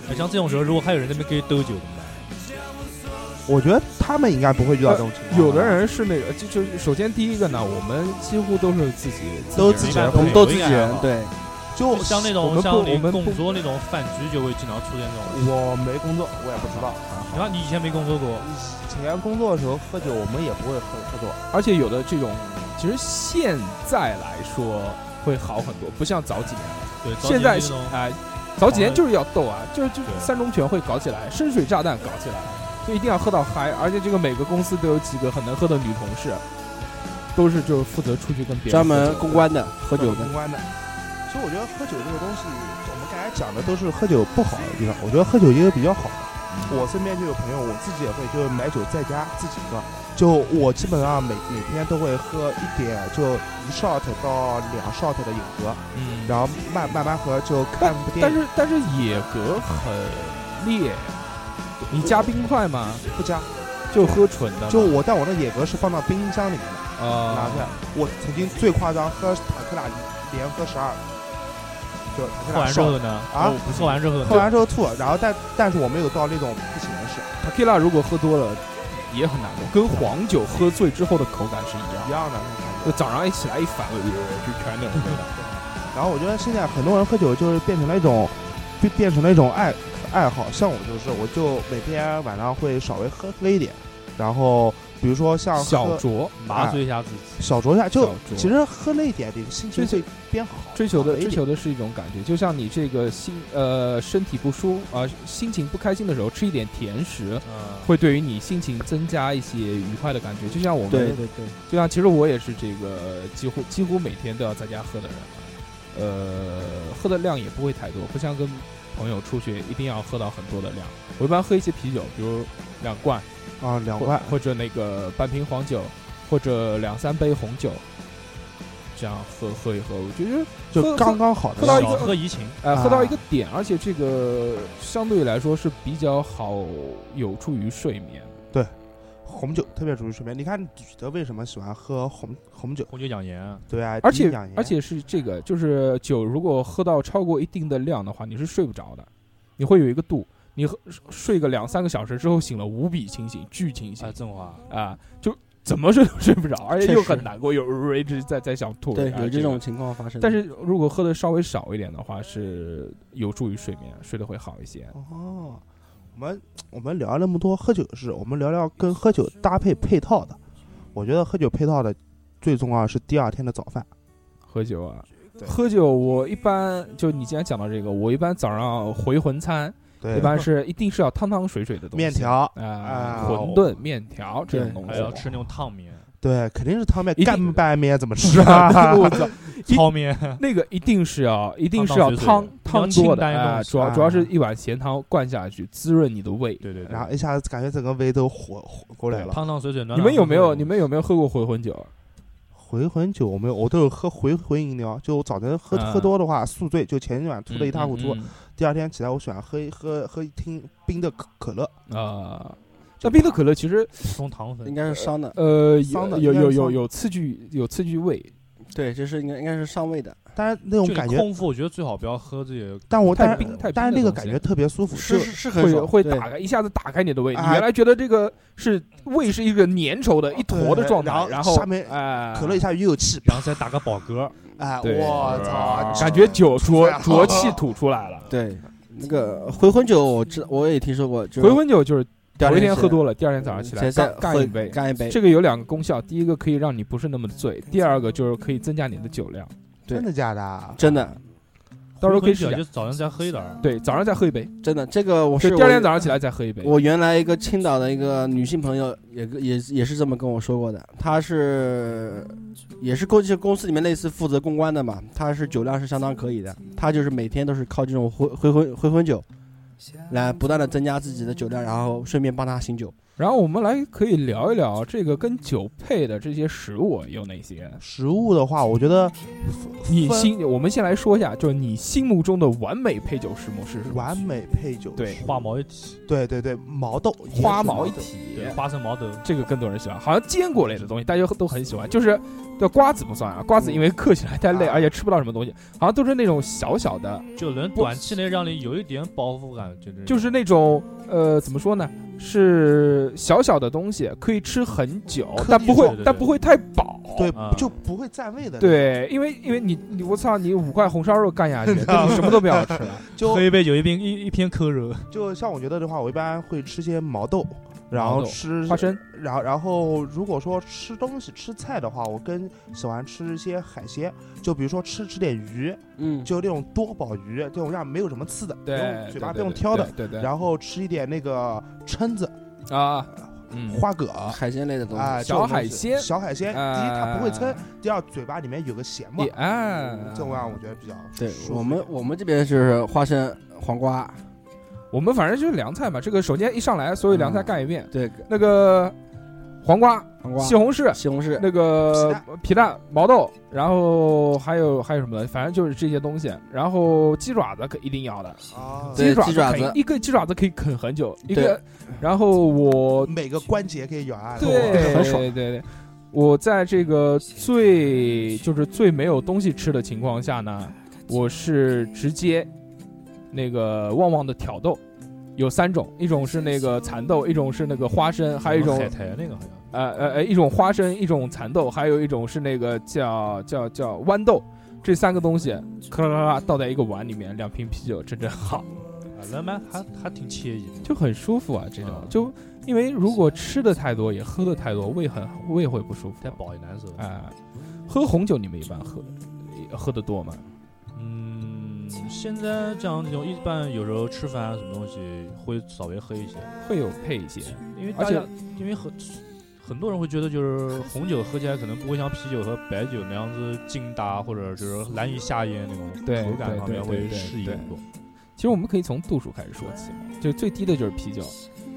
Speaker 8: 哎像这种时候，如果还有人在那边给你兜酒怎么办？
Speaker 7: 我觉得他们应该不会遇到这种情况。啊
Speaker 4: 有的人是那个，就就首先第一个呢，我们几乎都是自己
Speaker 2: 都
Speaker 4: 人
Speaker 2: 自己
Speaker 8: 人
Speaker 2: 人，我们都自己
Speaker 8: 我应该还
Speaker 2: 人
Speaker 8: 好。
Speaker 2: 对，
Speaker 4: 啊
Speaker 7: 就
Speaker 8: 像那
Speaker 4: 哦
Speaker 8: 种
Speaker 4: 我们不
Speaker 8: 像
Speaker 4: 我
Speaker 8: 你
Speaker 4: 们不
Speaker 8: 工作那种饭局，就会经常出现这种。
Speaker 7: 我没工作，我也不知道。
Speaker 8: 你看，你以前没工作过，
Speaker 7: 以前工作的时候喝酒，我们也不会喝喝多。
Speaker 4: 而且有的这种，其实现在来说会好很多，不像早几年。
Speaker 8: 对，
Speaker 4: 现在
Speaker 8: 早期那种
Speaker 4: 哎，早几年
Speaker 8: 狂欢
Speaker 4: 就是要斗啊，就就
Speaker 8: 对
Speaker 4: 三中全会搞起来，深水炸弹搞起来，就一定要喝到嗨。而且这个每个公司都有几个很能喝的女同事，都是就是负责出去跟别人
Speaker 2: 专
Speaker 4: 喝
Speaker 2: 门
Speaker 4: 酒
Speaker 2: 公关的，喝酒的
Speaker 7: 公。关的。其实我觉得喝酒这个东西，我们刚才讲的都是喝酒不好的地方，我觉得喝酒也有比较好的。我身边就有朋友，我自己也会，就是买酒在家自己喝。就我基本上每每天都会喝一点，就一 shot 到两 shot 的野格，
Speaker 4: 嗯，
Speaker 7: 然后慢慢慢喝，就看部电
Speaker 4: 但
Speaker 7: 影
Speaker 4: 是但是野格很烈，你加冰块吗？
Speaker 7: 不加。
Speaker 4: 就喝纯的吗，
Speaker 7: 就我，但我的野格是放到冰箱里面的，拿
Speaker 4: 啊
Speaker 7: 出来。我曾经最夸张，喝塔克拉连喝十二，就塔克
Speaker 8: 喝
Speaker 7: 拉
Speaker 8: 完之
Speaker 7: shot
Speaker 8: 后呢？哦
Speaker 7: 啊
Speaker 8: 喝完之后
Speaker 7: 喝
Speaker 8: 呢？
Speaker 7: 完之后吐，然后但但是我没有到那种不省人事是
Speaker 4: tequila 如果喝多了也很难过，跟黄酒喝醉之后的口感是一样
Speaker 7: 一
Speaker 4: 的，
Speaker 7: 样的那种感觉。
Speaker 4: 就早上一起来一反胃，就全那种味 道。
Speaker 7: 然后我觉得现在很多人喝酒就是变成了一种，变变成了一种爱爱好。像我就是，我就每天晚上会稍微喝喝一点，然后比如说像喝
Speaker 4: 小酌，
Speaker 8: 麻醉一下自己。
Speaker 7: 小酌一下，就
Speaker 4: 小酌
Speaker 7: 其实喝了一点，你心情
Speaker 4: 这
Speaker 7: 会变好。
Speaker 4: 追求的
Speaker 7: 啊好一
Speaker 4: 追
Speaker 7: 点
Speaker 4: 求的是一种感觉，就像你这个心呃身体不舒啊、呃心情不开心的时候吃一点甜食，
Speaker 8: 嗯，
Speaker 4: 会对于你心情增加一些愉快的感觉。就像我们
Speaker 2: 对对对，
Speaker 4: 就像其实我也是这个几乎几乎每天都要在家喝的人，啊呃，喝的量也不会太多，不像跟朋友出去一定要喝到很多的量。我一般喝一些啤酒，比如两罐，
Speaker 7: 啊，两
Speaker 4: 或
Speaker 7: 块
Speaker 4: 或者那个半瓶黄酒，或者两三杯红酒，这样喝喝一喝，我觉得
Speaker 7: 就刚刚好
Speaker 4: 喝到
Speaker 7: 的
Speaker 4: 一
Speaker 7: 量
Speaker 4: 个
Speaker 8: 小喝怡情，
Speaker 4: 呃
Speaker 7: 啊
Speaker 4: 喝到一个点，而且这个相对来说是比较好有助于睡眠。
Speaker 7: 红酒特别容易睡眠。你看女的为什么喜欢喝红红酒？
Speaker 8: 红酒养颜，
Speaker 7: 对啊，
Speaker 4: 而
Speaker 7: 第一
Speaker 4: 且
Speaker 7: 养颜
Speaker 4: 而且是这个，就是酒如果喝到超过一定的量的话，你是睡不着的，你会有一个度。你喝睡个两三个小时之后醒了，无比清醒，巨清醒
Speaker 8: 哎，振华，
Speaker 4: 啊，就怎么睡都睡不着，而且
Speaker 2: 确
Speaker 4: 又
Speaker 2: 实
Speaker 4: 很难过，又一直在在想吐。
Speaker 2: 对
Speaker 4: 啊
Speaker 2: 有
Speaker 4: 这
Speaker 2: 这
Speaker 4: 个
Speaker 2: 种情况发生。
Speaker 4: 但是如果喝的稍微少一点的话，是有助于睡眠，睡得会好一些。
Speaker 7: 哦，我们我们聊了那么多喝酒的事，我们聊聊跟喝酒搭配配套的。我觉得喝酒配套的最重要是第二天的早饭。
Speaker 4: 喝酒啊，
Speaker 7: 对
Speaker 4: 喝酒我一般就你既然讲到这个，我一般早上回魂餐
Speaker 7: 对，
Speaker 4: 一般是一定是要汤汤水水的东西，
Speaker 7: 面条，
Speaker 4: 啊
Speaker 7: 啊、
Speaker 4: 馄饨、面条这种
Speaker 2: 对
Speaker 4: 东
Speaker 8: 还要吃
Speaker 4: 西。
Speaker 8: 那种烫面、
Speaker 7: 对，肯定是汤面
Speaker 4: 一定，
Speaker 7: 干拌面怎么吃 啊？
Speaker 4: 我操，一
Speaker 8: 糙 面，
Speaker 4: 那个一定是要，一定是要
Speaker 8: 汤水水
Speaker 4: 汤
Speaker 8: 的
Speaker 4: 汤
Speaker 8: 比较
Speaker 4: 多
Speaker 8: 清
Speaker 4: 的
Speaker 8: 淡一点
Speaker 4: 啊，
Speaker 8: 东西
Speaker 4: 主要
Speaker 7: 啊
Speaker 4: 主要是一碗咸汤灌下去，滋润你的胃。
Speaker 8: 对对对，
Speaker 7: 然后一下子感觉整个胃都火火过来了。
Speaker 8: 汤汤水水暖暖。
Speaker 4: 你们有没有？你
Speaker 8: 们
Speaker 4: 们有没有喝过回魂酒？
Speaker 7: 回魂酒我没有，我都有喝回魂饮料。就我早晨喝、
Speaker 4: 啊
Speaker 7: 喝多的话，宿醉就前一晚吐的一塌糊涂，
Speaker 4: 嗯嗯
Speaker 7: 第二天起来我喜欢喝一喝喝一听冰的可可乐。
Speaker 4: 嗯啊。那冰的可乐其实，
Speaker 8: 补充糖分
Speaker 2: 嗯应？该是伤的，
Speaker 4: 呃，
Speaker 7: 桑
Speaker 4: 有
Speaker 7: 的
Speaker 4: 有
Speaker 7: 应该是
Speaker 4: 有有
Speaker 7: 桑
Speaker 4: 有刺激，有刺激胃，
Speaker 2: 对，这是应该应该是上位的，
Speaker 7: 但是那种
Speaker 8: 就
Speaker 7: 感
Speaker 8: 你
Speaker 7: 觉，
Speaker 8: 空腹，我觉得最好不要喝这个。
Speaker 7: 但我
Speaker 4: 太
Speaker 7: 哦但
Speaker 4: 冰太冰
Speaker 7: 但是
Speaker 4: 的
Speaker 7: 那个
Speaker 4: 东
Speaker 7: 感
Speaker 4: 西
Speaker 7: 觉特别舒服，
Speaker 2: 是
Speaker 7: 就是
Speaker 2: 是很
Speaker 4: 会
Speaker 2: 爽，
Speaker 4: 会
Speaker 2: 对
Speaker 4: 打开一下子打开你的胃。你
Speaker 7: 啊哦
Speaker 4: 原来觉觉得这个是胃是一个粘稠的一坨的
Speaker 7: 对
Speaker 4: 状
Speaker 7: 然
Speaker 4: 态，
Speaker 7: 后
Speaker 4: 然后
Speaker 7: 下面
Speaker 4: 哎
Speaker 7: 可乐一下又有气，
Speaker 8: 然后再打个饱嗝，
Speaker 7: 哎，
Speaker 4: 嗯对
Speaker 7: 我
Speaker 2: 啊
Speaker 7: 操，
Speaker 4: 感觉酒浊
Speaker 7: 出来了
Speaker 4: 浊气吐出 来了。
Speaker 2: 对。那个回魂酒，我知我也听说过，就是
Speaker 4: 回魂酒就是
Speaker 2: 第二
Speaker 4: 头一天喝
Speaker 2: 了，
Speaker 4: 多了，第二天早上起来
Speaker 2: 嗯先再
Speaker 4: 干干
Speaker 2: 喝
Speaker 4: 一杯。
Speaker 2: 干一杯，
Speaker 4: 这个有两个功效，第一个可以让你不是那么醉，第二个就是可以增加你的酒量。
Speaker 2: 对
Speaker 7: 真的啊假的？
Speaker 2: 真的
Speaker 4: 到时候可以试
Speaker 8: 喝
Speaker 4: 一
Speaker 8: 酒
Speaker 4: 下
Speaker 8: 啊就。早上再喝一点儿。
Speaker 4: 对，早上再喝一杯，
Speaker 2: 真的，这个我
Speaker 4: 就是第二天
Speaker 2: 我
Speaker 4: 早上起来再喝一杯。
Speaker 2: 我原来一个青岛的一个女性朋友也跟也也是这么跟我说过的，她是也是公就公司里面类似负责公关的嘛，她是酒量是相当可以的，她就是每天都是靠这种回回魂回魂酒来不断的增加自己的酒量，然后顺便帮她醒酒。
Speaker 4: 然后我们来可以聊一聊这个跟酒配的这些食物有哪些。
Speaker 7: 食物的话，我觉得
Speaker 4: 你
Speaker 7: 分
Speaker 4: 心，我们先来说一下，就是你心目中的完美配酒食目是什么？
Speaker 7: 完美配酒，
Speaker 4: 对
Speaker 8: 花毛一体，
Speaker 7: 对对对，毛豆
Speaker 4: 花毛一
Speaker 7: 体。
Speaker 4: 体，
Speaker 8: 对，花生毛豆，
Speaker 4: 这个更多人喜欢，好像坚果类的东西大家都很喜欢，就是对瓜子不算啊，瓜子因为嗑起来太累，
Speaker 7: 啊嗯
Speaker 4: 而且吃不到什么东西，好像都是那种小小的，
Speaker 8: 就能短期内让你有一点饱腹感，就是
Speaker 4: 就是那种呃怎么说呢，是小小的东西可以吃很久，
Speaker 7: 嗑
Speaker 4: 但
Speaker 7: 一
Speaker 4: 不会
Speaker 8: 口对
Speaker 4: 但不会太饱。
Speaker 7: 对
Speaker 8: 啊，
Speaker 7: 就不会占位的。，
Speaker 4: 嗯对因为因为你你我操，你五块红烧肉干下去，根本什么都不要吃 了。
Speaker 7: 就
Speaker 8: 喝一杯酒，一瓶一一片扣肉，
Speaker 7: 就像我觉得的话，我一般会吃些毛豆，然
Speaker 4: 毛
Speaker 7: 后
Speaker 4: 豆
Speaker 7: 吃
Speaker 4: 花，生
Speaker 7: 然后然后如果说吃东西吃菜的话，我更喜欢吃一些海鲜，就比如说吃吃点鱼，
Speaker 2: 嗯，
Speaker 7: 就那种多宝鱼，这种让没有什么刺的，不
Speaker 4: 对
Speaker 7: 用嘴巴
Speaker 4: 对
Speaker 7: 不
Speaker 4: 对
Speaker 7: 用挑的，
Speaker 4: 对对对
Speaker 7: 然后吃一点那个蛏子、
Speaker 4: 啊，嗯，
Speaker 7: 花蛤。
Speaker 2: 海鲜类的东西，
Speaker 7: 啊，
Speaker 4: 小
Speaker 7: 这种东
Speaker 4: 海
Speaker 7: 西
Speaker 4: 鲜哎
Speaker 7: 小海鲜，第一它
Speaker 4: 呃
Speaker 7: 不会撑，第二嘴巴里面有个咸味
Speaker 4: 也，哎，
Speaker 7: 这种让我觉得比较
Speaker 2: 对
Speaker 7: 舒服
Speaker 2: 我们我们这边是花生、黄瓜，
Speaker 4: 我们反正就是凉菜嘛，这个首先一上来所有凉菜
Speaker 7: 嗯
Speaker 4: 干一遍，
Speaker 2: 对，
Speaker 4: 那个黄瓜、
Speaker 2: 黄瓜、
Speaker 4: 西红柿、
Speaker 2: 西红柿，
Speaker 4: 那
Speaker 7: 呃
Speaker 4: 个皮蛋、毛豆，然后还有还有什么的，反正就是这些东西。然后鸡爪子可一定要的，
Speaker 7: 啊，
Speaker 2: 呃对
Speaker 4: 爪
Speaker 2: 鸡爪
Speaker 4: 啃
Speaker 2: 子
Speaker 4: 一个鸡爪子可以啃很久，一个。然后我
Speaker 7: 每个关节可以啊咬下来，
Speaker 4: 对
Speaker 2: 很爽
Speaker 4: 对对对，我在这个最就是最没有东西吃的情况下呢，我是直接那个旺旺的挑逗。有三种，一种是那个蚕豆，一种是那个花生，还有一种
Speaker 8: 海苔那个好像。
Speaker 4: 呃呃呃，一种花生，一种蚕豆，还有一种是那个叫叫叫豌豆，这三个东西，咔啦咔啦倒在一个碗里面，两瓶啤酒，真正好，
Speaker 8: 啊，那蛮还还挺惬意的。
Speaker 4: 就很舒服啊。这种、
Speaker 8: 嗯
Speaker 4: 就因为如果吃的太多，也喝的太多，胃很胃会不舒服
Speaker 8: 太。饱也难受。
Speaker 4: 哎、喝红酒你们一般喝喝的多吗？
Speaker 8: 嗯，现在这样有一般有时候吃饭啊什么东西会稍微喝一些，
Speaker 4: 会有配一些，
Speaker 8: 因为
Speaker 4: 而
Speaker 8: 大
Speaker 4: 且
Speaker 8: 家因为很很多人会觉得就是红酒喝起来可能不会像啤酒和白酒那样子劲大，或者就是难以下咽那种
Speaker 4: 对
Speaker 8: 口感
Speaker 4: 对
Speaker 8: 方面
Speaker 4: 对
Speaker 8: 会
Speaker 4: 对对
Speaker 8: 适应
Speaker 4: 对
Speaker 8: 很多。
Speaker 4: 其实我们可以从度数开始说起，就最低的就是啤酒，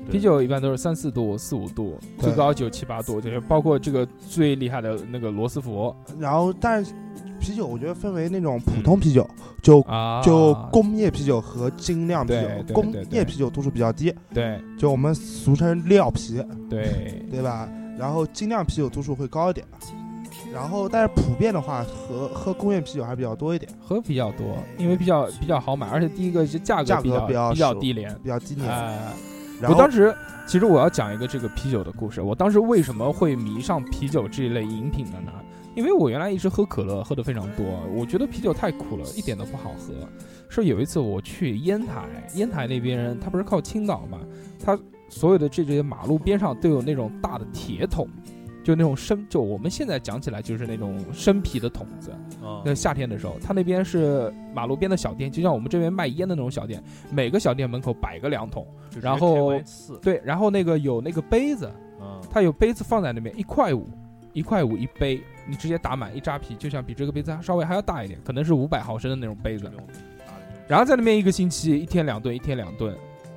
Speaker 8: 对
Speaker 4: 啤酒一般都是三四度、四五度，
Speaker 7: 对
Speaker 4: 最高九七八度，就是包括这个最厉害的那个罗斯福
Speaker 7: 然后但是啤酒我觉得分为那种普通啤酒，就
Speaker 4: 啊，
Speaker 7: 就工业啤酒和精酿啤
Speaker 4: 对
Speaker 7: 酒。
Speaker 4: 对
Speaker 7: 工
Speaker 4: 对对
Speaker 7: 业啤酒度数比较低，
Speaker 4: 对
Speaker 7: 就我们俗称料啤，
Speaker 4: 对
Speaker 7: 对吧？然后精酿啤酒度数会高一点，然后但是普遍的话，喝喝工业啤酒还比较多一点，
Speaker 4: 喝比较多，因为比较比较好买，而且第一个是价
Speaker 7: 价
Speaker 4: 格比
Speaker 7: 格
Speaker 4: 较
Speaker 7: 比较嗯
Speaker 4: 比较
Speaker 7: 熟
Speaker 4: 低廉
Speaker 7: 比较经典。
Speaker 4: 啊。
Speaker 7: 然
Speaker 4: 我
Speaker 7: 后
Speaker 4: 当时其实我要讲一个这个啤酒的故事。我当时为什么会迷上啤酒这一类饮品的呢？因为我原来一直喝可乐，喝的非常多，我觉得啤酒太苦了，一点都不好喝。是有一次我去烟台，烟台那边人他不是靠青岛嘛，他所有的这些马路边上都有那种大的铁桶，就那种生，就我们现在讲起来就是那种生啤的桶子。
Speaker 8: 啊
Speaker 4: 那夏天的时候，他那边是马路边的小店，就像我们这边卖烟的那种小店，每个小店门口摆个两桶。
Speaker 8: 就直接
Speaker 4: 然后
Speaker 8: 开关一次
Speaker 4: 对，然后那个有那个杯子，
Speaker 8: 嗯，
Speaker 4: 它有杯子放在那边，一块五，一块五一杯，你直接打满一扎啤，就像比这个杯子稍微还要大一点，可能是五百毫升的那种杯子
Speaker 7: 嗯
Speaker 8: 这。种大的
Speaker 4: 然后在那边一个星期，一天两顿，一天两顿，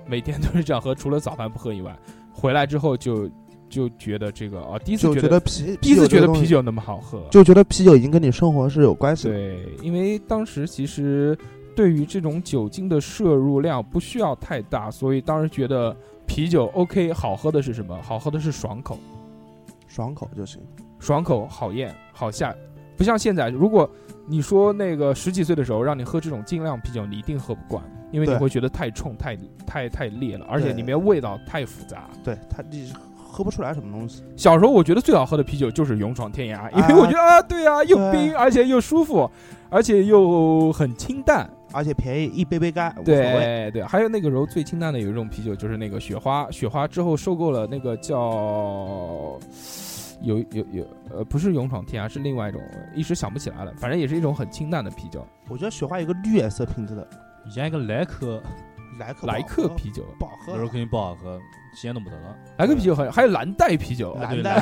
Speaker 4: 每天都是这样喝，除了早饭不喝以外，回来之后就就觉得这个啊，第一次
Speaker 7: 就
Speaker 4: 觉
Speaker 7: 觉得啤，
Speaker 4: 第一次
Speaker 7: 这个
Speaker 4: 觉得
Speaker 7: 东西
Speaker 4: 啤，酒那么好喝，啊
Speaker 7: 就觉得啤酒已经跟你生活是有关系的。
Speaker 4: 对，因为当时其实对于这种酒精的摄入量不需要太大，所以当时觉得啤酒 OK 好喝的是什么？好喝的是爽口。
Speaker 7: 爽口就行。
Speaker 4: 爽口、好咽、好下，不像现在，如果你说那个十几岁的时候让你喝这种精酿啤酒，你一定喝不惯，因为你
Speaker 7: 对
Speaker 4: 会觉得太冲、太太太烈了，而且
Speaker 7: 对
Speaker 4: 里面味道太复杂。
Speaker 7: 对它你喝不出来什么东西。
Speaker 4: 小时候我觉得最好喝的啤酒就是勇闯天涯，因为我觉得啊，对啊，又冰，而且又舒服，而且又很清淡。
Speaker 7: 而且便宜，一杯杯干，无所谓。
Speaker 4: 对对，还有那个时候最清淡的有一种啤酒，就是那个雪花。雪花之后收购了那个叫有有有呃，不是勇闯天涯，是另外一种，一时想不起来了。反正也是一种很清淡的啤酒，
Speaker 7: 我觉得雪花有个绿颜色瓶子的
Speaker 8: 以前一个莱克
Speaker 7: 莱克
Speaker 4: 莱克
Speaker 7: 克
Speaker 4: 啤酒，
Speaker 7: 不好
Speaker 8: 有时候
Speaker 7: 喝，
Speaker 8: 肯定不好喝，体验都不得了。
Speaker 4: 莱克啤酒很，还有蓝带啤酒，
Speaker 7: 蓝
Speaker 8: 对
Speaker 7: 带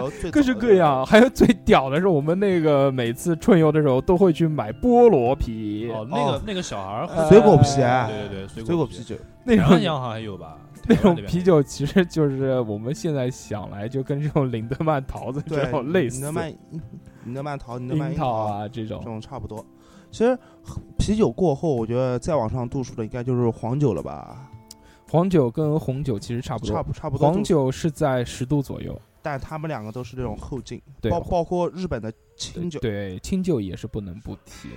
Speaker 7: 有最早的
Speaker 4: 各式各。样。还有最屌的是，我们那个每次春游的时候都会去买菠萝啤，
Speaker 8: 哦，那个那个小孩儿喝，
Speaker 7: 水果啤
Speaker 4: 呃
Speaker 8: 对对对，
Speaker 7: 水
Speaker 8: 水
Speaker 7: 果啤
Speaker 8: 啤，
Speaker 7: 酒，
Speaker 4: 那
Speaker 8: 台湾
Speaker 4: 种
Speaker 8: 洋好像有吧？
Speaker 4: 那
Speaker 8: 台湾
Speaker 4: 种
Speaker 8: 边
Speaker 4: 啤酒其实就是我们现在想来就跟这种 林德曼桃子 这
Speaker 7: 对，
Speaker 4: 种类似，
Speaker 7: 你的曼，你的曼桃，你的曼
Speaker 4: 樱桃
Speaker 7: 啊，
Speaker 4: 啊这
Speaker 7: 这
Speaker 4: 种，
Speaker 7: 种差不多。其实啤酒过后，我觉得再往上度数的应该就是黄酒了吧，
Speaker 4: 黄酒跟红酒其实差不多，
Speaker 7: 差不差不多度数。
Speaker 4: 黄酒是在十度左右，
Speaker 7: 但他们两个都是这种后劲，
Speaker 4: 对
Speaker 7: 包包括日本的清酒，
Speaker 4: 对清酒也是不能不提。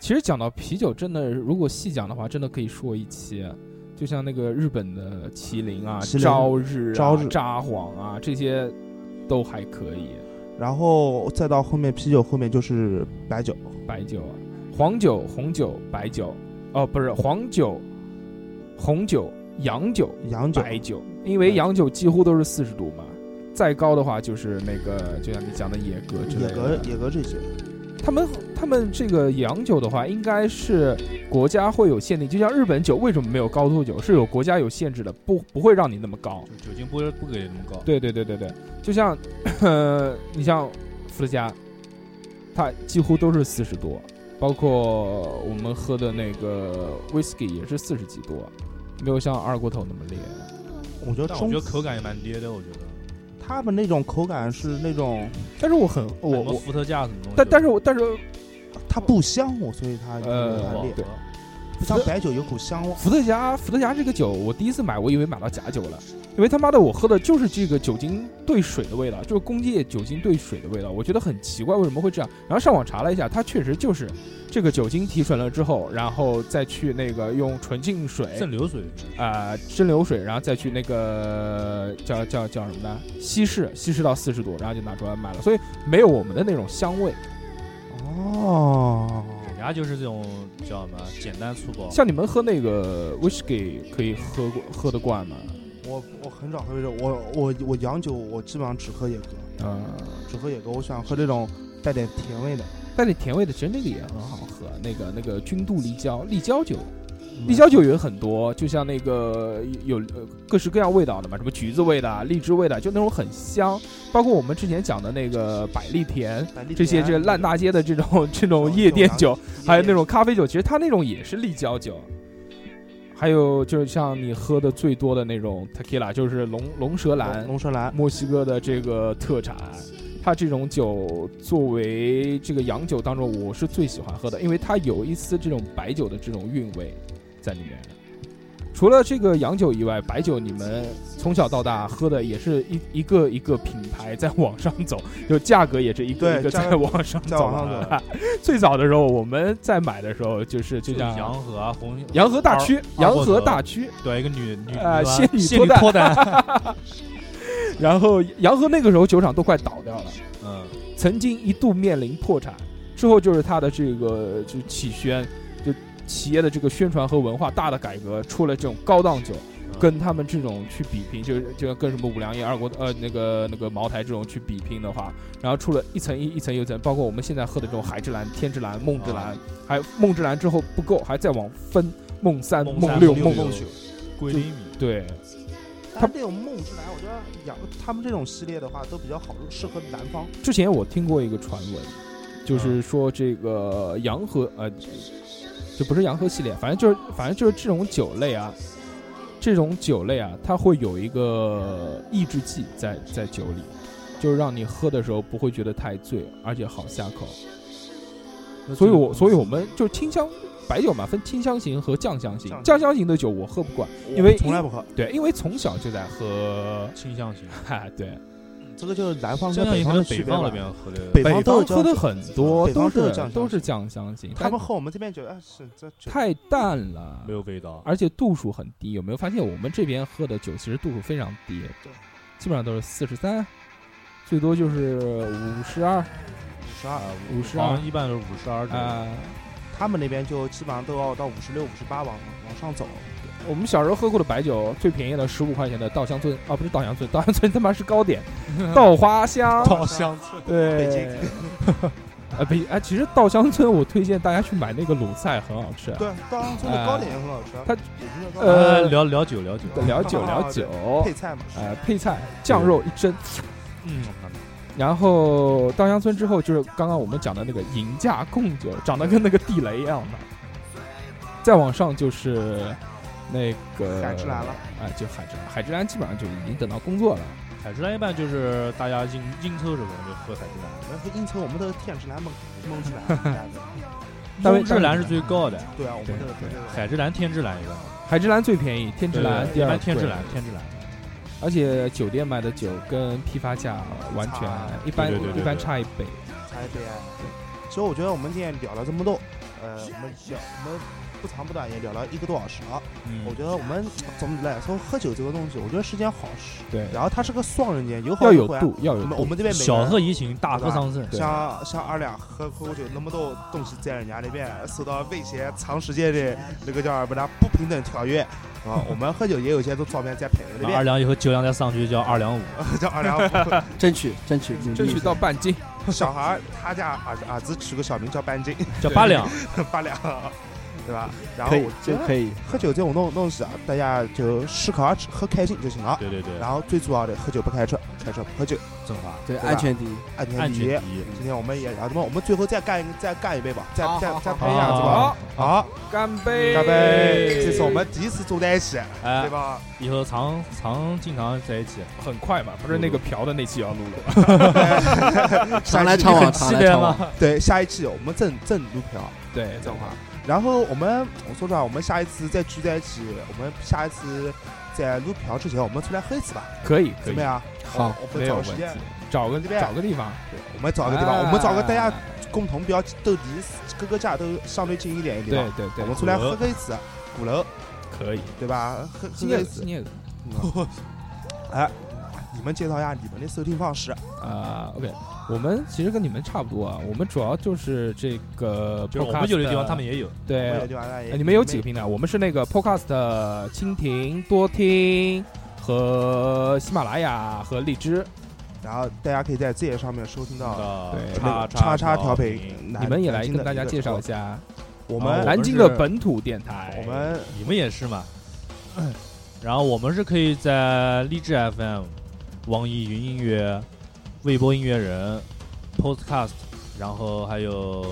Speaker 4: 其实讲到啤酒，真的如果细讲的话，真的可以说一期。就像那个日本的麒麟啊、
Speaker 7: 麒麟
Speaker 4: 朝日、啊、
Speaker 7: 朝日
Speaker 4: 札幌啊，这些都还可以。
Speaker 7: 然后再到后面啤酒后面就是白酒，
Speaker 4: 白酒、黄酒、红酒、白酒，哦，不是黄酒、红酒、洋酒、
Speaker 7: 洋酒，
Speaker 4: 白酒，因为洋酒几乎都是四十度嘛，再高的话就是那个，就像你讲的野格之类
Speaker 7: 野格
Speaker 4: 的。
Speaker 7: 野格这些。
Speaker 4: 他们他们这个洋酒的话，应该是国家会有限定，就像日本酒为什么没有高度酒，是有国家有限制的，不不会让你那么高。
Speaker 8: 就酒精不会不给那么高。
Speaker 4: 对对对对对，就像， 呃，你像伏特加，它几乎都是四十多，包括我们喝的那个 whisky 也是四十几多，没有像二锅头那么烈。
Speaker 7: 我觉得
Speaker 8: 但我
Speaker 7: 中
Speaker 8: 觉得口感也蛮爹的，我觉得。
Speaker 7: 他们那种口感是那种
Speaker 4: 但是我很
Speaker 7: 哎
Speaker 4: 我
Speaker 8: 什么
Speaker 4: 我，
Speaker 8: 伏特加什么东西，
Speaker 4: 但但是我但是
Speaker 7: 它不香我，所以它有
Speaker 4: 呃
Speaker 7: 点
Speaker 8: 不好
Speaker 7: 烈。
Speaker 8: 喝
Speaker 4: 伏
Speaker 7: 像白酒有股香味。
Speaker 4: 伏特加，伏特加这个酒，我第一次买，我以为买到假酒了，因为他妈的我喝的就是这个酒精兑水的味道，就是工业酒精兑水的味道，我觉得很奇怪，为什么会这样？然后上网查了一下，它确实就是这个酒精提纯了之后，然后再去那个用纯净水
Speaker 8: 渗流水，
Speaker 4: 啊蒸馏水，然后再去那个叫叫叫什么呢？稀释，稀释到四十度，然后就拿出来卖了，所以没有我们的那种香味。
Speaker 7: 哦，
Speaker 8: 人家就是这种叫什么简单粗暴。
Speaker 4: 像你们喝那个 whisky 可以喝过喝得惯吗？
Speaker 7: 我我很少喝这种，我我我洋酒我基本上只喝野格，
Speaker 4: 啊、
Speaker 7: 只喝野格，我喜欢喝这种带点甜味的。
Speaker 4: 带点甜味的，其实那个也很好喝，那个那个君度立交立交酒，立交酒有很多，就像那个有呃各式各样味道的嘛，什么橘子味的啊、荔枝味的，就那种很香。包括我们之前讲的那个百利甜，
Speaker 7: 百利
Speaker 4: 这些
Speaker 7: 嗯甜
Speaker 4: 这烂大街的这种 这
Speaker 7: 啊
Speaker 4: 种夜店酒，，还有那种咖啡酒，其实它那种也是立交酒。还有就是像你喝的最多的那种 tequila，就是龙龙舌兰
Speaker 7: 蓝，龙舌兰，
Speaker 4: 墨西哥的这个特产，它这种酒作为这个洋酒当中，我是最喜欢喝的，因为它有一丝这种白酒的这种韵味在里面。除了这个洋酒以外，白酒你们从小到大喝的也是一一个一个品牌在往上走，就价格也是一个
Speaker 7: 对
Speaker 4: 一个
Speaker 7: 价格
Speaker 4: 在往上
Speaker 7: 在
Speaker 4: 走
Speaker 7: 往上
Speaker 4: 的。
Speaker 7: 走，
Speaker 4: 最早的时候，我们在买的时候，就是就
Speaker 8: 就
Speaker 4: 像
Speaker 8: 洋河啊，红
Speaker 4: 洋河大区，
Speaker 8: 二
Speaker 4: 洋
Speaker 8: 锅
Speaker 4: 河
Speaker 8: 头
Speaker 4: 大区，
Speaker 8: 对一个女女
Speaker 4: 啊
Speaker 8: 女
Speaker 4: 仙女
Speaker 8: 仙
Speaker 4: 脱
Speaker 8: 女
Speaker 4: 单
Speaker 8: 脱单，
Speaker 4: 然后洋河那个时候酒厂都快倒掉了。
Speaker 8: 嗯，
Speaker 4: 曾经一度面临破产，之后就是他的这个就起宣，就企业的这个宣传和文化大的改革，出了这种高档酒，跟他们这种去比拼，就是就跟什么五粮液、二锅呃那个那个茅台这种去比拼的话，然后出了一层一一层又一层，包括我们现在喝的这种海之蓝、天之蓝、梦之蓝，还有梦之蓝之后不够，还再往分梦三、
Speaker 8: 梦
Speaker 4: 梦
Speaker 8: 三
Speaker 4: 六、
Speaker 8: 梦六
Speaker 4: 梦九，
Speaker 8: 桂林米，
Speaker 4: 对，
Speaker 7: 它这种梦之兰，我觉得洋他们这种系列的话都比较好，适合南方。
Speaker 4: 之前我听过一个传闻，就是
Speaker 7: 啊
Speaker 4: 说这个洋河呃，就不是洋河系列，反正就是反正就是这种酒类啊，这种酒类啊，它会有一个抑制剂在在酒里，就是让你喝的时候不会觉得太醉，而且好下口。所以我所以我们就清香白酒嘛，分清香型和酱香型
Speaker 7: 酱，香
Speaker 4: 酱香型的酒我喝不惯，因为
Speaker 7: 我从来不喝，
Speaker 4: 对，因为从小就在喝，
Speaker 8: 清香型，
Speaker 4: 哈，对。
Speaker 7: 这个就是南方
Speaker 8: 清
Speaker 7: 跟
Speaker 8: 香型可
Speaker 7: 的
Speaker 8: 能
Speaker 7: 区
Speaker 8: 北
Speaker 7: 别
Speaker 8: 方
Speaker 7: 吧
Speaker 8: 那。边喝的，
Speaker 7: 北
Speaker 4: 北
Speaker 7: 方都有
Speaker 4: 喝
Speaker 7: 酱
Speaker 4: 的
Speaker 7: 酒
Speaker 4: 很多，
Speaker 7: 北
Speaker 4: 都
Speaker 7: 方都有
Speaker 4: 是
Speaker 7: 酱香
Speaker 4: 都是酱香型，
Speaker 7: 他
Speaker 4: 但
Speaker 7: 们喝我们这边酒，哎，是这酒
Speaker 4: 太淡了
Speaker 8: 没，有味道，
Speaker 4: 而且度数很低。有没有发现我们这边喝的酒其实度数非常低
Speaker 7: 对，
Speaker 4: 基本上都是四十三，最多就是五十二
Speaker 7: 五十二，
Speaker 4: 五十二
Speaker 8: 好像一般都是五十二度。
Speaker 4: 啊。
Speaker 7: 他们那边就基本上都要到五十六、五十八往往上走。
Speaker 4: 我们小时候喝过的白酒，最便宜的十五块钱的稻香村啊，不是稻香村，稻香村他妈是糕点，稻 花香，
Speaker 7: 稻
Speaker 8: 香
Speaker 4: 对，
Speaker 7: 北 京
Speaker 4: 啊北哎，其实稻香村我推荐大家去买那个卤菜，很好吃。
Speaker 7: 对，稻香村的糕点也很好吃。
Speaker 4: 它
Speaker 7: 北京的糕点
Speaker 4: 呃
Speaker 8: 呃，聊聊酒聊酒，
Speaker 4: 聊酒聊 酒，
Speaker 7: 配菜嘛，
Speaker 4: 呃，配菜酱肉一蒸，
Speaker 8: 嗯，
Speaker 4: 然后稻香村之后就是刚刚我们讲的那个银价贡酒，长得跟那个地雷一样的。再往上就是那个
Speaker 7: 海之蓝了，
Speaker 4: 哎，就海之蓝，海之蓝基本上就已经等到工作了。
Speaker 8: 海之蓝一般就是大家应应酬什么的就喝海之蓝，
Speaker 7: 那是应酬我们的天之蓝梦梦之蓝。
Speaker 4: 但
Speaker 8: 海之蓝是最高的，
Speaker 7: 对啊，我们的
Speaker 4: 对
Speaker 8: 海之蓝、天之蓝一般，
Speaker 4: 嗯海之蓝最便宜，天之蓝
Speaker 8: 对
Speaker 4: 第
Speaker 8: 一
Speaker 4: 二
Speaker 8: 般天之
Speaker 4: 贵
Speaker 8: 蓝，，天之蓝，
Speaker 4: 而且酒店卖的酒跟批发价完全
Speaker 7: 差
Speaker 4: 一般
Speaker 8: 对对对
Speaker 4: 一
Speaker 8: 对
Speaker 4: 般
Speaker 8: 对
Speaker 4: 差一倍。
Speaker 7: 才对啊。其实我觉得我们今天聊了这么多，呃，我们聊我们不长不短也聊了一个多小时了。我
Speaker 8: 嗯，
Speaker 7: 觉得我们总的来说，喝酒这个东西，我觉得是件好事。
Speaker 4: 对，
Speaker 7: 然后它是个双刃啊剑，有好
Speaker 4: 要有
Speaker 7: 坏。
Speaker 4: 度，要有
Speaker 7: 嗯我们啊我
Speaker 4: 度。
Speaker 7: 们这边每个
Speaker 8: 小
Speaker 7: 人
Speaker 8: 喝怡情，大喝桑葚，
Speaker 7: 像像二两喝喝过酒那么多东西在人家那边受到威胁，长时间的那个叫什么呢？不平等条约啊。我们喝酒也有一些这照片在朋友那
Speaker 8: 然后二
Speaker 7: 边，
Speaker 8: 两以后酒量再上去叫二两五，
Speaker 7: 叫二两。
Speaker 2: 争取争取努力
Speaker 4: 争取到半斤，
Speaker 7: 小孩儿他家儿子儿子取个小名叫半 斤
Speaker 8: 叫八两，
Speaker 7: 八两，对吧？然后
Speaker 2: 可以
Speaker 7: 我觉
Speaker 2: 这
Speaker 7: 得
Speaker 2: 可以，
Speaker 7: 喝酒这种东东西啊，大家就适可而止，喝开心就行了。
Speaker 8: 对对对，
Speaker 7: 然后最主要的，喝酒不开车，开车不喝酒，
Speaker 8: 正话，
Speaker 2: 对
Speaker 7: 吧
Speaker 2: 安全第一。
Speaker 7: 安全
Speaker 8: 安
Speaker 7: 第一
Speaker 8: 全。第一，
Speaker 7: 今天我们也聊什么？我们最后再干一再干一杯吧，再
Speaker 2: 好
Speaker 7: 再
Speaker 2: 好
Speaker 7: 再
Speaker 2: 好哎
Speaker 7: 干一下子吧
Speaker 4: 好。
Speaker 7: 好。
Speaker 4: 干杯！
Speaker 7: 干杯！这是我们第一次坐在一起，
Speaker 2: 啊
Speaker 8: 哎
Speaker 7: 对，吧？
Speaker 8: 以后常常经常在一起，
Speaker 4: 很快
Speaker 7: 嗯
Speaker 4: 嘛，不是那个瓢的那期要录了。
Speaker 2: 常来常往，
Speaker 8: 期
Speaker 2: 常来啊
Speaker 8: 待
Speaker 2: 常
Speaker 8: 吗
Speaker 2: 往。
Speaker 7: 对，下一期我们正正录票，啊
Speaker 4: 对，
Speaker 7: 正话。然后我们，我说实话，我们下一次再聚在一起，我们下一次在录嫖之前，我们出来喝一次吧，
Speaker 4: 可以，可
Speaker 7: 怎
Speaker 4: 以
Speaker 7: 么，样？
Speaker 4: 好
Speaker 7: 我，们
Speaker 4: 没
Speaker 7: 找个
Speaker 4: 有问
Speaker 7: 时
Speaker 4: 题啊
Speaker 7: 间，。
Speaker 4: 找个
Speaker 7: 这边
Speaker 4: 找个地方，
Speaker 7: 对，我们找个地方，我们找个大家共同比较斗地，各个家都相对近一点的地
Speaker 4: 对
Speaker 7: 方，
Speaker 4: 对对
Speaker 7: 我，们出来喝个一次，鼓楼，
Speaker 4: 可以。
Speaker 7: 对吧？喝喝
Speaker 4: 今
Speaker 7: 个
Speaker 4: 夜
Speaker 7: 一次嗯
Speaker 4: 今。夜
Speaker 7: 哎，你们介绍一下你们的收听方式，
Speaker 4: 啊，OK，我们其实跟你们差不多啊，我们主要就是这个 podcast，
Speaker 8: 就是我们有的地方他们也有，
Speaker 4: 对
Speaker 7: 对吧？
Speaker 4: 哎你们有几个平台？我们是那个 Podcast、蜻蜓、多听和喜马拉雅和荔枝。
Speaker 7: 然后大家可以在这些上面收听到
Speaker 4: 对
Speaker 8: 叉
Speaker 7: 叉
Speaker 8: 叉
Speaker 7: 调
Speaker 8: 频
Speaker 7: 频，
Speaker 4: 你们也来跟大家介绍一
Speaker 7: 下。
Speaker 4: 下
Speaker 7: 我
Speaker 8: 啊
Speaker 7: 们
Speaker 8: 来
Speaker 4: 南京的本土电台。
Speaker 7: 我们
Speaker 8: 你们也是嘛。
Speaker 4: 嗯
Speaker 8: 然后我们是可以在荔枝 FM、网易云音乐、微博音乐人、Podcast，然后还有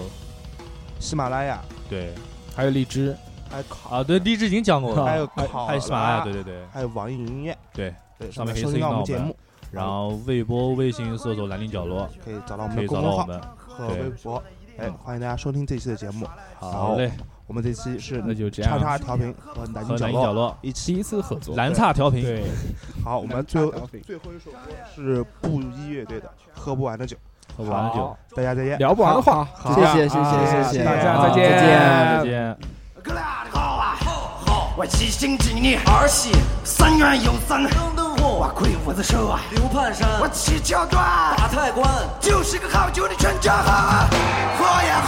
Speaker 7: 喜马拉雅，
Speaker 8: 对
Speaker 4: 还有荔枝，
Speaker 7: 还考，
Speaker 8: 啊，对荔枝已经讲过了，
Speaker 7: 还有啊
Speaker 8: 还
Speaker 7: 考，
Speaker 8: 还有啊喜马拉雅，对，对对。
Speaker 7: 还有网易云音乐，
Speaker 8: 对
Speaker 7: 对，
Speaker 8: 上面可以
Speaker 7: 收听
Speaker 8: 搜
Speaker 7: 我们
Speaker 8: 到
Speaker 7: 节
Speaker 8: 我们
Speaker 7: 目，
Speaker 8: 然后微博、微信搜索“兰陵角落
Speaker 7: 可以找到我”，
Speaker 8: 可
Speaker 7: 们的
Speaker 8: 以
Speaker 7: 公
Speaker 8: 找到
Speaker 7: 众
Speaker 8: 我
Speaker 7: 号
Speaker 8: 们。
Speaker 7: 和微博。哎，欢迎大家收听这期的节目。
Speaker 8: 好嘞，
Speaker 7: 我们这期是
Speaker 4: 那就这
Speaker 7: 叉
Speaker 4: 样。
Speaker 7: 叉调频和南京
Speaker 8: 和
Speaker 7: 角
Speaker 8: 南京角
Speaker 7: 落。
Speaker 8: 落
Speaker 4: 一期一次合作，
Speaker 8: 蓝叉调频，
Speaker 4: 对，
Speaker 7: 好，我们最后最后一首歌是布衣乐队的《喝不完的酒
Speaker 8: 喝完了酒，
Speaker 7: 大家再见。
Speaker 4: 聊不完的话，
Speaker 2: 好谢谢谢谢谢谢
Speaker 4: 大家再
Speaker 2: 见
Speaker 8: 再见。
Speaker 3: 哥俩的好啊，好，我七星几逆儿戏，三元有三，我鬼斧子手啊，
Speaker 6: 刘盼山
Speaker 3: 我七窍断，
Speaker 6: 太官。
Speaker 3: 就是个好酒的全家好啊，
Speaker 6: 我呀，